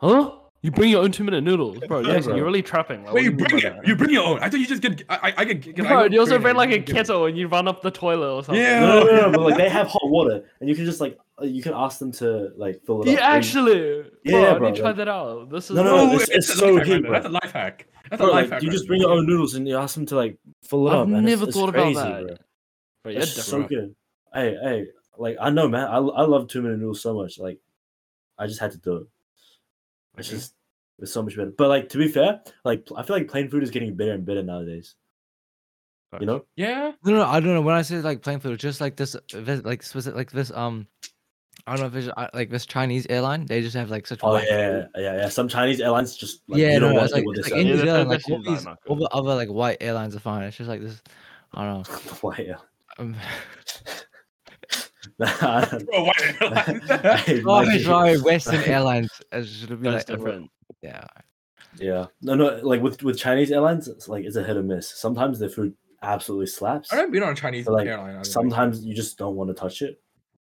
B: Huh? You bring your own two minute noodles, bro.
C: Yeah,
B: Jason,
C: bro.
B: you're really trapping. Like,
A: Wait, you
B: what do
A: bring
B: mean
A: it.
B: by
A: You bring your own. I thought you just get. I I, I get. get
B: that?
A: I
B: Bro,
A: get
B: you also
A: food
B: bring
A: and
B: like a
A: you get-
B: kettle and you run up the toilet or something.
A: Yeah.
C: No, no, no, no, but like they have hot water, and you can just like uh, you can ask them to like fill it
B: You
C: up. and-
B: actually,
C: Yeah,
B: bro,
C: bro,
B: You try
C: like-
B: that out. This is
C: No, no,
A: Oh,
C: no,
A: wait,
C: it's- it's
A: a
C: so
A: life hack
C: good,
A: right there.
C: bro.
A: That's a life hack. That's
C: Bro,
A: a life
C: like,
A: hack.
C: you
A: right
C: just
A: there.
C: bring your own noodles and you ask them to like fill it
B: I've
C: up. and it's-
B: never
C: it's
B: thought about
C: crazy,
B: that.
C: bro.
B: Bro, you're
C: It's so
B: different.
C: good. Hey, hey, like I know, man. I, I love two minute noodles so much. Like, I just had to do it. It's
A: Okay.
C: just it's so much better. But like to be fair, like I feel like plain food is getting better and better nowadays. You know?
A: Yeah.
D: no, no, I don't know. When I say like plain food, it's just like this, this like specific, like this. Um, I don't know if it's uh, like this Chinese airline. They just have like such.
C: Oh
D: whack
C: yeah,
D: food.
C: yeah, yeah. Some Chinese airlines just like
D: yeah,
C: you
D: no,
C: don't
D: no,
C: want
D: it's
C: to
D: like,
C: deal with
D: it's
C: this.
D: like
B: Yeah,
D: in
B: the
D: New Zealand, like
B: transition
D: all
B: is
D: these,
B: not
D: all
B: good.
D: the other like white airlines are fine. It's just like this. I don't know.
C: Why?
D: Um,
A: Bro, why?
D: sorry, sorry, Western Airlines. It should be
B: That's
D: like,
C: uh,
B: different.
D: yeah.
C: yeah. No, no. Like with with Chinese airlines, it's like it's a hit or miss. Sometimes their food absolutely slaps.
A: I don't being on a Chinese
C: Like,
A: airline. I don't think.
C: Sometimes you just don't want to touch it.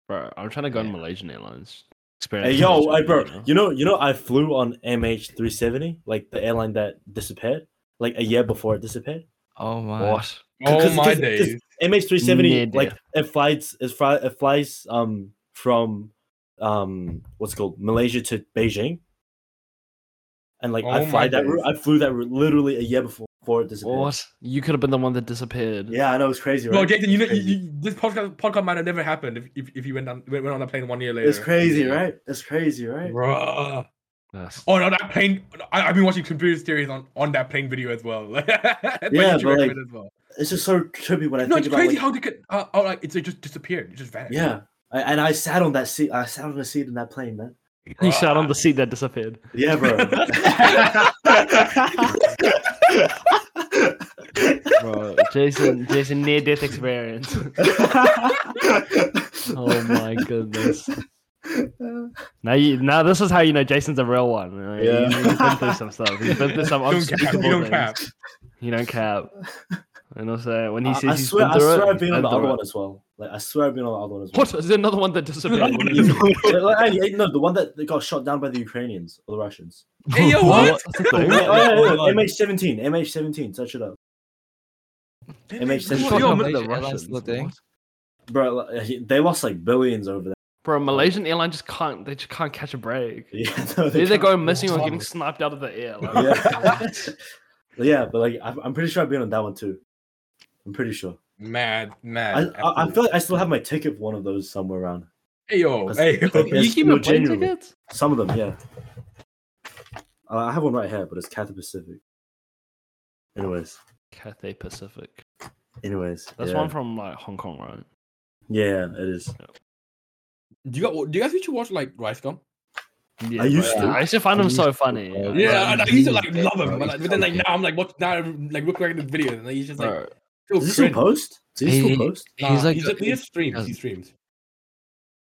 B: Bro, I'm trying to go on
D: Yeah.
B: Malaysian Airlines.
C: Hey,
B: Experience.
C: yo,
B: Malaysian,
C: hey, bro.
B: know?
C: You know, you know, I flew on MH370, like the airline that disappeared, like a year before it disappeared.
D: Oh my.
B: What?
A: Oh
C: Because-
A: my
C: because-
A: days.
C: MH370,
B: Near
C: like
B: death.
C: it flies, it, fly, it flies um from um what's it called Malaysia to Beijing, and like
A: Oh
C: I
A: my
C: fly that
A: days.
C: route. I flew that route literally a year before, before it disappeared.
B: What? You could have been the one that disappeared.
C: Yeah, I know it's crazy, right?
A: Well, Jason, you know, you,
C: Crazy.
A: you, this podcast, podcast might have never happened if, if, if you went on went, went on a plane one year later.
C: it's crazy, right? It's crazy, right?
A: Bruh.
B: That's-
A: Oh no, that plane! I, I've been watching computer theories on, on that plane video as well. Like, my
C: Yeah,
A: YouTube
C: but, like,
A: recommend as well.
C: It's just so trippy when I
A: No,
C: think
A: it's
C: about
A: crazy
C: like,
A: how they could. Uh, oh, like it's, it just disappeared. It just vanished.
C: yeah. I, and I sat on that seat. I sat on the seat in that plane, man.
B: You sat on the seat that disappeared.
C: Yeah, bro.
B: Bro, Jason, Jason, near death experience. Oh my goodness. Now you now this is how you know Jason's a real one. you know,
C: Yeah.
B: he- He's been through some stuff. He's been through some
A: You don't cap.
B: unspeakable
A: You don't
B: things.
A: cap.
B: He don't cap. And also when he
C: I,
B: says
C: I
B: he's
C: swear,
B: been
C: I
B: through
C: swear
B: it,
C: I've been
B: he's
C: on the
B: been
C: other
B: through
C: one
B: it.
C: as well. Like I swear I've been on the other one as well.
B: What is there another one that disappeared?
A: Another one
C: Like, like, hey, no, the one that that got shot down by the Ukrainians or the Russians.
A: Hey, yo, what?
C: Oh, yeah,
B: What?
C: oh, yeah, yeah, MH17, MH17, search it up, MH17.
A: What?
B: Yo,
D: Fucking
A: Yo,
B: I'm the
D: Malaysia Airlines
B: Russians,
D: still a thing?
B: what?
C: bro. like, They lost like billions over that.
B: Bro, Malaysian airline just can't they just can't catch a break.
C: Yeah, no,
B: They either
C: can't-
B: go missing or
A: Wow.
B: getting sniped out of the air. like-
C: Yeah. yeah, but like I'm I'm pretty sure I've been on that one too. I'm pretty sure.
A: Mad,
C: I,
A: mad.
C: I, I feel like I still have my ticket for one of those somewhere around.
A: Hey yo,
C: That's-
A: hey yo.
C: that's-
B: You
C: Yes,
B: keep
C: no,
B: your plane
C: genuinely.
B: tickets?
C: Some of them, yeah. Uh, I have one right here, but it's Cathay Pacific. Anyways,
B: Cathay Pacific.
C: anyways,
B: That's
C: yeah.
B: one from like Hong Kong, right?
C: Yeah, it is.
A: Do you got? Do you guys used to watch like Rice Gum?
B: Yeah,
C: I used
B: bro.
C: to.
B: I used to find them so funny.
D: bro.
B: like,
A: Yeah, I, I used to like
D: Yeah,
A: love him,
D: bro,
A: but, like, but then like now I'm like watching now I'm, like looking back at the videos and like, he's just like
B: bro.
A: still
C: Does he still
A: cringe.
C: post? Does he
D: He-
C: still post?
A: Nah,
D: He's like,
A: he just, he just streams. He
D: doesn't.
A: streams.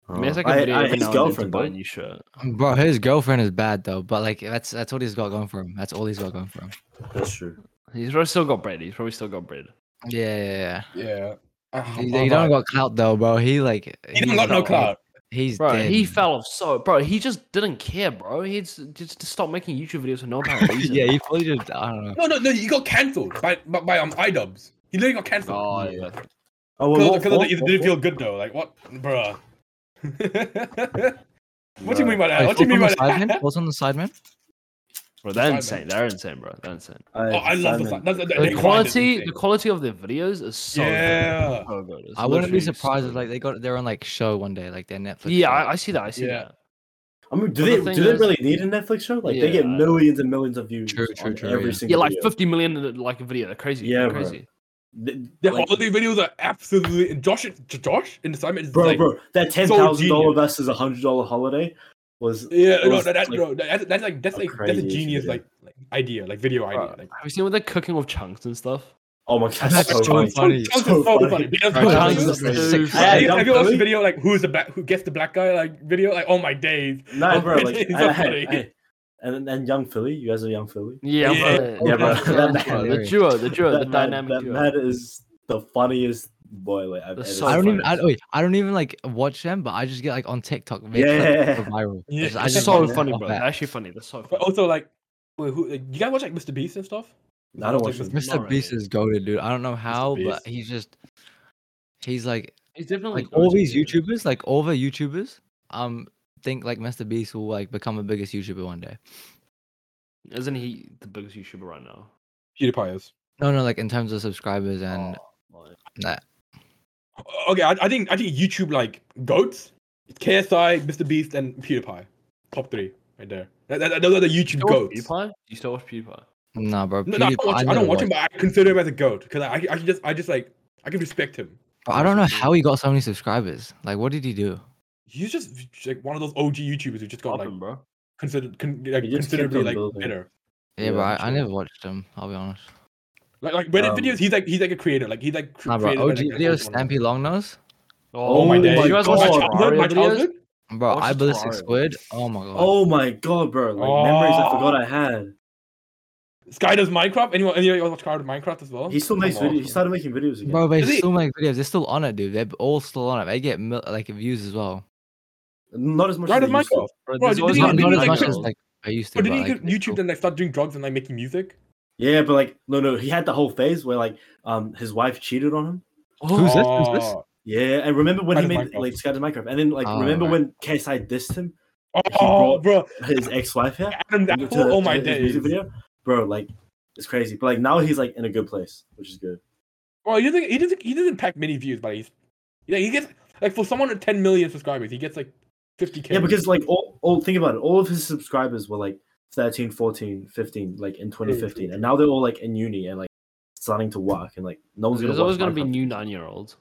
B: I mean, it's like a
C: Oh. I-
B: video
C: I-
B: every
C: his
B: now and then to
C: girlfriend,
B: buy a
C: though.
B: new shirt.
D: bro, his girlfriend is bad though. But like, that's that's all he's got going for him. That's all he's got going for him.
C: That's true.
B: He's probably still got bread. He's probably still got bread.
D: Yeah, yeah, yeah.
A: Yeah. Ah,
D: He,
A: oh,
D: he don't
A: God.
D: got clout though, bro. He like
A: He don't
D: he's
A: got no
D: like-
A: clout.
D: He's
B: Bro,
D: dead.
B: he fell off so. Bro, he just didn't care, bro. He just, just stopped making YouTube videos for no apparent reason.
D: yeah, he probably just I don't know.
A: No, no, no. He got cancelled by by, by um, iDubbbz. He literally got cancelled.
B: Oh, yeah.
C: Oh,
A: Because
C: what- what-
A: it
C: what-
A: didn't
C: what-
A: feel good though. Like what, bruh? what do you
C: Nah.
A: mean by that?
D: Wait,
A: What do you mean by
D: what's on the
A: that?
D: sideman? What's on the sideman?
B: Bro, they're
A: Simon.
B: insane. They're insane, bro. They're insane.
C: I,
A: Oh, I love the
C: Simon.
A: side. That's, that,
B: The
A: that
B: quality, the quality of their videos is so. good.
A: Yeah.
B: So good. It's
D: I wouldn't be
B: literally
D: surprised
B: so
D: if like they got their own like show one day, like their Netflix.
B: good. Yeah,
D: show.
B: I, I see that. I see
A: Yeah.
B: that.
C: I mean, do
B: But the
C: they
B: thing
C: do they
B: is-
C: really need a Netflix show? Like they get
B: Yeah.
C: millions and millions of views
D: True, true,
C: on
D: true,
C: every
D: yeah.
C: single
B: Yeah, like
C: video.
B: 50 million in a- like a video. They're crazy.
C: Yeah,
B: They're
C: bro.
B: crazy.
C: Th-
A: The
C: like,
A: quality videos are absolutely Josh. Josh in the Simon is
C: bro,
A: like,
C: bro, that ten thousand dollar
A: genius.
C: versus a hundred dollar holiday was
A: Yeah,
C: It
A: no,
C: was,
A: that, that,
C: like,
A: bro, that- that's, that's like that's
C: a
A: like that's a
C: crazy
A: genius
C: video.
A: like, like idea, like video idea. Like,
B: Have you seen what they're cooking with chunks and stuff?
C: oh my god,
D: That's
C: so
D: so
C: funny.
D: funny. Funny.
A: Chunks
C: So
A: is so
C: funny.
A: funny. Videos
D: Bro,
A: are
D: Chunks
A: funny.
D: is
B: Chunks is
D: sick.
B: so
C: Hey,
A: Have
B: funny.
A: you,
C: Dumb
A: have you watched the
C: Billy?
A: video like who's the black who gets the black guy like video? Like oh my days.
C: Nah,
A: Oh,
C: bro, like
A: it's so
C: I, I,
A: funny.
C: I, and then and Young Philly. You guys are Young Philly.
B: Yeah,
A: Yeah.
B: bro.
C: Yeah, bro. That
D: man-
B: the duo, the duo, the
C: that man,
B: dynamic
C: that
B: duo.
C: man is the funniest boy. Like I've
B: The
C: ever
B: soul.
C: seen.
D: I don't even. I,
C: Funniest.
D: wait, I don't even like watch them, but I just get like on TikTok. make
C: Yeah,
D: clips
C: yeah,
D: that go viral.
A: Yeah,
D: Just- I
B: It's
D: just
B: so
D: watch
B: funny,
D: off
B: bro. They're
D: that.
B: actually funny. They're so
A: But
B: funny.
A: also, like, wait, who? Like, you guys watch like Mr. Beast and stuff?
C: I don't watch this.
D: Mr. Beast is goaded, dude. I don't know how, but
C: Beast.
D: he's just. He's like
B: He's definitely
D: like all
B: goated,
D: these
B: dude.
D: YouTubers, like all the YouTubers, um, think like Mr. Beast will like become the biggest YouTuber one day.
B: Isn't he the biggest YouTuber right now?
A: PewDiePie is.
D: No, no, like in terms of subscribers and
A: Oh.
C: Oh,
D: that.
A: Okay, I, I think I think YouTube like goats, it's KSI, Mr. Beast, and PewDiePie, top three right there. That, that, those are the YouTube
B: You watch
A: goats.
B: PewDiePie? Do you still watch PewDiePie?
D: Nah, bro.
A: No, no, I
D: PewDiePie-
A: don't watch, I
D: never
A: don't watch him,
D: watched-
A: but I consider him as a goat because I, I can just I just like I can respect him.
D: bro, I don't know
B: watch
D: how he got so many subscribers. Like, what did he do?
A: He's just like one of those OG YouTubers who just got like
B: Poppin', bro.
A: considered con- like,
C: He just kept
A: considerably
C: on
A: like
C: building.
A: better.
D: Yeah,
C: Yeah,
D: bro. I,
C: for
D: I
C: sure.
D: never watched him. I'll be honest.
A: Like like when it
C: Um,
A: videos, he's like he's like a creator. Like he's like cr-
D: Nah, bro.
A: created by,
D: OG
A: like, that
D: videos,
A: Pokemon.
D: Stampy Longnose.
A: Oh, my
C: Oh
A: days!
C: my
A: You guys watch
C: God.
A: my childhood? My
B: Terraria videos?
A: childhood?
D: Bro,
B: Watch
D: I
B: the
D: ballistic
B: Terraria.
D: squid. Oh my god.
C: Oh my god, bro! Like memories I forgot I had.
A: Sky does Minecraft. Anyone? Anyone else watch Sky does Minecraft as well?
C: He still
A: Come
C: makes
A: on.
C: videos. He started making videos again.
D: Bro, they
A: Is it-
D: still make videos. They're still on it, dude. They're all still on it. They get mil- like views as well.
C: Not as much.
A: Sky
C: as
A: does
C: they used to.
A: Minecraft.
B: Bro,
A: Bro,
B: there's
A: did
B: always
A: he-
D: Not,
B: gonna be
A: did
D: not
A: he
D: as
A: like
D: much
B: videos.
D: as like I used to.
A: But did
D: but,
A: he
D: like,
A: go to
D: they're
A: YouTube
D: still-
A: then like start doing drugs and like making music?
C: Yeah, but like no, no, he had the whole phase where like um his wife cheated on him.
D: Who's this? Who's this?
A: Oh,
C: Yeah, and remember when
A: Sky
C: he
A: to
C: made
A: Minecraft.
C: like Sky to Minecraft, and then like
D: Oh,
C: remember
D: right.
C: when KSI dissed him,
A: oh,
C: brought-
A: bro,
C: his ex-wife here.
A: Adam, that
C: to-
A: whole- oh
C: to
A: my
C: his music
A: days.
C: video? bro, like it's crazy. But like now he's like in a good place, which is good.
A: Well, he doesn't. He doesn't. He doesn't pack many views, but he's like he gets like for someone with 10 million subscribers, he gets like 50k.
C: Yeah, because like all, all think about it, all of his subscribers were like 13, 14, 15, like in 2015, and now they're all like in uni and like starting to work, and like no one's gonna.
B: There's always
C: watch
B: gonna be
C: Minecraft.
B: new nine-year-olds.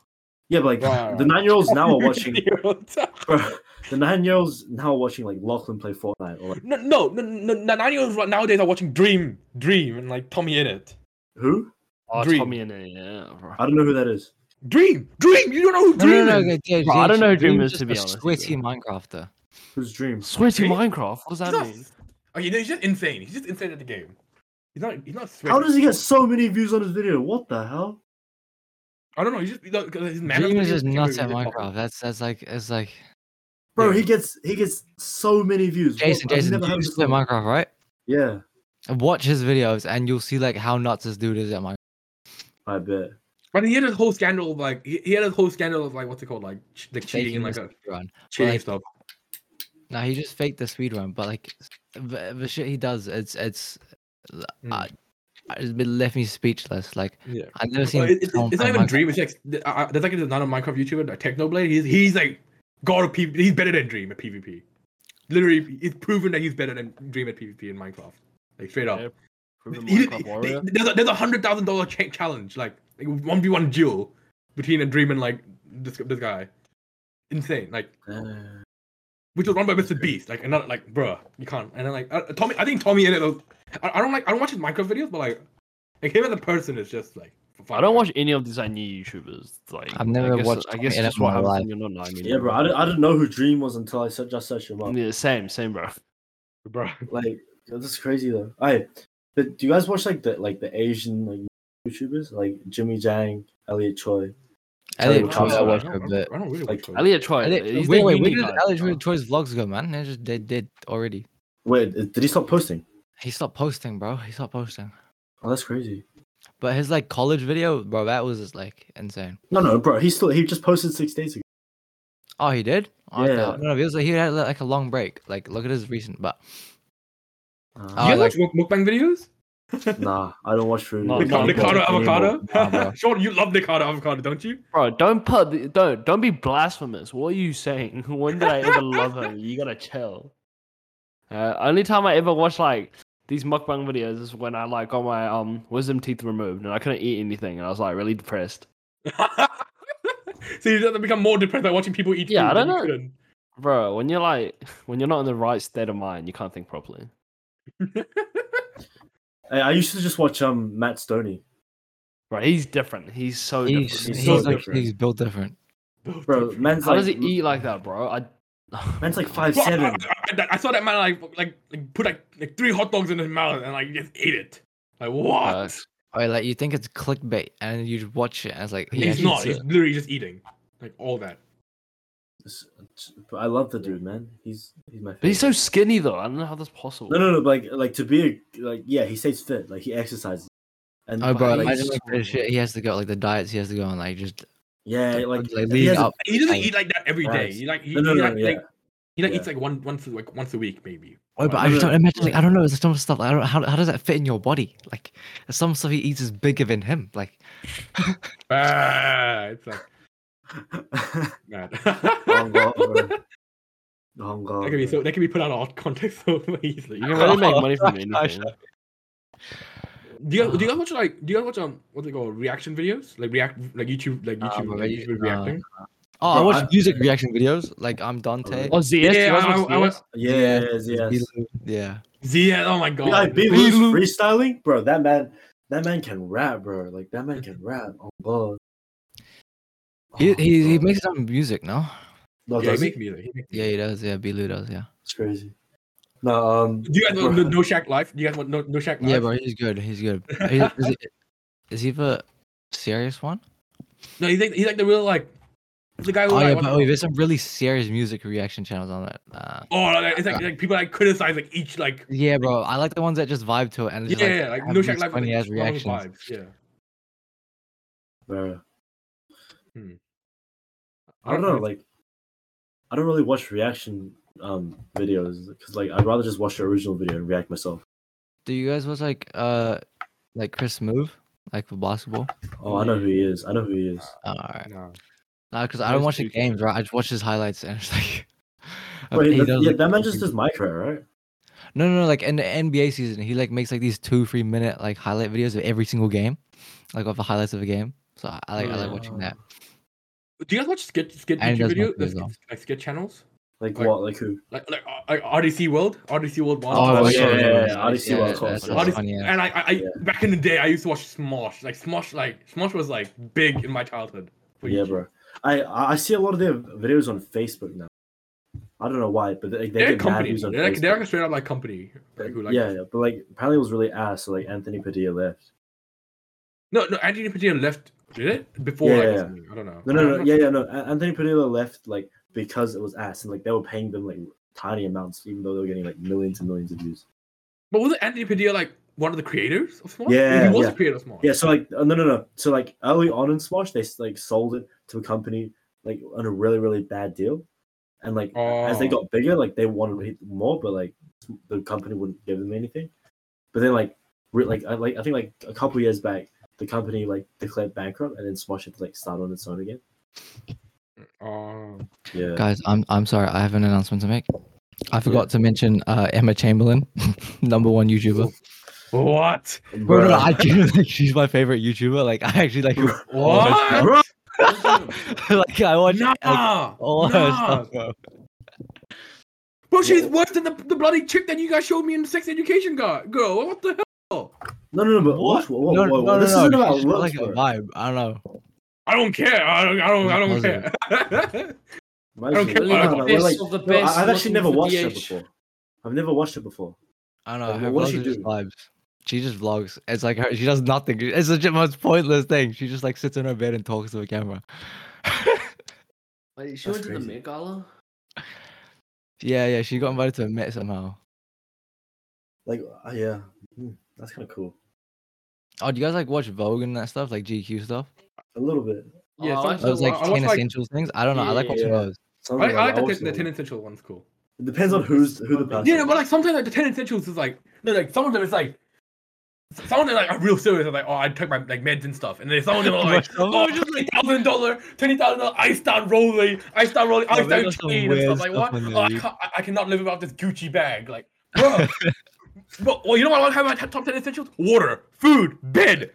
C: Yeah, but like
A: Right,
C: the
A: right.
C: nine-year-olds now are watching.
A: no,
C: bro, the nine-year-olds now are watching like Lachlan play Fortnite or like
A: no, no, no, no. Nine year olds nowadays are watching Dream, Dream, and like Tommy in it.
C: who?
B: Oh,
A: Dream.
B: Tommy and yeah, bro.
C: I don't know who that is.
A: Dream, Dream. You don't know who
D: No,
A: Dream
D: no, no,
A: is.
D: okay, yeah,
B: Bro, I don't know who Dream
D: Dream's
B: is, to
D: just
B: be honest
D: a
B: with
D: Sweaty
B: you.
D: Minecrafter.
C: Who's Dream?
B: Swear to
A: Dream?
B: Minecraft. What does
A: He's
B: that
A: not-
B: mean?
A: Okay, no, he's just insane. He's just insane at the game. He's not. He's not.
C: How
A: switched.
C: does he get so many views on his video? What the hell?
A: I don't know. He's just. He's not, 'cause his man
D: Dream is just nuts at Minecraft. That's that's like it's like
C: Bro,
A: Yeah.
C: he gets he gets so many views. What-
D: Jason.
C: I've
D: Jason,
C: never heard
D: Dream's
C: this
D: at
C: before.
D: Minecraft, right?
C: Yeah,
D: Watch his videos and you'll see like how nuts this dude is at Minecraft.
C: I bet.
A: But he had this whole scandal of like he, he had this whole scandal of like what's it called like ch- like cheating
D: Taking
A: and like
D: this
A: a,
D: run.
A: cheating
D: like,
A: stuff.
D: Now he just faked the speed run, but like the, the shit he does, it's it's l-
A: Mm.
D: uh, it's been left me speechless. Like
A: Yeah.
D: I've never
A: Well,
D: seen.
A: it- it- it's
D: someone
A: not
D: play
A: even
D: Minecraft.
A: Dream. It's like th- I- I- there's like another Minecraft YouTuber, like Technoblade. He's he's like god of PvP. He's better than Dream at PvP. Literally, it's proven that he's better than Dream at PvP in Minecraft. Like straight up.
B: Yeah, Proven
A: He- he-
B: Minecraft
A: he-
B: warrior.
A: there's a, there's a hundred thousand dollar cha- challenge, like one v one duel between a Dream and like this this guy. Insane, like
C: Uh,
A: which was run by Mr. Beast. Like another, like bruh, you can't. And then like uh, Tommy, I think Tommy in it. was- I, I don't like I don't watch his Minecraft videos, but like like him as a person is just like. for fun,
B: I don't
A: right?
B: watch any of these like new YouTubers. Like
D: I've never
B: I guess,
D: watched
B: I guess
D: any of
B: that's
D: them
B: what
D: in my
B: happens
D: life.
B: when you're not nine.
C: yeah, bro. I didn't, I didn't know who Dream was until I se- just searched him up.
B: Yeah, same, same, bro.
A: bruh.
C: Like that's crazy though. I but do you guys watch like the like the Asian like YouTubers like Jimmy Jang, Elliot Choi?
D: Elliot
C: Which
D: Troy,
C: one's
D: I
C: that?
D: watched
A: I
D: for a
A: don't-
D: bit.
A: I don't really
C: Like,
A: watch those.
B: Elliot Troy.
D: Elliot,
B: he's
D: wait,
B: the
D: wait,
B: uni
D: where did
B: guy,
D: Elliot
B: bro.
D: Troy- Troy's vlogs go, man? They just they did already.
C: Wait, did he stop posting?
D: He stopped posting, bro. He stopped posting.
C: Oh, that's crazy.
D: But his like college video, bro, that was just, like insane.
C: No, no, bro. He still he just posted six days ago.
D: Oh, he did. Oh, I
C: Yeah.
D: thought- No, no, he was like, he had like a long break. Like, look at his recent, but
A: You
D: Uh,
A: guys
D: like-
A: watch muk- mukbang videos?
C: nah, I don't watch food.
B: No,
C: videos
B: Oh, no,
A: Nicardo,
B: Nicaragua,
C: anymore.
A: Nicardo avocado.
D: Nah, bro.
A: Sean, you love Nicardo avocado, don't you?
B: Bro, don't put the, don't don't be blasphemous. What are you saying? When did I ever love him? You gotta chill. Uh, only time I ever watched like these mukbang videos is when I like got my um wisdom teeth removed and I couldn't eat anything and I was like really depressed.
A: so you just become more depressed by watching people eat.
B: Yeah, I
A: food than
B: don't
A: you
B: know. Bro, when you're like when you're not in the right state of mind, you can't think properly.
C: I, I used to just watch um Matt Stoney.
B: Right, he's different. He's so
D: he's
B: different.
D: he's,
C: He's so
D: like
C: different.
D: he's built different.
A: couldn't.
C: Bro, man's
B: How
C: like
B: does he eat like that, bro? I
C: Man's like five
A: Well, I-
C: seven.
A: I, that- I saw that man like like, like put like, like three hot dogs in his mouth and like just ate it. Like what?
B: Uh,
D: Or Oh, like you think it's clickbait and you just watch it and it's like he uh,
A: he's
D: actually
A: not.
D: did
A: He's
D: it.
A: literally just eating like all that.
C: It's- it's- but I love the dude, man. He's he's my. Favorite.
B: But he's so skinny though. I don't know how that's possible.
C: no no no. Like like to be a, like yeah, he stays fit. Like he exercises. And
D: Oh, bro!
B: Like,
D: Imagine
B: he's
D: like the shit he has to go, like the diets he has to go on, like just
C: yeah, like
D: like
C: he
D: leading
C: has a-
D: up.
A: He doesn't
D: Like,
A: eat like that every day.
C: rice.
A: He like he,
C: No, no,
A: he,
C: no,
A: like,
C: yeah.
A: like, he like
C: Yeah.
A: eats like one once like once a week maybe.
D: Oh, but
A: Like,
D: I just don't
C: no.
D: imagine. Like I don't know, there's some stuff. Like, I don't. How, how does that fit in your body? Like some stuff he eats is bigger than him. Like
A: ah, it's like mad.
D: Oh,
C: Hong Kong, bro.
A: that
C: Hong Kong,
A: can be so
C: bro.
A: that can be put out of context so easily.
B: You can really make money from anything.
A: Do you guys, do you guys watch like do you guys watch um what they call reaction videos like react like YouTube like
D: Nah,
A: YouTube,
D: bro,
A: like,
D: you-
A: YouTube
D: nah.
A: reacting?
D: oh, I
C: Bro,
D: watch
C: I-
D: music reaction videos. Like I'm Dante.
B: Oh, ZS? Yeah,
A: Yeah,
B: you guys
A: I-
B: watch
A: I- I
B: ZS?
C: Yeah,
D: Yeah.
C: yes, yes.
D: Yeah.
A: Yeah, oh my god.
C: Yeah, B
A: Really?
C: Lewis freestyling, bro. That man, that man can rap, bro. Like that man can rap. Oh god.
D: He
C: Oh,
D: he, he
C: God.
D: makes his own music, no?
A: Yeah,
C: No,
A: he
C: does he?
A: makes music. He makes
D: Yeah, he does. Yeah, Bilu does. Yeah.
C: It's crazy. No, um,
A: Do you guys want
C: bro,
A: no, no Shack Life? Do you guys want no, no Shack Life?
D: Yeah, bro. He's good. He's good. He- is, he, is he the serious one?
A: No, he's like, he's like the real like the guy who
D: Oh,
A: like,
D: yeah,
A: wanna-
D: but wait, there's some really serious music reaction channels on that. Uh,
A: oh, like, it's like, like people like criticize like each like
D: yeah, bro. I like the ones that just vibe to it and
A: yeah,
D: just,
A: yeah, like,
D: have
A: no
D: these
A: Shack Life
D: funny
A: like,
D: ass
A: strong
D: reactions.
A: vibes. Yeah,
C: bro.
A: Hmm.
C: I don't know, like, I don't really watch reaction um videos because, like, I'd rather just watch the original video and react myself.
D: Do you guys watch like uh like Chris Move like for basketball?
C: Oh, I know who he is. I know who he is.
D: Oh, alright.
A: no.
D: Nah, because I don't
A: Those
D: watch the
A: two-
D: games, right? I just watch his highlights and it's like.
C: Wait, that, yeah,
D: like,
C: that man just does Minecraft, right?
D: No, no, no. Like in the NBA season, he like makes like these two, three minute like highlight videos of every single game, like of the highlights of a game. So I, I like, I like watching that.
A: Do you guys watch skit skit
D: And
A: YouTube
D: does
A: video
D: Minecraft
A: the
D: as well.
A: skit, like skit channels
C: Like,
A: Like-
C: what? Like who?
A: like like, uh, like RDC World RDC World One?
C: Oh,
A: Two,
C: yeah,
A: three.
C: yeah, yeah, yeah,
D: Odyssey
C: Odyssey
D: yeah,
C: was
D: that's-
C: cool.
D: that's
A: Odyssey-
D: funny. yeah.
A: And I, I, I
C: Yeah.
A: back in the day, I used to watch Smosh. Like Smosh, like Smosh was like big in my childhood. for
C: Yeah,
A: YouTube.
C: bro. I I I see a lot of their videos on Facebook now. I don't know why, but they, they
A: They're a
C: get mad
A: company.
C: views on
A: They're like, they're like a
C: Facebook.
A: straight up like company. Like, who, like,
C: yeah, yeah, but like apparently it was really ass. So like Anthony Padilla left.
A: No, no, Anthony Padilla left. Did it before?
C: Yeah,
A: like,
C: yeah, yeah.
A: something, I don't know.
C: No,
A: I'm
C: no, no.
A: not-
C: Yeah, yeah, no. A- Anthony Padilla left like because it was ass, and like they were paying them like tiny amounts, even though they were getting like millions and millions of views.
A: But wasn't Anthony Padilla like one of the creators of Smosh?
C: Yeah,
A: he was
C: yeah.
A: the creator of Smosh.
C: Yeah, so like uh, no, no, no. So like early on in Smosh, they like sold it to a company like on a really, really bad deal, and like as they
A: Oh.
C: got bigger, like they wanted it more, but like the company wouldn't give them anything. But then like re- like I like I think like a couple years back, the company like declared bankrupt, and then Smosh had to like start on its own again.
A: Oh.
C: Yeah.
D: Guys, I'm I'm sorry. I have an announcement to make. I forgot to mention uh, Emma Chamberlain, number one YouTuber.
A: oh. what?
D: Bro, no, I genuinely think she's my favorite YouTuber. Like, I actually like her-
A: What?
C: Bro.
D: like I watch
A: Nah,
D: like, all her
A: nah.
D: stuff. Bro.
A: Bro, she's worse than the, the bloody chick that you guys showed me in Sex Education Guy. Girl, what the hell?
C: No, no, no, but
D: What?
C: watch. Whoa, whoa,
D: no,
C: whoa,
D: no,
C: whoa.
D: no,
C: This
D: no,
C: isn't
D: she's
C: about
D: just
C: looks,
D: like a
C: bro.
D: vibe. I don't know.
A: I don't care. I don't. I don't. I don't
D: Wasn't.
A: care. I
C: Might
A: don't
C: as
A: care
C: well.
A: about
C: No, no,
A: this
C: like-
B: or the
C: no, I-
B: best
C: I've actually
B: looking
C: never
B: for
C: watched it
B: DH.
C: before. I've never watched it before.
D: I don't know.
C: Like,
D: Her
C: what does
D: vlogs
C: she
D: are just
C: do?
D: vibes. She just vlogs. It's like her. She does nothing. It's such the most pointless thing. She just like sits in her bed and talks to the camera.
B: Wait, she
C: That's
B: went to the
C: crazy.
B: Met Gala?
D: yeah, yeah. She got invited to a Met somehow.
C: Like, uh, yeah, Hmm, that's kind of cool.
D: Oh, do you guys like watch Vogue and that stuff, like GQ stuff?
C: A little bit.
A: Yeah,
B: Oh, I
A: sometimes-
B: like-
D: Those like
A: I watch,
D: ten
A: like-
D: essentials things. I don't know. I like watching
C: Yeah.
D: those.
C: Something
A: I like
C: watch
A: the, the
C: it.
A: Ten Essential one's cool.
C: It depends on who's who the person.
A: Yeah, no, but like sometimes like the Ten Essentials is like no, like some of them is like some of them like are real serious. They're like, oh, I took my like meds and stuff, and then some of them are like,
D: Some of them
A: oh,
D: are just,
A: twenty thousand dollar, twenty thousand dollar, I start rolling, I start rolling,
D: Yeah,
A: I
D: they
A: start
D: got Oh, some
A: chain and
D: weird
A: stuff like
D: stuff
A: what?
D: on
A: Oh,
D: there,
A: I,
D: you-
A: can't, I, I cannot live without this Gucci bag, like, bro. but well, you know what? I want to have my top ten essentials: water, food, bed.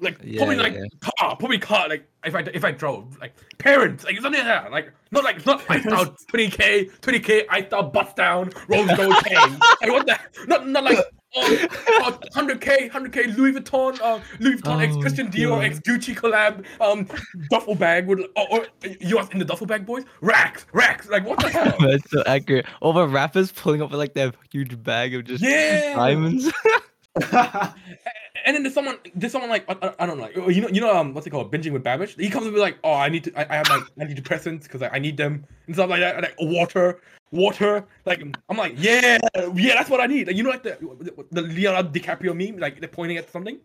A: Like
D: Yeah,
A: probably
D: yeah,
A: like
D: yeah.
A: car, probably car. Like if I if I drove, like parents, like something like that. Like not like it's not I style twenty k, twenty k. I style bust down, Rolls Gold chain. Like what the? Not not like Oh, hundred k, hundred k, Louis Vuitton, uh, Louis Vuitton ex
D: Oh,
A: Christian Dior ex Gucci collab, um, duffel bag with or, or you in the duffel bag, boys? Racks, racks, like what the hell?
D: That's so accurate. All the rappers pulling up with like their huge bag of just
A: Yeah.
D: diamonds.
A: And then there's someone, there's someone like I, I- I don't know, like, you know, you know, um, what's it called, binging with Babish. He comes and be like, oh, I need to, I, I have like antidepressants because I, I need them and stuff like that, and, like water, water. Like I'm like, yeah, yeah, that's what I need. Like, you know, like the the Leonardo DiCaprio meme, like they're pointing at something.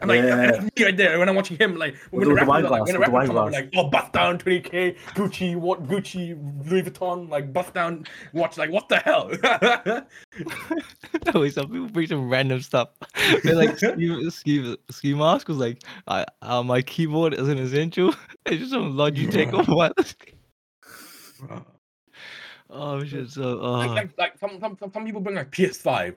A: I'm like,
C: Yeah.
A: that's me right there. When I'm watching him, like when
C: the- with the
A: rappers
C: wine
A: are, like,
C: glass,
A: when the
C: with
A: rappers
C: the wine
A: come up,
C: glass.
A: like, oh, bust down 20k, Gucci, what Gucci, Louis Vuitton, like bust down watch, like what the hell?
D: Always some people bring some random stuff. They're like ski, ski, ski mask was like, I, uh, my keyboard is an essential. it's just some logic take off what. Oh shit! So
A: like,
D: uh,
A: like, like some, some some some people bring like PS5.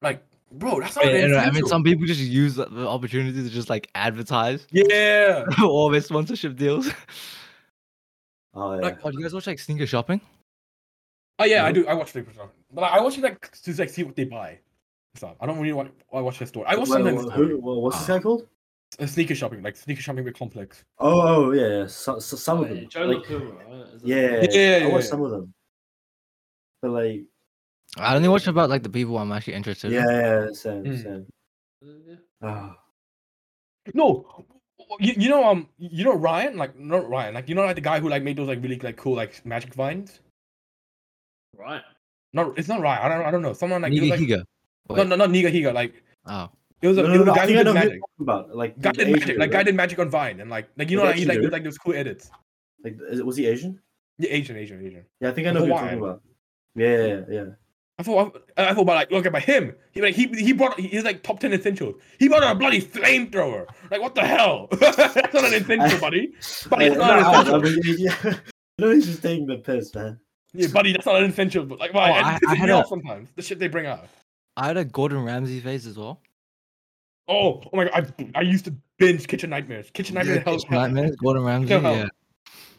A: Like, bro, that's not
D: I,
A: an
D: mean, I mean,
A: essential.
D: some people just use the the opportunity to just like advertise
A: Yeah.
D: all their sponsorship deals.
C: oh, yeah.
A: Like,
D: Oh, do you guys watch like sneaker shopping?
A: Oh yeah, I do. I watch Sleepers but I I watch it like to like see what they buy. and Stuff. I don't really want. I watch their store. I watch
C: Wait,
A: sometimes
C: wh- who, wha- what's this guy called?
A: uh, sneaker shopping, like sneaker shopping with complex.
C: Oh, oh, yeah, yeah. So, so, some
B: Oh,
C: of
B: yeah,
C: them.
B: Joe
C: like,
B: Lacuma, right? Is that-
C: yeah,
A: Yeah, yeah,
C: I
A: yeah,
C: watched
A: yeah.
C: some of them. But like,
D: I only watch about like the people I'm actually interested
C: yeah,
D: in.
C: yeah, yeah, same,
A: Mm.
C: same.
B: Yeah.
C: Ah,
A: No, you, you know um you know Ryan like not Ryan like you know like the guy who like made those like really like cool like magic vines.
B: Right.
A: Not it's not Ryan. I don't I don't know. Someone like, you know,
D: Niga
A: like
D: Higa.
A: no
D: wait.
A: no not Niga Higa. Like
D: Oh,
A: it was a,
C: no,
A: it
C: no,
A: was
C: no,
A: a guy
C: I
A: who
C: think I
A: did
C: know who
A: magic.
C: you're talking about. Like,
A: Guy
C: he's
A: did
C: Asian
A: magic, like
C: dude,
A: guy
C: right?
A: did magic on Vine, and like, like you know,
C: Like
A: like, he,
C: Asian
A: like
C: dude.
A: did like those cool edits.
C: Like, is, was he Asian?
A: Yeah, Asian, Asian, Asian.
C: Yeah, I think I know who you're talking
A: Hawaiian.
C: about. Yeah, yeah, yeah.
A: I thought, I, I thought about like, look at by him. He like he he brought he's like top ten essentials. He brought out a bloody flamethrower. Like what the hell? That's not an essential, buddy. Buddy,
C: I-
A: that's not an
C: no,
A: essential.
C: I mean, yeah. No, he's just taking the piss, man.
A: Yeah, buddy, that's not an essential. But like, why?
D: Oh,
A: It
D: I- I
A: pisses
D: had
A: me
D: a-
A: off sometimes the shit they bring out.
D: I had a Gordon Ramsay phase as well.
A: Oh, oh my god, I, I used to binge Kitchen Nightmares. Kitchen Nightmares.
D: Yeah,
A: hell,
D: Kitchen Nightmares, Gordon Ramsay.
A: hell.
D: Yeah.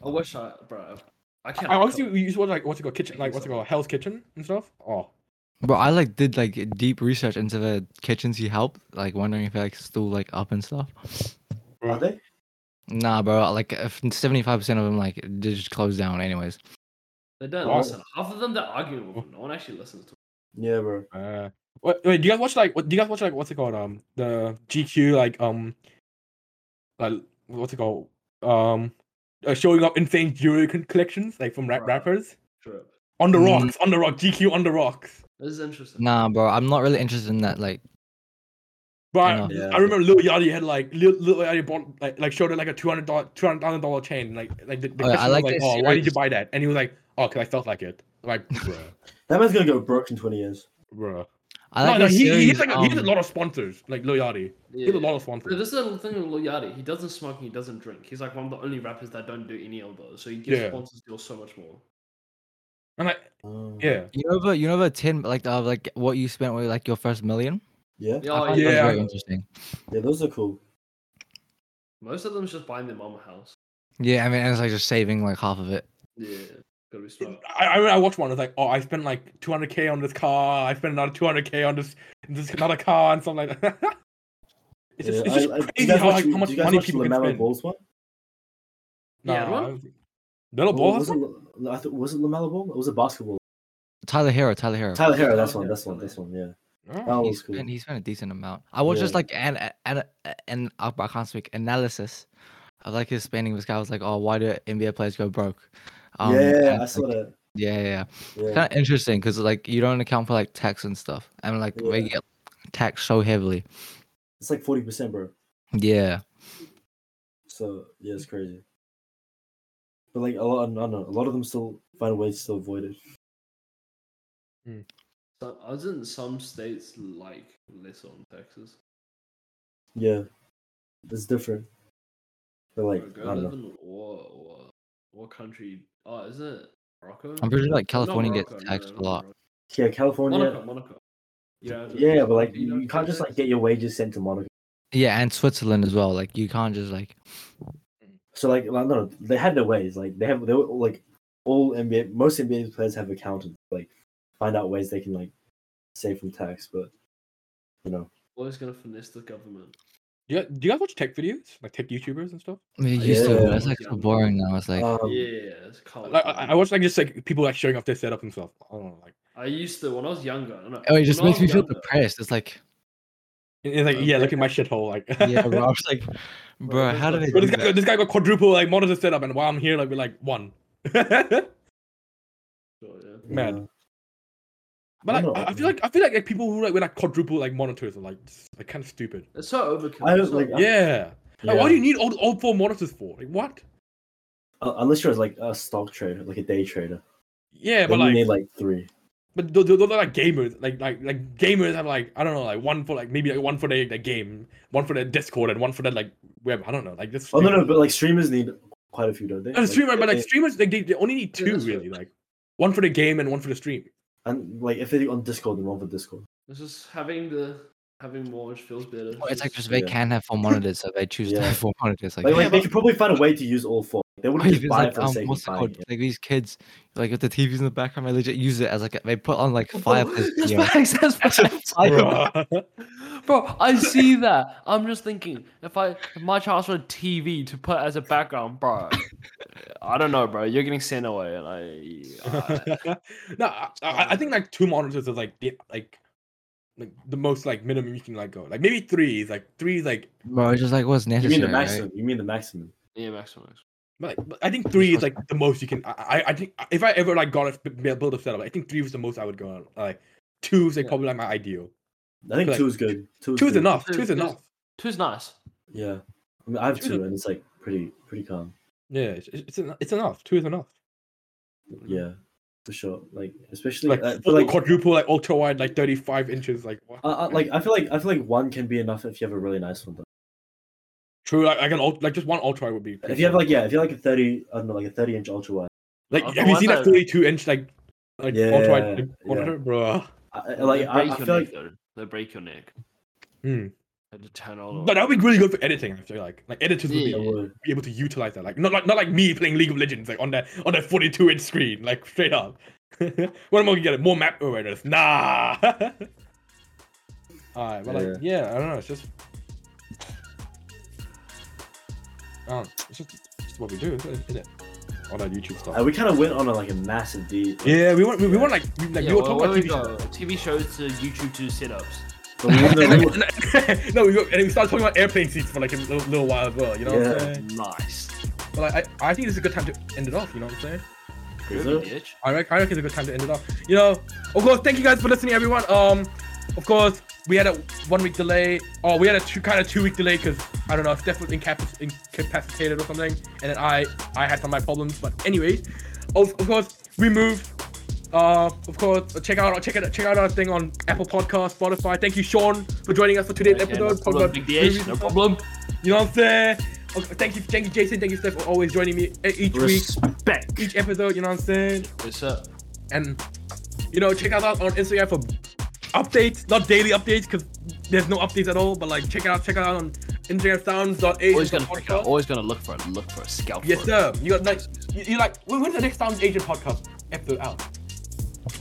B: I wish I, bro. I can't.
A: I obviously we used to watch like what's it called kitchen like what's it called Hell's Kitchen and stuff. Oh,
D: But I like did like deep research into the kitchens he helped, like wondering if they like still like up and stuff.
C: Are they?
D: Nah, bro. Like seventy five percent of them like they just closed down anyways.
B: They don't
A: Oh.
B: listen. Half of them they're arguing with. No one actually listens to.
C: Yeah, bro.
A: Uh, wait, wait, do you guys watch like what do you guys watch like what's it called? Um, the GQ like um, like what's it called? Um, uh, showing up insane jewelry con- collections like from rap-
B: Right.
A: rappers
B: Trip.
A: on the
D: Mm.
A: rocks, on the rock GQ on the rocks.
B: This is interesting.
D: Nah, bro. I'm not really interested in that. Like,
A: But
D: I
A: I,
D: know.
C: Yeah.
A: I remember Lil Yachty had like Lil, Lil Yachty bought like like showed her like a two hundred dollar two hundred thousand dollar chain like like the, the
D: Oh, yeah, I
A: question
D: like
A: was like
D: this
A: oh why did you
D: series.
A: buy that and he was like oh because I felt like it like bruh
C: That man's gonna go broke in 20 years.
A: bruh
D: I like
A: no no
D: the
A: he, he, he's
D: series,
A: like a, he has a
D: um,
A: lot of sponsors like Lil Yachty he
B: Yeah.
A: has a lot of
B: But
A: sponsors
B: this is the thing with Lil Yachty. He doesn't smoke and he doesn't drink. He's like one of the only rappers that don't do any of those. So he gives
A: Yeah.
B: sponsors deals so much more.
A: and like
C: Oh.
A: yeah
D: You know the you know the ten like uh, like what you spent with like your first million.
C: Yeah,
D: I
B: Oh,
D: find those
A: yeah.
D: very interesting.
C: yeah, those are cool.
B: Most of them is just buying their mum a house.
D: Yeah, I mean, and it's like just saving like half of it.
B: Yeah. Gotta be smart.
A: I, I, mean, I watched one. It's like, oh, I spent like 200k on this car. I spent another 200k on this this another car and something like that. it's just, it's
C: Yeah,
A: just
C: I- I- do you
A: crazy
C: guys
A: how,
C: watch-
A: like, how
C: do
A: much
C: you guys
A: money
C: watch
A: people
C: the
A: can
C: LaMelo
A: spend.
C: Ball's one?
B: Yeah,
A: Nah,
B: everyone?
A: I don't think- Lamelo Ball
C: Or
A: has
C: was it,
A: one?
C: La- I thought, was it Lamelo Ball? It was a basketball.
D: Tyler Hero, Tyler Hero.
C: Tyler Hero,
B: Tyler
C: that's one,
B: Hero,
C: that's one, that's one. Yeah,
A: Oh.
C: that
D: he
C: was cool.
D: spent, he spent a decent amount. I watched just
C: Yeah.
D: like an an an I can't speak analysis of like his spending. This guy was like, oh, why do NBA players go broke?
C: yeah,
D: and,
C: I saw
D: um, like,
C: that.
D: Yeah, yeah, yeah.
C: Yeah,
D: Kind of interesting because like you don't account for like tax and stuff, and like they
C: Yeah.
D: get taxed so heavily.
C: it's like forty percent, bro.
D: Yeah,
C: So yeah, it's crazy. But like a lot, I don't know, a lot of them still find ways to avoid it.
B: So, isn't some states like less on taxes?
C: Yeah, it's different. But like,
B: Bro,
C: I
B: go
C: don't
B: live
C: know.
B: in what, what, what country? Oh, is it Morocco?
D: I'm pretty sure like
B: Oh, not
D: California gets
B: Morocco,
D: taxed
B: no,
D: a
B: not
D: lot.
B: Morocco.
C: Yeah, California.
B: Monaco, Monaco. You don't have to-
C: Yeah, but like
B: you
C: you,
B: don't
C: you
B: pay
C: can't just like
B: tax.
C: get your wages sent to Monaco.
D: Yeah, and Switzerland as well. Like you can't just like
C: So like, I don't know. They had their ways. Like they have, they were like all NBA, most NBA players have accountants. Like find out ways they can like safe from tax, but you know.
B: Always gonna finesse the government.
A: Do you, do you guys watch tech videos, like tech YouTubers and stuff?
D: I mean, it used to,
C: Yeah.
D: but it's like so boring now. It's like,
C: Um,
B: yeah, it's cold.
A: Like I, I watch like just like people like showing off their setup and stuff. I don't know, like
B: I used to when I was younger. I don't know,
D: oh, it just
B: when I
D: makes me
B: was
D: feel
B: younger-
D: depressed. It's like,
A: and it's like yeah, look at my shithole. Like
D: yeah, bro. I was like, bro,
B: it's
D: how do
B: like-
D: they
A: But
D: do
A: this guy,
D: that?
A: this guy got quadruple like monitor setup, and while I'm here, like we're like one. but
B: Sure, yeah.
A: Mad.
C: yeah. I
A: like,
C: know,
A: I, I feel
C: yeah.
A: like I feel like, like people who like with like quadruple like monitors are like just, like kind of stupid.
B: It's so overkill.
C: I
B: it's
C: don't
B: so-
C: like.
A: Yeah. Like, why do you need all all four monitors for? Like what?
C: Uh, Unless you're like a stock trader, like a day trader.
A: Yeah, but
C: then you
A: like,
C: need like three.
A: but those, those are like gamers. Like like like gamers have like I don't know like one for like maybe like one for their, their game, one for their Discord, and one for their like web. I don't know like this.
C: Oh no, no, but like streamers need quite a few, don't they? eh,
A: And streamer, but like
C: they-
A: streamers, like, they they only need
B: Yeah,
A: two
B: that's right.
A: really. Like one for the game and one for the stream.
C: and like if they're on Discord, then one for Discord.
B: It's just having the having more which feels better.
D: Well, It's like just
C: Yeah.
D: they can have four monitors, so they choose to
C: Yeah.
D: have four monitors. Like,
C: Like, like
A: yeah,
C: they
A: but-
C: could probably find a way to use all four. They
D: Or
C: wouldn't just
D: even,
C: buy it
D: like,
C: for the
D: um,
C: sake
D: what's
C: of
D: it called?
C: buying it.
D: Like these kids, like if the TV's in the background, they legit use it as like a- they put on like fireplace.
B: That's
D: video.
B: facts, that's facts.
A: Bruh.
B: Bro, I see that. I'm just thinking, if I if my child's on TV to put as a background, bro. I don't know, bro. You're getting sent away, and I. I-
A: no, I, I, I think like two monitors is like the like like the most like minimum you can like go. Like maybe three is like three is like
D: Bro, it's just like what's
C: You
D: necessary.
C: mean the
D: right?
C: maximum? You mean the maximum?
B: yeah, maximum. maximum.
A: but like, but I think three is like the most you can. I I, I think if I ever like got a b- b- build a setup, I think three was the most I would go. on. Like two is like
B: Yeah.
A: probably like my ideal.
C: I think
A: Like,
C: two is good. Two is,
A: Two is
C: good.
A: enough.
B: Two-
A: Two is
B: two's-
A: enough.
B: Two's nice.
C: Yeah, I, mean, I have
A: Two's
C: two,
A: a-
C: and it's like pretty, pretty calm.
A: Yeah, it's it's, en- it's enough. Two is enough.
C: Yeah, for sure. Like especially
A: Like,
C: uh,
A: full
C: but, like, Uh,
A: quadruple, like ultra wide, like thirty five inches. Like what?
C: I, I, like I feel like I feel like one can be enough if you have a really nice one. Though.
A: true. Like, like an ult- like just one ultra wide would be.
C: If you have like yeah, if you have like a thirty, I don't know, like a thirty inch ultra wide.
A: like
B: Ultra
A: have you seen
B: wide
A: that
B: though.
A: thirty two inch like like ultra
C: Yeah,
A: wide like,
C: yeah.
A: monitor, bro?
C: I, I- like
B: they
C: I,
B: break
C: I
B: your
C: feel
B: neck,
C: like
B: though. They break your neck.
A: Hmm.
B: They just turn all.
A: But that would be really good for editing. I feel like like editors would
B: Yeah.
A: be,
C: I would.
A: be able to utilize that. Like not like not like me playing League of Legends like on that on that forty two inch screen like straight up. what am I gonna get? More map awareness? Nah. Alright, but like yeah, I don't know. It's just. Um, it's just, it's just what we do, isn't it? All that YouTube stuff.
C: Uh, we kind of went on a, like a massive deep. Like,
A: yeah, we want, we, we want like, we, like
B: yeah,
A: we were
B: well,
A: talking
B: where
A: about
B: we
A: TV
B: go? TV shows to YouTube to setups.
C: but we didn't know- we-
A: no, we, and we started talking about airplane seats for like a little, little while as well. You know what I'm
C: Yeah.
A: saying?
B: Nice.
A: But like, I, I think this is a good time to end it off. You know what I'm saying?
C: Is
B: Good
C: it?
B: ditch.
A: I reckon, I reckon it's a good time to end it off. You know, of course, thank you guys for listening, everyone. Um, of course, we had a one week delay. Oh, we had a two kind of two week delay because I don't know, Steph was incapac- incapacitated or something, and then I I had some of my problems. But anyways, of, of course, we moved. Uh, of course, check out check out check out our thing on Apple Podcast, Spotify. Thank you, Sean, for joining us for today's
B: Yeah, no
A: episode.
B: problem.
A: Podcast
B: Big DH,
A: movies
B: no
A: and stuff.
B: problem.
A: You know what I'm saying? Okay, thank you, thank you, Jason. Thank you, Steph, for always joining me e- each week,
B: Respect.
A: each episode. You know what I'm saying?
B: Yes, sir.
A: and you know check us out on Instagram for updates, not daily updates because there's no updates at all. But like check it out, check it out on Instagram sounds.asian.
B: Always gonna freak out. Always gonna look for it. Look for a scout.
A: Yes,
B: for
A: sir. You got like you, you like when- when's the next Sounds Asian podcast episode out?
B: It.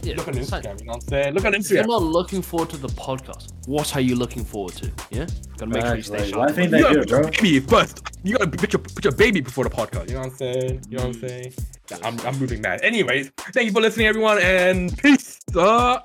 B: Yeah,
A: Look on
B: it's like-
A: Instagram. You know what I'm saying? Look on
B: If you're
A: Instagram.
B: not looking forward to the podcast, what are you looking forward to? Yeah, gotta make sure you
C: Facts,
B: stay
C: Uh, like,
B: sharp.
C: why I think
A: You
C: that
A: gotta
C: good,
A: put your
C: bro.
A: baby first. You gotta put your put your baby before the podcast. You know what I'm saying? You know
B: Mm.
A: what I'm saying? I'm, I'm moving mad. Anyways, thank you for listening, everyone, and peace. Uh,